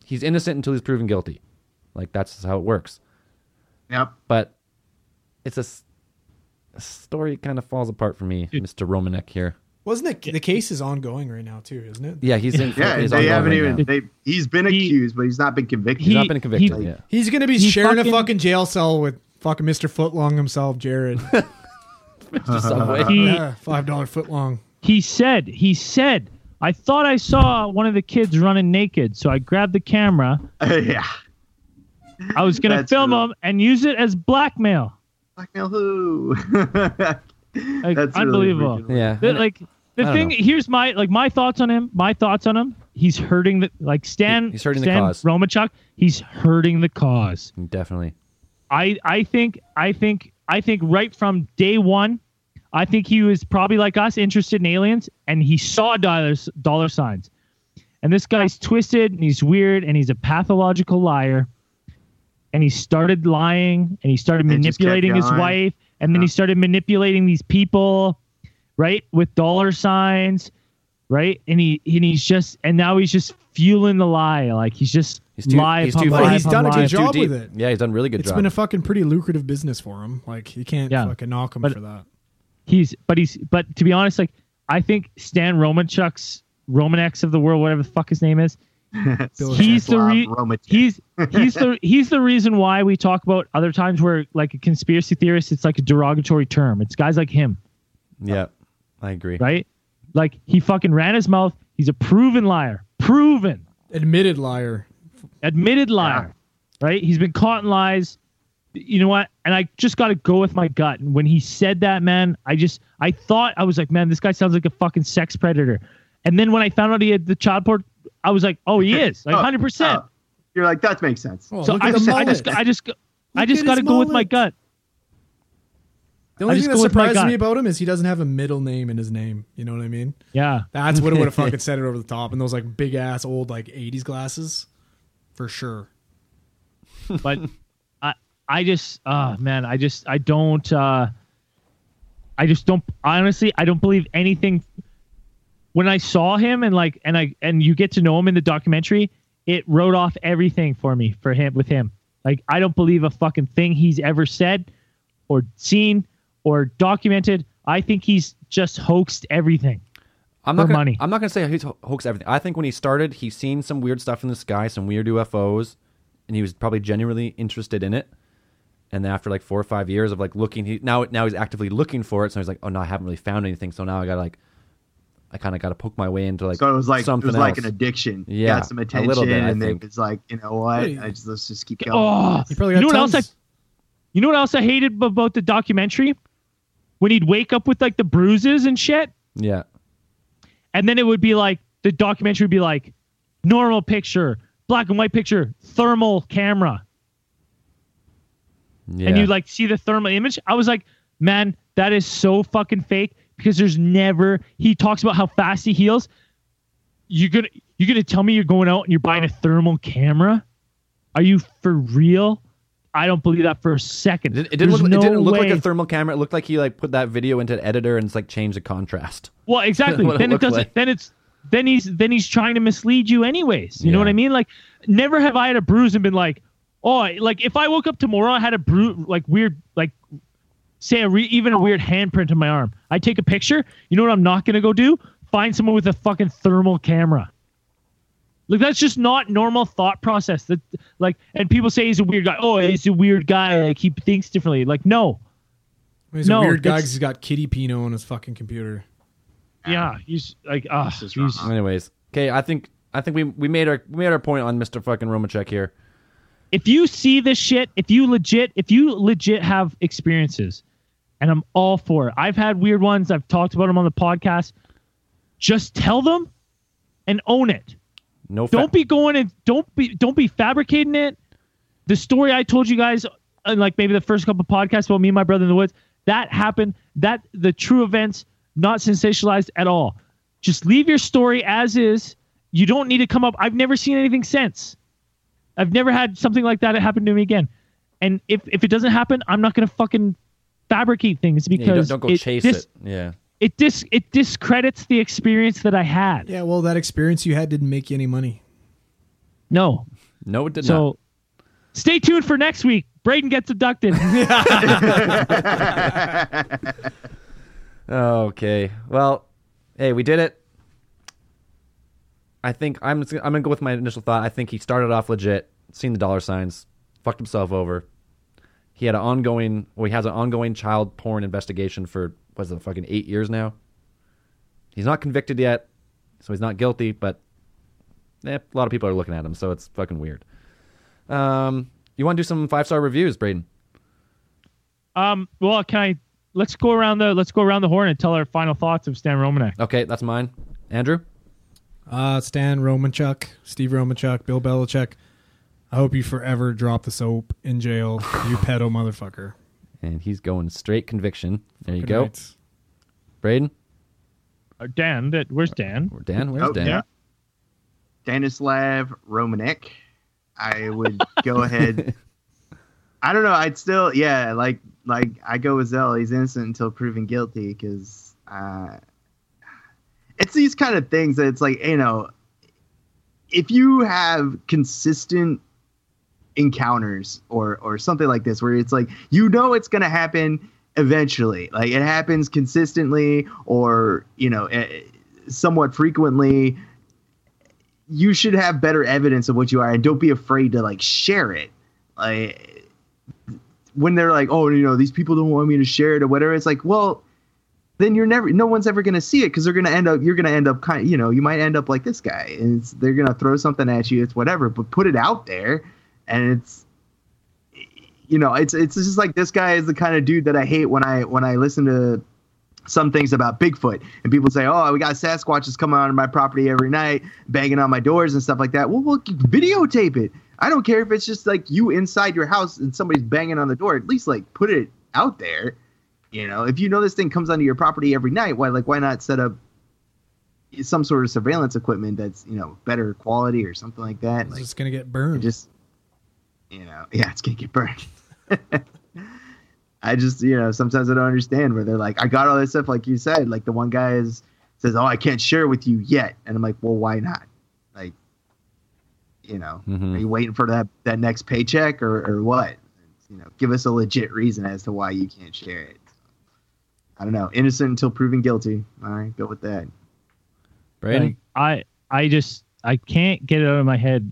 Speaker 2: he's innocent until he's proven guilty. Like that's how it works
Speaker 4: Yep.
Speaker 2: but it's a, s- a story kind of falls apart for me, Mr. Romanek here.
Speaker 5: Wasn't it? The case is ongoing right now too, isn't it?
Speaker 2: Yeah, he's in. for-
Speaker 4: Yeah,
Speaker 2: he's
Speaker 4: they
Speaker 2: ongoing
Speaker 4: haven't
Speaker 2: right
Speaker 4: even.
Speaker 2: now.
Speaker 4: They he's been
Speaker 3: He-
Speaker 4: accused, but he's not been convicted.
Speaker 2: He's
Speaker 3: he-
Speaker 2: not been convicted
Speaker 3: he-
Speaker 2: yet.
Speaker 5: He's gonna be
Speaker 3: He
Speaker 5: sharing
Speaker 3: fucking-
Speaker 5: a fucking jail cell with fucking Mr. Footlong himself, Jared.
Speaker 2: Just Subway.
Speaker 3: He
Speaker 5: yeah, five dollar footlong.
Speaker 3: he said he said I thought I saw one of the kids running naked, so I grabbed the camera.
Speaker 4: yeah,
Speaker 3: I was gonna
Speaker 4: That's
Speaker 3: film
Speaker 4: really-
Speaker 3: him and use it as blackmail.
Speaker 4: blackmail who? That's
Speaker 3: Like,
Speaker 4: really
Speaker 3: unbelievable.
Speaker 4: original.
Speaker 2: yeah,
Speaker 3: The- like the
Speaker 2: don't
Speaker 3: thing
Speaker 2: know.
Speaker 3: here's my like my thoughts on him. My thoughts on him. He's hurting the like Stan.
Speaker 2: He- he's hurting the
Speaker 3: Stan
Speaker 2: cause.
Speaker 3: Romachuk. He's hurting the cause.
Speaker 2: definitely.
Speaker 3: I I think I think I think right from day one, I think he was probably like us, interested in aliens, and he saw dollar dollar signs. And this guy's twisted, and he's weird, and he's a pathological liar. And he started lying, and he started
Speaker 4: And just kept
Speaker 3: manipulating his
Speaker 4: going.
Speaker 3: wife, and then he started manipulating these people, right, with dollar signs, right? And he and he's just and now he's just fueling the lie, like he's just
Speaker 2: He's too-
Speaker 3: lie
Speaker 2: he's
Speaker 3: upon
Speaker 2: too-
Speaker 3: lie
Speaker 2: But
Speaker 5: he's
Speaker 3: upon
Speaker 5: done a
Speaker 3: lie
Speaker 5: good
Speaker 3: upon-
Speaker 5: job
Speaker 2: Too deep.
Speaker 5: with it.
Speaker 2: Yeah, he's done a really good
Speaker 5: It's
Speaker 2: job.
Speaker 5: been a fucking pretty lucrative business for him. Like you can't
Speaker 3: Yeah.
Speaker 5: fucking knock him
Speaker 3: But-
Speaker 5: for that.
Speaker 3: he's but he's but to be honest, like I think Stan Romanchuk's Romanex of the world, whatever the fuck his name is,
Speaker 5: Bill
Speaker 3: he's the
Speaker 4: Vlad
Speaker 3: re-
Speaker 4: Romanek.
Speaker 3: he's he's the he's the reason why we talk about other times where like a conspiracy theorist, it's like a derogatory term. It's guys like him,
Speaker 2: yeah, I agree.
Speaker 3: right? Like he fucking ran his mouth. He's a proven liar, proven
Speaker 5: Admitted liar.
Speaker 3: admitted liar, right? He's been caught in lies. You know what? And I just got to go with my gut. And when he said that, man, I just I thought I was like, man, this guy sounds like a fucking sex predator. And then when I found out he had the child port, I was like, oh, he is like
Speaker 4: Oh,
Speaker 3: hundred percent.
Speaker 4: oh, You're like that makes sense.
Speaker 5: Oh,
Speaker 3: So
Speaker 5: look
Speaker 3: I
Speaker 5: at the
Speaker 3: just, I
Speaker 5: mullet.
Speaker 3: just I just I
Speaker 5: Look
Speaker 3: just
Speaker 5: at
Speaker 3: got to
Speaker 5: his
Speaker 3: go with my
Speaker 5: mullet.
Speaker 3: gut.
Speaker 5: the only
Speaker 3: I
Speaker 5: thing
Speaker 3: just
Speaker 5: that
Speaker 3: go with my
Speaker 5: surprises
Speaker 3: gut.
Speaker 5: me about him is he doesn't have a middle name in his name. You know what I mean?
Speaker 3: Yeah,
Speaker 5: That's what it would have fucking said it over the top. And those like big ass old like '80s glasses, for sure.
Speaker 3: but I I just uh man, I just I don't uh I just don't honestly I don't believe anything when I saw him and like and I and you get to know him in the documentary, it wrote off everything for me for him with him. Like I don't believe a fucking thing he's ever said or seen or documented. I think he's just hoaxed everything.
Speaker 2: I'm not
Speaker 3: for
Speaker 2: gonna,
Speaker 3: money.
Speaker 2: I'm not gonna say he's ho- hoaxed everything. I think when he started, he's seen some weird stuff in the sky, some weird UFOs, and he was probably genuinely interested in it. And then after like four or five years of like looking, he now now he's actively looking for it. So he's like, oh no, I haven't really found anything. So now I gotta like, I kind of gotta poke my way into like.
Speaker 4: So it was like it
Speaker 2: something
Speaker 4: was like
Speaker 2: else.
Speaker 4: an addiction.
Speaker 2: Yeah,
Speaker 4: got some
Speaker 2: a
Speaker 4: attention,
Speaker 2: little bit, I
Speaker 4: and then
Speaker 2: think.
Speaker 4: it's like you know what?
Speaker 5: Yeah.
Speaker 4: I just, let's just keep going.
Speaker 3: Oh,
Speaker 5: He probably
Speaker 3: you
Speaker 5: got
Speaker 3: know what else
Speaker 5: tons.
Speaker 3: I You know what else I hated b- about the documentary? When he'd wake up with like the bruises and shit,
Speaker 2: yeah,
Speaker 3: and then it would be like the documentary would be like normal picture, black and white picture, thermal camera,
Speaker 2: yeah.
Speaker 3: and you like see the thermal image. I was like, man, that is so fucking fake because there's never. He talks about how fast he heals. You're gonna you're gonna tell me you're going out and you're buying a thermal camera? Are you for real? I don't believe that for a second.
Speaker 2: It, it didn't
Speaker 3: There's
Speaker 2: look,
Speaker 3: no
Speaker 2: it didn't look like
Speaker 3: way.
Speaker 2: a thermal camera. It looked like he like put that video into an editor and it's like changed the contrast.
Speaker 3: Well, exactly.
Speaker 2: What it
Speaker 3: then it
Speaker 2: looked
Speaker 3: doesn't.
Speaker 2: like.
Speaker 3: Then it's then he's then he's trying to mislead you, anyways. You know
Speaker 2: Yeah.
Speaker 3: what I mean? Like, never have I had a bruise and been like, oh, I- like if I woke up tomorrow, I had a bruise, like weird, like say a re- even a weird handprint on my arm. I take a picture. You know what I'm not gonna go do? Find someone with a fucking thermal camera. Like that's just not normal thought process. That like, and people say he's a weird guy. Oh, he's a weird guy. Like he thinks differently. Like no,
Speaker 5: I mean, he's
Speaker 3: No,
Speaker 5: a weird guy
Speaker 3: it's-
Speaker 5: 'cause he's got Kitty Pino on his fucking computer.
Speaker 3: yeah, he's like, ah,
Speaker 4: is
Speaker 3: he's-
Speaker 4: wrong.
Speaker 2: Anyways, okay, I think I think we, we made our we made our point on Mister fucking Romachek here.
Speaker 3: if you see this shit, if you legit, if you legit have experiences, and I'm all for it. I've had weird ones. I've talked about them on the podcast. Just tell them and own it.
Speaker 2: No, fa-
Speaker 3: Don't be going and don't be don't be fabricating it. The story I told you guys, uh, like maybe the first couple podcasts about me and my brother in the woods, that happened. That the true events, not sensationalized at all. Just leave your story as is. You don't need to come up. I've never seen anything since. I've never had something like that happen to me again. And if if it doesn't happen, I'm not gonna fucking fabricate things
Speaker 2: yeah, you don't,
Speaker 3: because
Speaker 2: don't go
Speaker 3: it,
Speaker 2: chase
Speaker 3: dis-
Speaker 2: it. Yeah.
Speaker 3: It dis it discredits the experience that I had.
Speaker 5: Yeah, well, that experience you had didn't make you any money.
Speaker 3: No,
Speaker 2: No, it did
Speaker 3: So
Speaker 2: not.
Speaker 3: stay tuned for next week Braden gets abducted.
Speaker 2: Okay. Well, hey, we did it. I think I'm just- I'm gonna go with my initial thought. I think he started off legit, seen the dollar signs, fucked himself over. He had an ongoing, well, he has an ongoing child porn investigation for what's it, fucking eight years now. He's not convicted yet, so he's not guilty. But eh, a lot of people are looking at him, so it's fucking weird. Um, you want to do some five star reviews, Braden?
Speaker 3: um, well, can I? Let's go around the let's go around the horn and tell our final thoughts of Stan Romanek.
Speaker 2: Okay, that's mine. Andrew.
Speaker 5: Uh, Stan Romanchuk, Steve Romanchuk, Bill Belichick. I hope you forever drop the soap in jail, you pedo motherfucker.
Speaker 2: and he's going straight conviction. There you
Speaker 5: Good
Speaker 2: go,
Speaker 5: night.
Speaker 2: Braden
Speaker 3: Uh, Dan, that where's Dan?
Speaker 2: or Dan. Where's
Speaker 4: Oh,
Speaker 2: Dan?
Speaker 4: yeah. Danislav Romanek. I would go ahead. I don't know. I'd still, yeah, like like I go with Zell. He's innocent until proven guilty because uh, it's these kind of things that it's like you know, if you have consistent encounters or or something like this where it's like you know it's going to happen eventually like it happens consistently or you know eh, somewhat frequently you should have better evidence of what you are and don't be afraid to like share it like when they're like oh you know these people don't want me to share it or whatever it's like well then you're never no one's ever going to see it because they're going to end up you're going to end up kind you know you might end up like this guy and it's, they're going to throw something at you it's whatever but put it out there and it's you know it's it's just like this guy is the kind of dude that i hate when i when i listen to some things about Bigfoot, and people say, "Oh, we got Sasquatches coming onto my property every night, banging on my doors and stuff like that." Well, we'll videotape it. I don't care if it's just like you inside your house and somebody's banging on the door. At least like put it out there. You know, if you know this thing comes onto your property every night, why like why not set up some sort of surveillance equipment that's you know better quality or something like that?
Speaker 5: It's
Speaker 4: Like,
Speaker 5: just gonna get
Speaker 4: it
Speaker 3: Hmm.
Speaker 5: burned.
Speaker 4: just you know yeah it's gonna get burned i just you know sometimes i don't understand where they're like i got all this stuff like you said like the one guy is says oh i can't share with you yet and i'm like well why not like you know
Speaker 2: Mhm.
Speaker 4: are
Speaker 3: Hmm.
Speaker 4: you waiting for that that next paycheck or or what you know give us a legit reason as to why you can't share it i don't know innocent until proven guilty all right go with that
Speaker 2: Braden.
Speaker 3: Like, I I just I can't get it out of my head.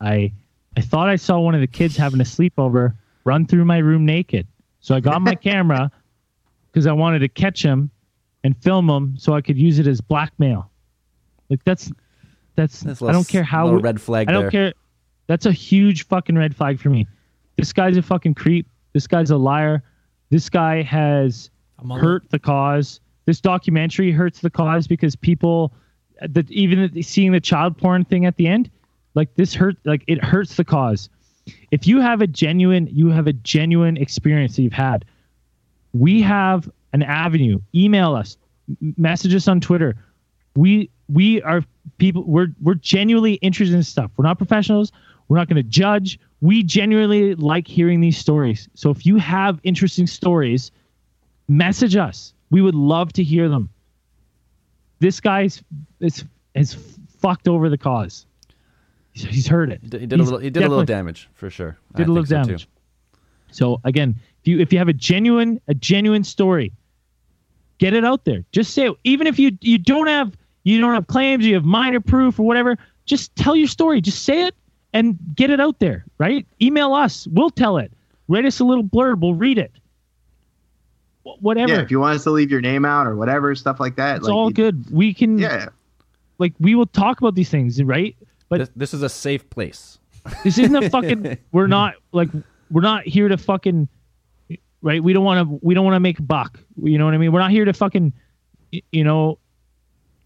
Speaker 3: I I thought I saw one of the kids having a sleepover run through my room naked. So I got my camera because I wanted to catch him and film him so I could use it as blackmail. Like that's that's,
Speaker 2: That's a
Speaker 3: I
Speaker 2: little
Speaker 3: don't care
Speaker 2: s-
Speaker 3: how
Speaker 2: little
Speaker 3: we-
Speaker 2: red flag
Speaker 3: I don't
Speaker 2: there.
Speaker 3: care. That's a huge fucking red flag for me. This guy's a fucking creep. This guy's a liar. This guy has hurt the cause. This documentary hurts the cause because people, that even the- seeing the child porn thing at the end, like this hurt, like it hurts the cause. If you have a genuine, you have a genuine experience that you've had. We have an avenue. Email us, m- message us on Twitter. We we are people. We're we're genuinely interested in stuff. We're not professionals. We're not going to judge. We genuinely like hearing these stories. So if you have interesting stories message us. We would love to hear them. This guy's is has fucked over the cause. He's, he's heard it.
Speaker 2: D- He did a
Speaker 3: He's
Speaker 2: little. He did a little
Speaker 3: definitely
Speaker 2: damage for sure. I
Speaker 3: Did a little
Speaker 2: think so, too.
Speaker 3: damage. So again, if you if you have a genuine a genuine story, get it out there. Just say it. even if you you don't have you don't have claims, you have minor proof or whatever. Just tell your story. Just say it and get it out there. Right? Email us. We'll tell it. Write us a little blurb. We'll read it. Wh- Whatever.
Speaker 4: yeah if you want us to leave your name out or whatever stuff like that
Speaker 3: it's
Speaker 4: like,
Speaker 3: all
Speaker 4: it-
Speaker 3: good. We can
Speaker 4: yeah
Speaker 3: like we will talk about these things, right? But
Speaker 2: This, this is a safe place.
Speaker 3: this isn't a fucking we're not like we're not here to fucking right we don't want to we don't want to make a buck you know what i mean we're not here to fucking y- you know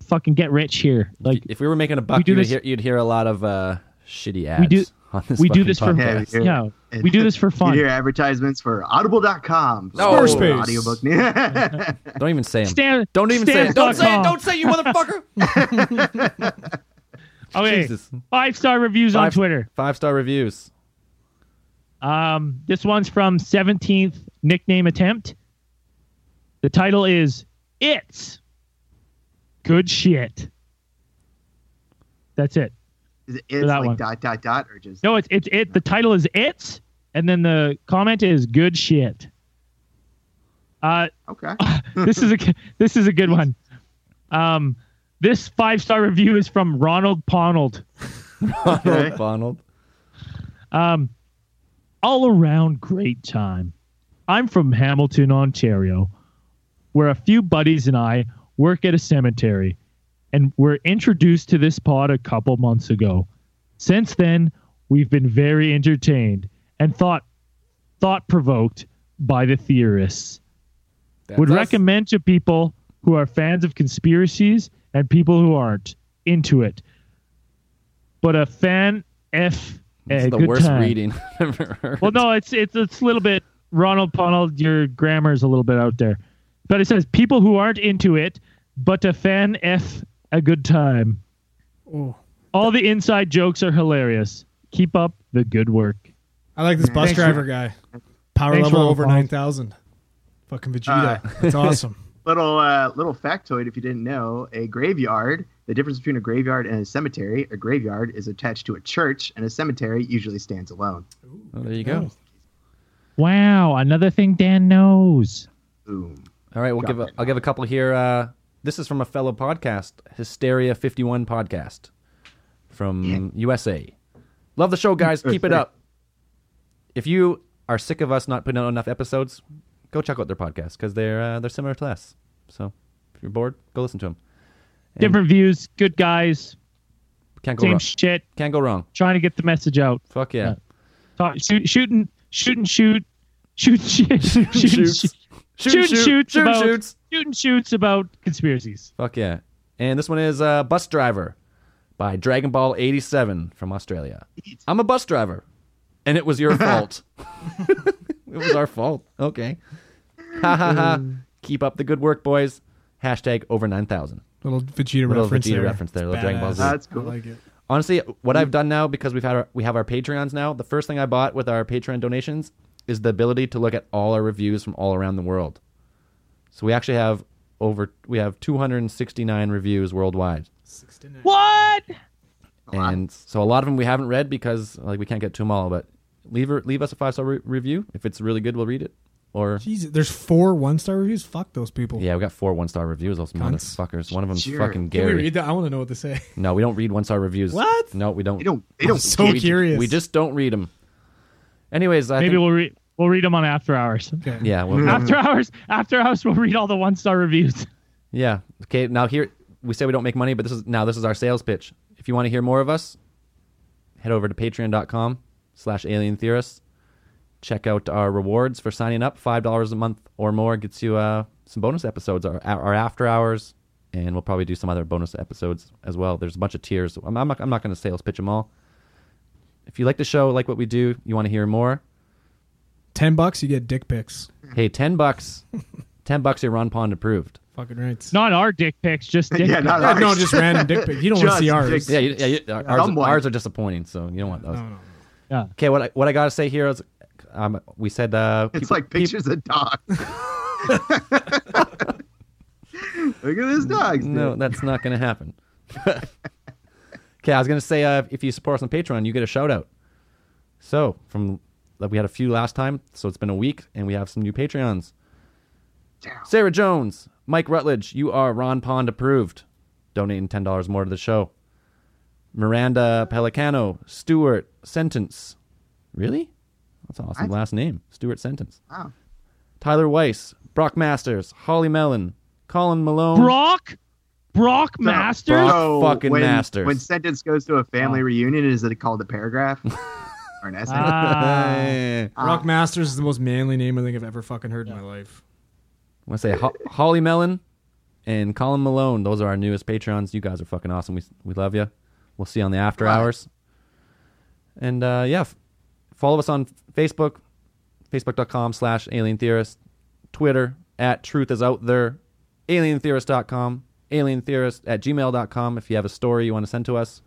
Speaker 3: fucking get rich here like
Speaker 2: If we were making a buck,
Speaker 3: do
Speaker 2: you'd
Speaker 3: this-
Speaker 2: hear, you'd hear a lot of uh, shitty ads.
Speaker 3: do-
Speaker 2: on this
Speaker 3: we do
Speaker 2: fucking
Speaker 3: this for-
Speaker 2: podcast.
Speaker 4: Yeah, we do.
Speaker 3: yeah we do this for
Speaker 4: You
Speaker 3: fun
Speaker 4: hear advertisements for audible.com.
Speaker 2: No.
Speaker 5: Squarespace.
Speaker 4: Audiobook. yeah,
Speaker 2: Don't even say 'em.
Speaker 3: Stan,
Speaker 2: Don't even say it. Don't say it.
Speaker 3: Stan.com.
Speaker 2: Don't say it, you motherfucker.
Speaker 3: okay
Speaker 2: Jesus.
Speaker 3: five star reviews on
Speaker 2: Five-
Speaker 3: twitter
Speaker 2: Five star reviews.
Speaker 3: Um, this one's from 17th Nickname Attempt. The title is It's Good Shit. That's it.
Speaker 4: Is it-
Speaker 3: For
Speaker 4: it's
Speaker 3: that
Speaker 4: like
Speaker 3: one.
Speaker 4: dot dot dot or just
Speaker 3: No, it's it's it. The title is It's And then the comment is good shit. Uh,
Speaker 4: Okay.
Speaker 3: this is a this is a good one. Um, this five star review is from Ronald Ponald.
Speaker 2: Ronald Bonald.
Speaker 3: Um, all around great time. I'm from Hamilton, Ontario, where a few buddies and I work at a cemetery and were introduced to this pod a couple months ago. Since then, we've been very entertained and thought thought provoked by the theorists.
Speaker 2: That's
Speaker 3: Would
Speaker 2: us.
Speaker 3: recommend to people who are fans of conspiracies and people who aren't into it. But a fan F
Speaker 2: It's
Speaker 3: eh,
Speaker 2: the
Speaker 3: good
Speaker 2: worst
Speaker 3: time.
Speaker 2: reading I've ever heard.
Speaker 3: Well, no, it's it's it's a little bit Ronald Ponald. Your grammar is a little bit out there, but it says people who aren't into it, but a fan f a good time. All the inside jokes are hilarious. Keep up the good work.
Speaker 5: I like this bus
Speaker 4: Thanks,
Speaker 5: driver guy. Power
Speaker 3: Thanks,
Speaker 5: level
Speaker 3: Ronald
Speaker 5: over
Speaker 3: Paul.
Speaker 5: nine thousand. Fucking Vegeta. That's awesome.
Speaker 4: little uh, little factoid if you didn't know a graveyard the difference between a graveyard and a cemetery a graveyard is attached to a church and a cemetery usually stands alone
Speaker 2: Oh, there you go.
Speaker 3: Wow, another thing Dan knows.
Speaker 4: boom
Speaker 2: All right, we'll give a, I'll give a couple here. Uh, this is from a fellow podcast, Hysteria Fifty One Podcast, from USA. Love the show, guys. Keep it up. If you are sick of us not putting out enough episodes, go check out their podcast because they're uh, they're similar to us. So if you're bored, go listen to them.
Speaker 3: Different views, good guys,
Speaker 2: Can't go
Speaker 3: same
Speaker 2: wrong.
Speaker 3: shit.
Speaker 2: Can't go wrong.
Speaker 3: Trying to get the message out.
Speaker 2: Fuck yeah.
Speaker 3: Yeah. Talk, shoot, shooting, shooting, shoot, shoot, shoot, shoot,
Speaker 2: shoots.
Speaker 3: shoot, shoot,
Speaker 2: shoot,
Speaker 3: shoots
Speaker 2: shoot,
Speaker 3: about
Speaker 2: shoots.
Speaker 3: shooting shoots about conspiracies.
Speaker 2: Fuck yeah. And this one is uh, Bus Driver by Dragon Ball 87 from Australia. I'm a bus driver, and it was your fault. it was our fault. Okay. Ha ha ha. Keep up the good work, boys. Hashtag over 9,000.
Speaker 5: Little Vegeta
Speaker 2: Little
Speaker 5: reference.
Speaker 2: Vegeta
Speaker 5: there.
Speaker 2: reference there, little Dragon Ball
Speaker 5: badass.
Speaker 2: Z.
Speaker 4: Ah, that's cool
Speaker 5: I like it.
Speaker 2: Honestly, what I've done now because we've had our, we have our Patreons now. The first thing I bought with our Patreon donations is the ability to look at all our reviews from all around the world. So we actually have over we have 269 reviews worldwide.
Speaker 3: What?
Speaker 2: and so a lot of them we haven't read because like we can't get to them all. But leave her, leave us a five star re- review if it's really good. We'll read it. Or
Speaker 5: Jesus, there's four one star reviews. Fuck those people.
Speaker 2: yeah, we got four one star reviews. Those motherfuckers. One of them's
Speaker 4: Sure.
Speaker 2: fucking
Speaker 5: Can we
Speaker 2: Gary.
Speaker 5: read that? I want to know what they say.
Speaker 2: No, we don't read one star reviews.
Speaker 5: What?
Speaker 2: No, we don't.
Speaker 4: they don't they don't
Speaker 5: so
Speaker 4: get-
Speaker 5: curious.
Speaker 2: We just don't read them. Anyways, I
Speaker 3: Maybe
Speaker 2: think-
Speaker 3: we'll read we'll read them on after hours.
Speaker 2: yeah we'll,
Speaker 3: After hours, after hours, we'll read all the one star reviews.
Speaker 2: yeah okay. Now here we say we don't make money, but this is now this is our sales pitch. If you want to hear more of us, head over to patreon.com slash alien theorists check out our rewards for signing up five dollars a month or more gets you uh, some bonus episodes our, our after hours and we'll probably do some other bonus episodes as well there's a bunch of tiers i'm, I'm not, I'm not going to sales pitch them all if you like the show like what we do you want to hear more
Speaker 5: Ten bucks, you get dick pics.
Speaker 2: hey 10 bucks 10 bucks your ron pond approved
Speaker 5: Fucking right.
Speaker 3: Not our dick pics, just dick
Speaker 4: yeah
Speaker 3: pics.
Speaker 4: not
Speaker 5: Yeah,
Speaker 4: ours.
Speaker 5: no, just random dick pics. You don't want to
Speaker 4: Just
Speaker 5: see ours.
Speaker 4: dick-
Speaker 2: yeah, you, yeah you, ours,
Speaker 4: Someone.
Speaker 2: ours are disappointing so you don't want those
Speaker 3: Yeah.
Speaker 2: okay what i, what I gotta say here is um, we said uh,
Speaker 4: it's
Speaker 2: keep-
Speaker 4: like
Speaker 2: keep-
Speaker 4: pictures of dogs look at this dog
Speaker 2: No, that's not going to happen. okay, I was going to say uh, if you support us on Patreon, you get a shout out. So from like, we had a few last time, so it's been a week, and we have some new Patreons. Sarah Jones, Mike Rutledge, you are Ron Pond approved, donating ten dollars more to the show. Miranda Pelicano, Stuart Sentence, really? That's an awesome last name, Stuart Sentence.
Speaker 4: Wow.
Speaker 2: Tyler Weiss, Brock Masters, Holly Mellon, Colin Malone.
Speaker 3: Brock, Brock Masters.
Speaker 2: Brock- fucking
Speaker 4: when,
Speaker 2: masters.
Speaker 4: when sentence goes to a family reunion is it called a paragraph or an essay
Speaker 3: Ah.
Speaker 2: Eh.
Speaker 5: Rock Masters is the most manly name I think I've ever fucking heard in my life.
Speaker 2: I want to say Ho- Holly Mellon and Colin Malone. Those are our newest patrons. You guys are fucking awesome. We we love you. We'll see you on the after hours. And uh, yeah, f- follow us on Facebook, facebook.com slash alien theorist, Twitter at truth is out there, alientheorist.com, alientheorist at gmail.com if you have a story you want to send to us.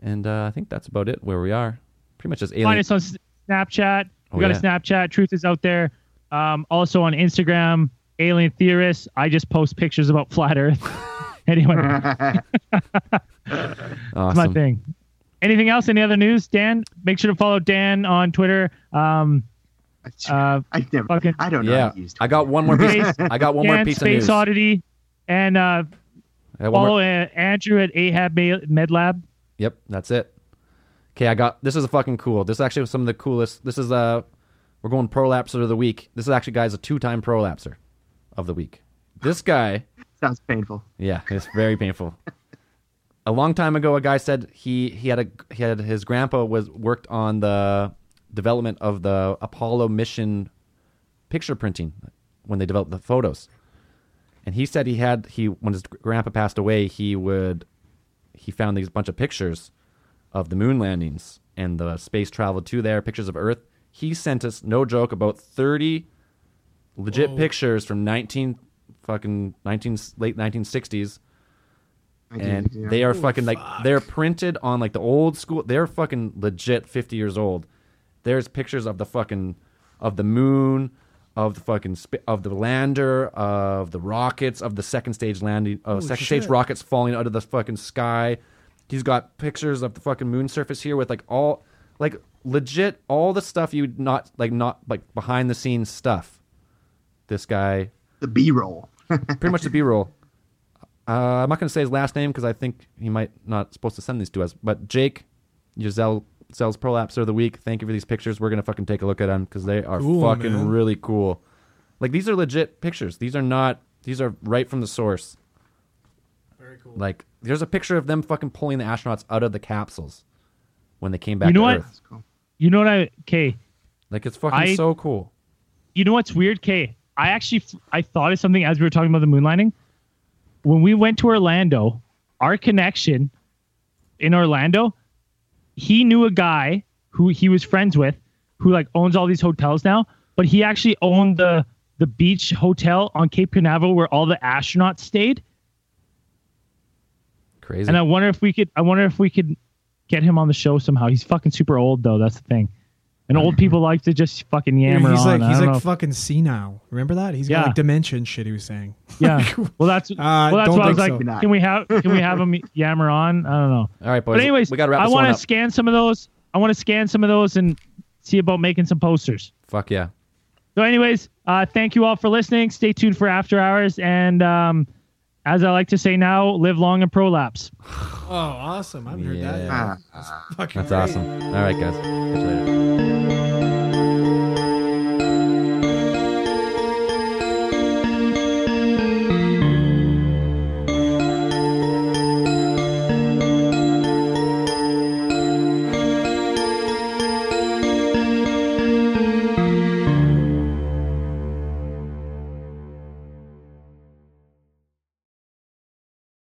Speaker 2: And uh, I think that's about it where we are. Pretty much just alien.
Speaker 3: Find us on Snapchat. We
Speaker 2: Oh,
Speaker 3: got
Speaker 2: yeah.
Speaker 3: a Snapchat. Truth is out there. Um, also on Instagram, Alien Theorists. I just post pictures Uh, about flat Earth. anyway, that's
Speaker 2: awesome.
Speaker 3: my thing. Anything else? Any other news, Dan? Make sure to follow Dan on Twitter. Um, uh,
Speaker 4: I never.
Speaker 3: fucking-
Speaker 4: I don't know.
Speaker 2: Yeah,
Speaker 4: How to use
Speaker 2: I got one more piece. I got one more
Speaker 3: Dan,
Speaker 2: piece of
Speaker 3: Space
Speaker 2: news. I
Speaker 3: Oddity, and uh,
Speaker 2: got one more-
Speaker 3: follow uh, Andrew at Ahab Ma- Med Lab.
Speaker 2: Yep, that's it. Okay, I got this is a fucking cool. This is actually some of the coolest. This is uh we're going prolapser of the week. This is actually guys a two-time prolapser of the week. This guy,
Speaker 4: Sounds painful.
Speaker 2: yeah, it's very painful. A long time ago a guy said he he had a he had his grandpa was worked on the development of the Apollo mission picture printing when they developed the photos. And he said he had he when his grandpa passed away, he would he found these bunch of pictures of the moon landings and the space travel to there, pictures of Earth. He sent us, no joke, about thirty legit pictures from nineteen fucking nineteen late nineteen sixties. And
Speaker 4: Yeah.
Speaker 2: they are fucking like they're printed on like the old school. They're fucking legit fifty years old. There's pictures of the fucking of the moon, of the fucking sp- of the lander, of the rockets, of the second stage landing, uh, second stage rockets falling out of the fucking sky. He's got pictures of the fucking moon surface here with like all like legit all the stuff you would not like not like behind the scenes stuff. This guy
Speaker 4: The B roll.
Speaker 2: pretty much the B-roll. Uh, I'm not going to say his last name because I think he might not supposed to send these to us. But Jake, Giselle, Giselle's prolapser of the week. Thank you for these pictures. We're going to fucking take a look at them because they are fucking really cool. Like these are legit pictures. These are not. These are right from the source. Very cool. Like there's a picture of them fucking pulling the astronauts out of the capsules when they came back
Speaker 3: You know
Speaker 2: to
Speaker 3: what?
Speaker 2: Earth.
Speaker 3: You know what I? Okay,
Speaker 2: Like it's fucking
Speaker 3: I-
Speaker 2: so cool.
Speaker 3: you know what's weird, Kay? I actually f- I thought of something as we were talking about the moon landing. When we went to Orlando, our connection in Orlando, he knew a guy who he was friends with, who like owns all these hotels now, but he actually owned the the beach hotel on Cape Canaveral where all the astronauts stayed.
Speaker 2: Crazy.
Speaker 3: And I wonder if we could I wonder if we could get him on the show somehow. He's fucking super old though, that's the thing. And old people like to just fucking yammer
Speaker 5: he's
Speaker 3: on.
Speaker 5: like
Speaker 3: I
Speaker 5: he's
Speaker 3: don't
Speaker 5: like
Speaker 3: know if-
Speaker 5: fucking senile. Remember that? He's
Speaker 3: Yeah.
Speaker 5: got like dementia and shit. He was saying.
Speaker 3: Yeah. Well, that's well, that's
Speaker 5: Uh, don't
Speaker 3: why I was
Speaker 5: think
Speaker 3: like,
Speaker 5: so.
Speaker 4: Not.
Speaker 3: can we have can we have him yammer on? I don't know.
Speaker 2: All right, boys.
Speaker 3: But anyways,
Speaker 2: we got to wrap
Speaker 3: I
Speaker 2: this one
Speaker 3: want
Speaker 2: up.
Speaker 3: to scan some of those. I want to scan some of those and see about making some posters.
Speaker 2: Fuck yeah.
Speaker 3: So, anyways, uh, thank you all for listening. Stay tuned for After Hours, and um, as I like to say now, live long and prolapse.
Speaker 5: Oh, awesome! I've
Speaker 2: Yeah.
Speaker 4: Ah.
Speaker 5: Fucking
Speaker 2: That's awesome. All right, guys. Catch you later.